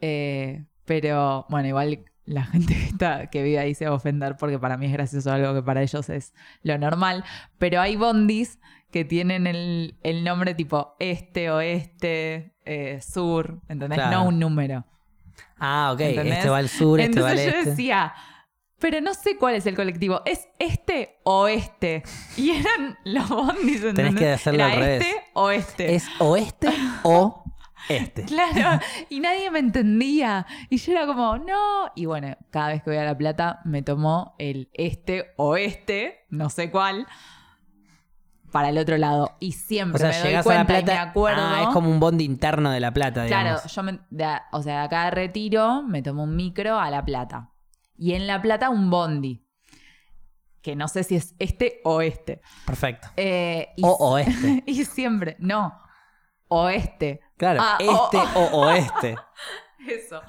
Speaker 2: eh, pero bueno, igual la gente que, está, que vive ahí se va a ofender porque para mí es gracioso algo que para ellos es lo normal. Pero hay bondis que tienen el, el nombre tipo este, oeste, eh, sur, ¿entendés?
Speaker 1: Claro.
Speaker 2: No un número.
Speaker 1: Ah, ok.
Speaker 2: ¿Entendés?
Speaker 1: Este va al sur, este va al
Speaker 2: Entonces
Speaker 1: este.
Speaker 2: yo decía, pero no sé cuál es el colectivo, ¿es este o este? Y eran los bondis, ¿entendés?
Speaker 1: que hacerlo
Speaker 2: Era
Speaker 1: al revés.
Speaker 2: este o este.
Speaker 1: Es oeste o este.
Speaker 2: Claro, y nadie me entendía. Y yo era como, no. Y bueno, cada vez que voy a La Plata me tomó el este o este, no sé cuál, para el otro lado. Y siempre
Speaker 1: O sea,
Speaker 2: me doy
Speaker 1: llegas a La
Speaker 2: cuenta y
Speaker 1: Plata.
Speaker 2: me acuerdo.
Speaker 1: Ah, es como un bondi interno de La Plata,
Speaker 2: Claro,
Speaker 1: digamos.
Speaker 2: yo me, de a- o sea, de acá de Retiro me tomo un micro a La Plata. Y en La Plata un bondi. Que no sé si es este o este.
Speaker 1: Perfecto.
Speaker 2: Eh, y,
Speaker 1: O este. oeste.
Speaker 2: y siempre, no, oeste.
Speaker 1: Claro,
Speaker 2: Ah, o-
Speaker 1: este o oeste.
Speaker 2: Eso.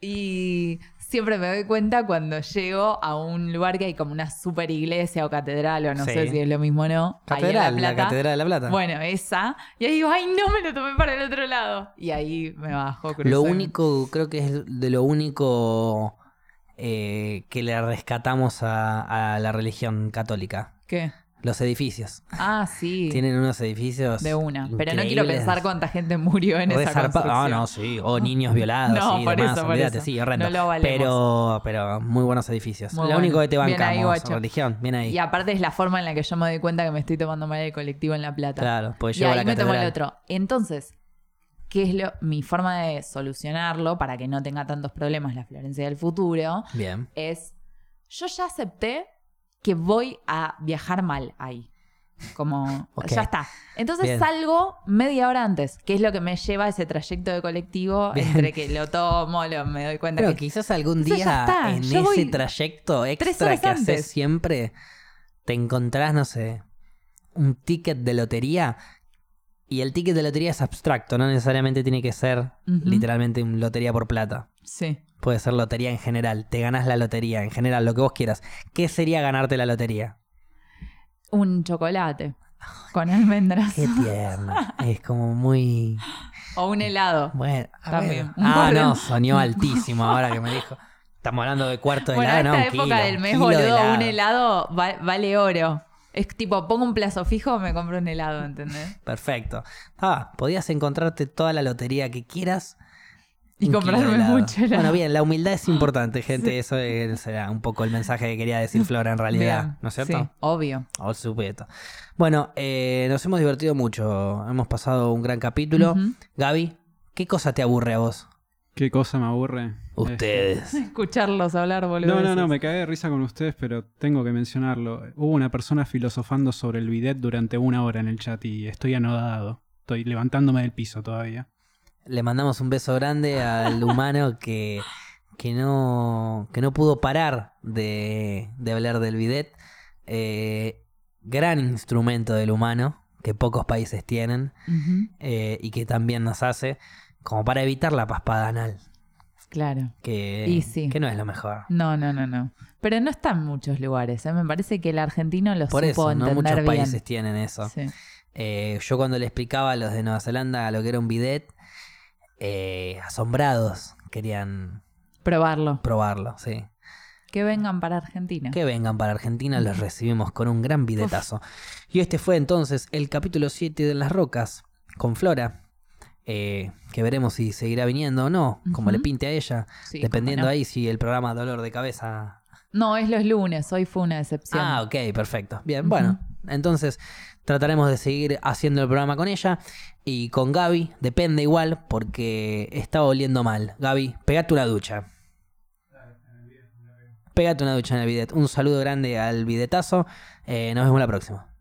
Speaker 2: Y siempre me doy cuenta cuando llego a un lugar que hay como una super iglesia o catedral, o no
Speaker 1: Sí.
Speaker 2: sé si es lo mismo o no. ahí en
Speaker 1: Catedral, la,
Speaker 2: Plata.
Speaker 1: Catedral de La Plata.
Speaker 2: Bueno, esa. Y ahí digo, ay, no me lo tomé para el otro lado. Y ahí me bajo. cruzo
Speaker 1: Lo
Speaker 2: en-
Speaker 1: único, creo que es de lo único eh, que le rescatamos a, a la religión católica.
Speaker 2: ¿Qué?
Speaker 1: Los edificios.
Speaker 2: Ah, sí.
Speaker 1: Tienen unos edificios.
Speaker 2: de una. Pero no quiero
Speaker 1: increíbles.
Speaker 2: pensar cuánta gente murió en
Speaker 1: Re
Speaker 2: esa
Speaker 1: zarpa-
Speaker 2: construcción.
Speaker 1: Ah, no, sí. O niños violados
Speaker 2: No,
Speaker 1: y
Speaker 2: por
Speaker 1: demás.
Speaker 2: eso, por
Speaker 1: olvídate,
Speaker 2: eso.
Speaker 1: sí, horrendo.
Speaker 2: No lo valemos.
Speaker 1: pero, pero muy buenos edificios.
Speaker 2: Muy
Speaker 1: lo
Speaker 2: bueno.
Speaker 1: único que te
Speaker 2: Bien ahí,
Speaker 1: bancamos,
Speaker 2: guacho.
Speaker 1: religión. Bien ahí.
Speaker 2: Y aparte es la forma en la que yo me doy cuenta que me estoy tomando mal el colectivo en La Plata.
Speaker 1: Claro, porque
Speaker 2: y
Speaker 1: llevo a la
Speaker 2: ahí me tomo el
Speaker 1: catedral.
Speaker 2: otro. Entonces, ¿qué es lo, mi forma de solucionarlo para que no tenga tantos problemas la Florencia del futuro?
Speaker 1: Bien.
Speaker 2: Es, yo ya acepté que voy a viajar mal ahí. Como,
Speaker 1: Ok.
Speaker 2: ya está. Entonces
Speaker 1: Bien.
Speaker 2: salgo media hora antes, que es lo que me lleva a ese trayecto de colectivo
Speaker 1: Bien.
Speaker 2: entre que lo tomo, lo, me doy cuenta
Speaker 1: Pero
Speaker 2: que...
Speaker 1: quizás algún
Speaker 2: Eso ya
Speaker 1: día
Speaker 2: está,
Speaker 1: en
Speaker 2: yo
Speaker 1: ese
Speaker 2: voy
Speaker 1: trayecto extra
Speaker 2: horas
Speaker 1: que haces
Speaker 2: antes.
Speaker 1: siempre, te encontrás, no sé, un ticket de lotería. Y el ticket de lotería es abstracto, no necesariamente tiene que ser
Speaker 2: Ujú.
Speaker 1: literalmente un lotería por plata.
Speaker 2: Sí.
Speaker 1: Puede ser lotería en general, te ganás la lotería en general, lo que vos quieras. ¿Qué sería ganarte la lotería?
Speaker 2: Un chocolate con almendras
Speaker 1: Qué tierno. es como muy...
Speaker 2: o un helado.
Speaker 1: Bueno, a
Speaker 2: También.
Speaker 1: ver. Ah,
Speaker 2: Bueno.
Speaker 1: no, soñó altísimo ahora que me dijo. Estamos hablando de cuarto de
Speaker 2: Bueno, a
Speaker 1: helado,
Speaker 2: esta
Speaker 1: no, un
Speaker 2: época
Speaker 1: kilo,
Speaker 2: del
Speaker 1: un
Speaker 2: mes,
Speaker 1: kilo de
Speaker 2: boludo, un helado va- vale oro. Es tipo, pongo un plazo fijo, me compro un helado, ¿entendés?
Speaker 1: Perfecto. Ah, podías encontrarte toda la lotería que quieras.
Speaker 2: Y
Speaker 1: Un kilo
Speaker 2: comprarme
Speaker 1: de helado.
Speaker 2: mucho helado.
Speaker 1: Bueno, bien, la humildad es importante, gente. Eso es- será un poco el mensaje que quería decir Flora en realidad.
Speaker 2: Bien,
Speaker 1: ¿No es cierto?
Speaker 2: Sí, obvio.
Speaker 1: Por supuesto. Bueno, eh, nos hemos divertido mucho. Hemos pasado un gran capítulo.
Speaker 2: Ujú.
Speaker 1: Gaby, ¿qué cosa te aburre a vos?
Speaker 3: Qué cosa me aburre. Eh,
Speaker 1: Ustedes.
Speaker 2: Escucharlos hablar, boludo.
Speaker 3: No, no, no, me cagué de risa con ustedes, pero tengo que mencionarlo. Hubo una persona filosofando sobre el bidet durante una hora en el chat y estoy anodado. Estoy levantándome del piso todavía.
Speaker 1: Le mandamos un beso grande al humano que, que, no, que no pudo parar de, de hablar del bidet. Eh, gran instrumento del humano que pocos países tienen
Speaker 2: Ujú,
Speaker 1: eh, y que también nos hace como para evitar la paspada anal,
Speaker 2: Claro.
Speaker 1: que,
Speaker 2: Y sí.
Speaker 1: que no es lo mejor.
Speaker 2: No, no, no, no. Pero no está en muchos lugares. ¿eh? Me parece que el argentino lo
Speaker 1: Por
Speaker 2: supo
Speaker 1: eso, no
Speaker 2: entender
Speaker 1: muchos
Speaker 2: bien.
Speaker 1: países tienen eso.
Speaker 2: Sí.
Speaker 1: Eh, yo cuando le explicaba a los de Nueva Zelanda lo que era un bidet, eh, asombrados querían
Speaker 2: Probarlo.
Speaker 1: probarlo, sí.
Speaker 2: Que vengan para Argentina.
Speaker 1: Que vengan para Argentina, los recibimos con un gran bidetazo. Y este fue entonces el capítulo 7 de Las Rocas, con Flora, eh, que veremos si seguirá viniendo o no, como
Speaker 2: Ujú.
Speaker 1: le pinte a ella,
Speaker 2: Sí,
Speaker 1: dependiendo
Speaker 2: cómo no.
Speaker 1: ahí si el programa Dolor de Cabeza
Speaker 2: No, es los lunes. Hoy fue una excepción.
Speaker 1: Ah, ok, perfecto. Bien, bueno, entonces trataremos de seguir haciendo el programa con ella y con Gaby, depende igual, porque está oliendo mal. Gaby, pegate una ducha. Pegate una ducha en el bidet. Un saludo grande al bidetazo. Eh, nos vemos la próxima.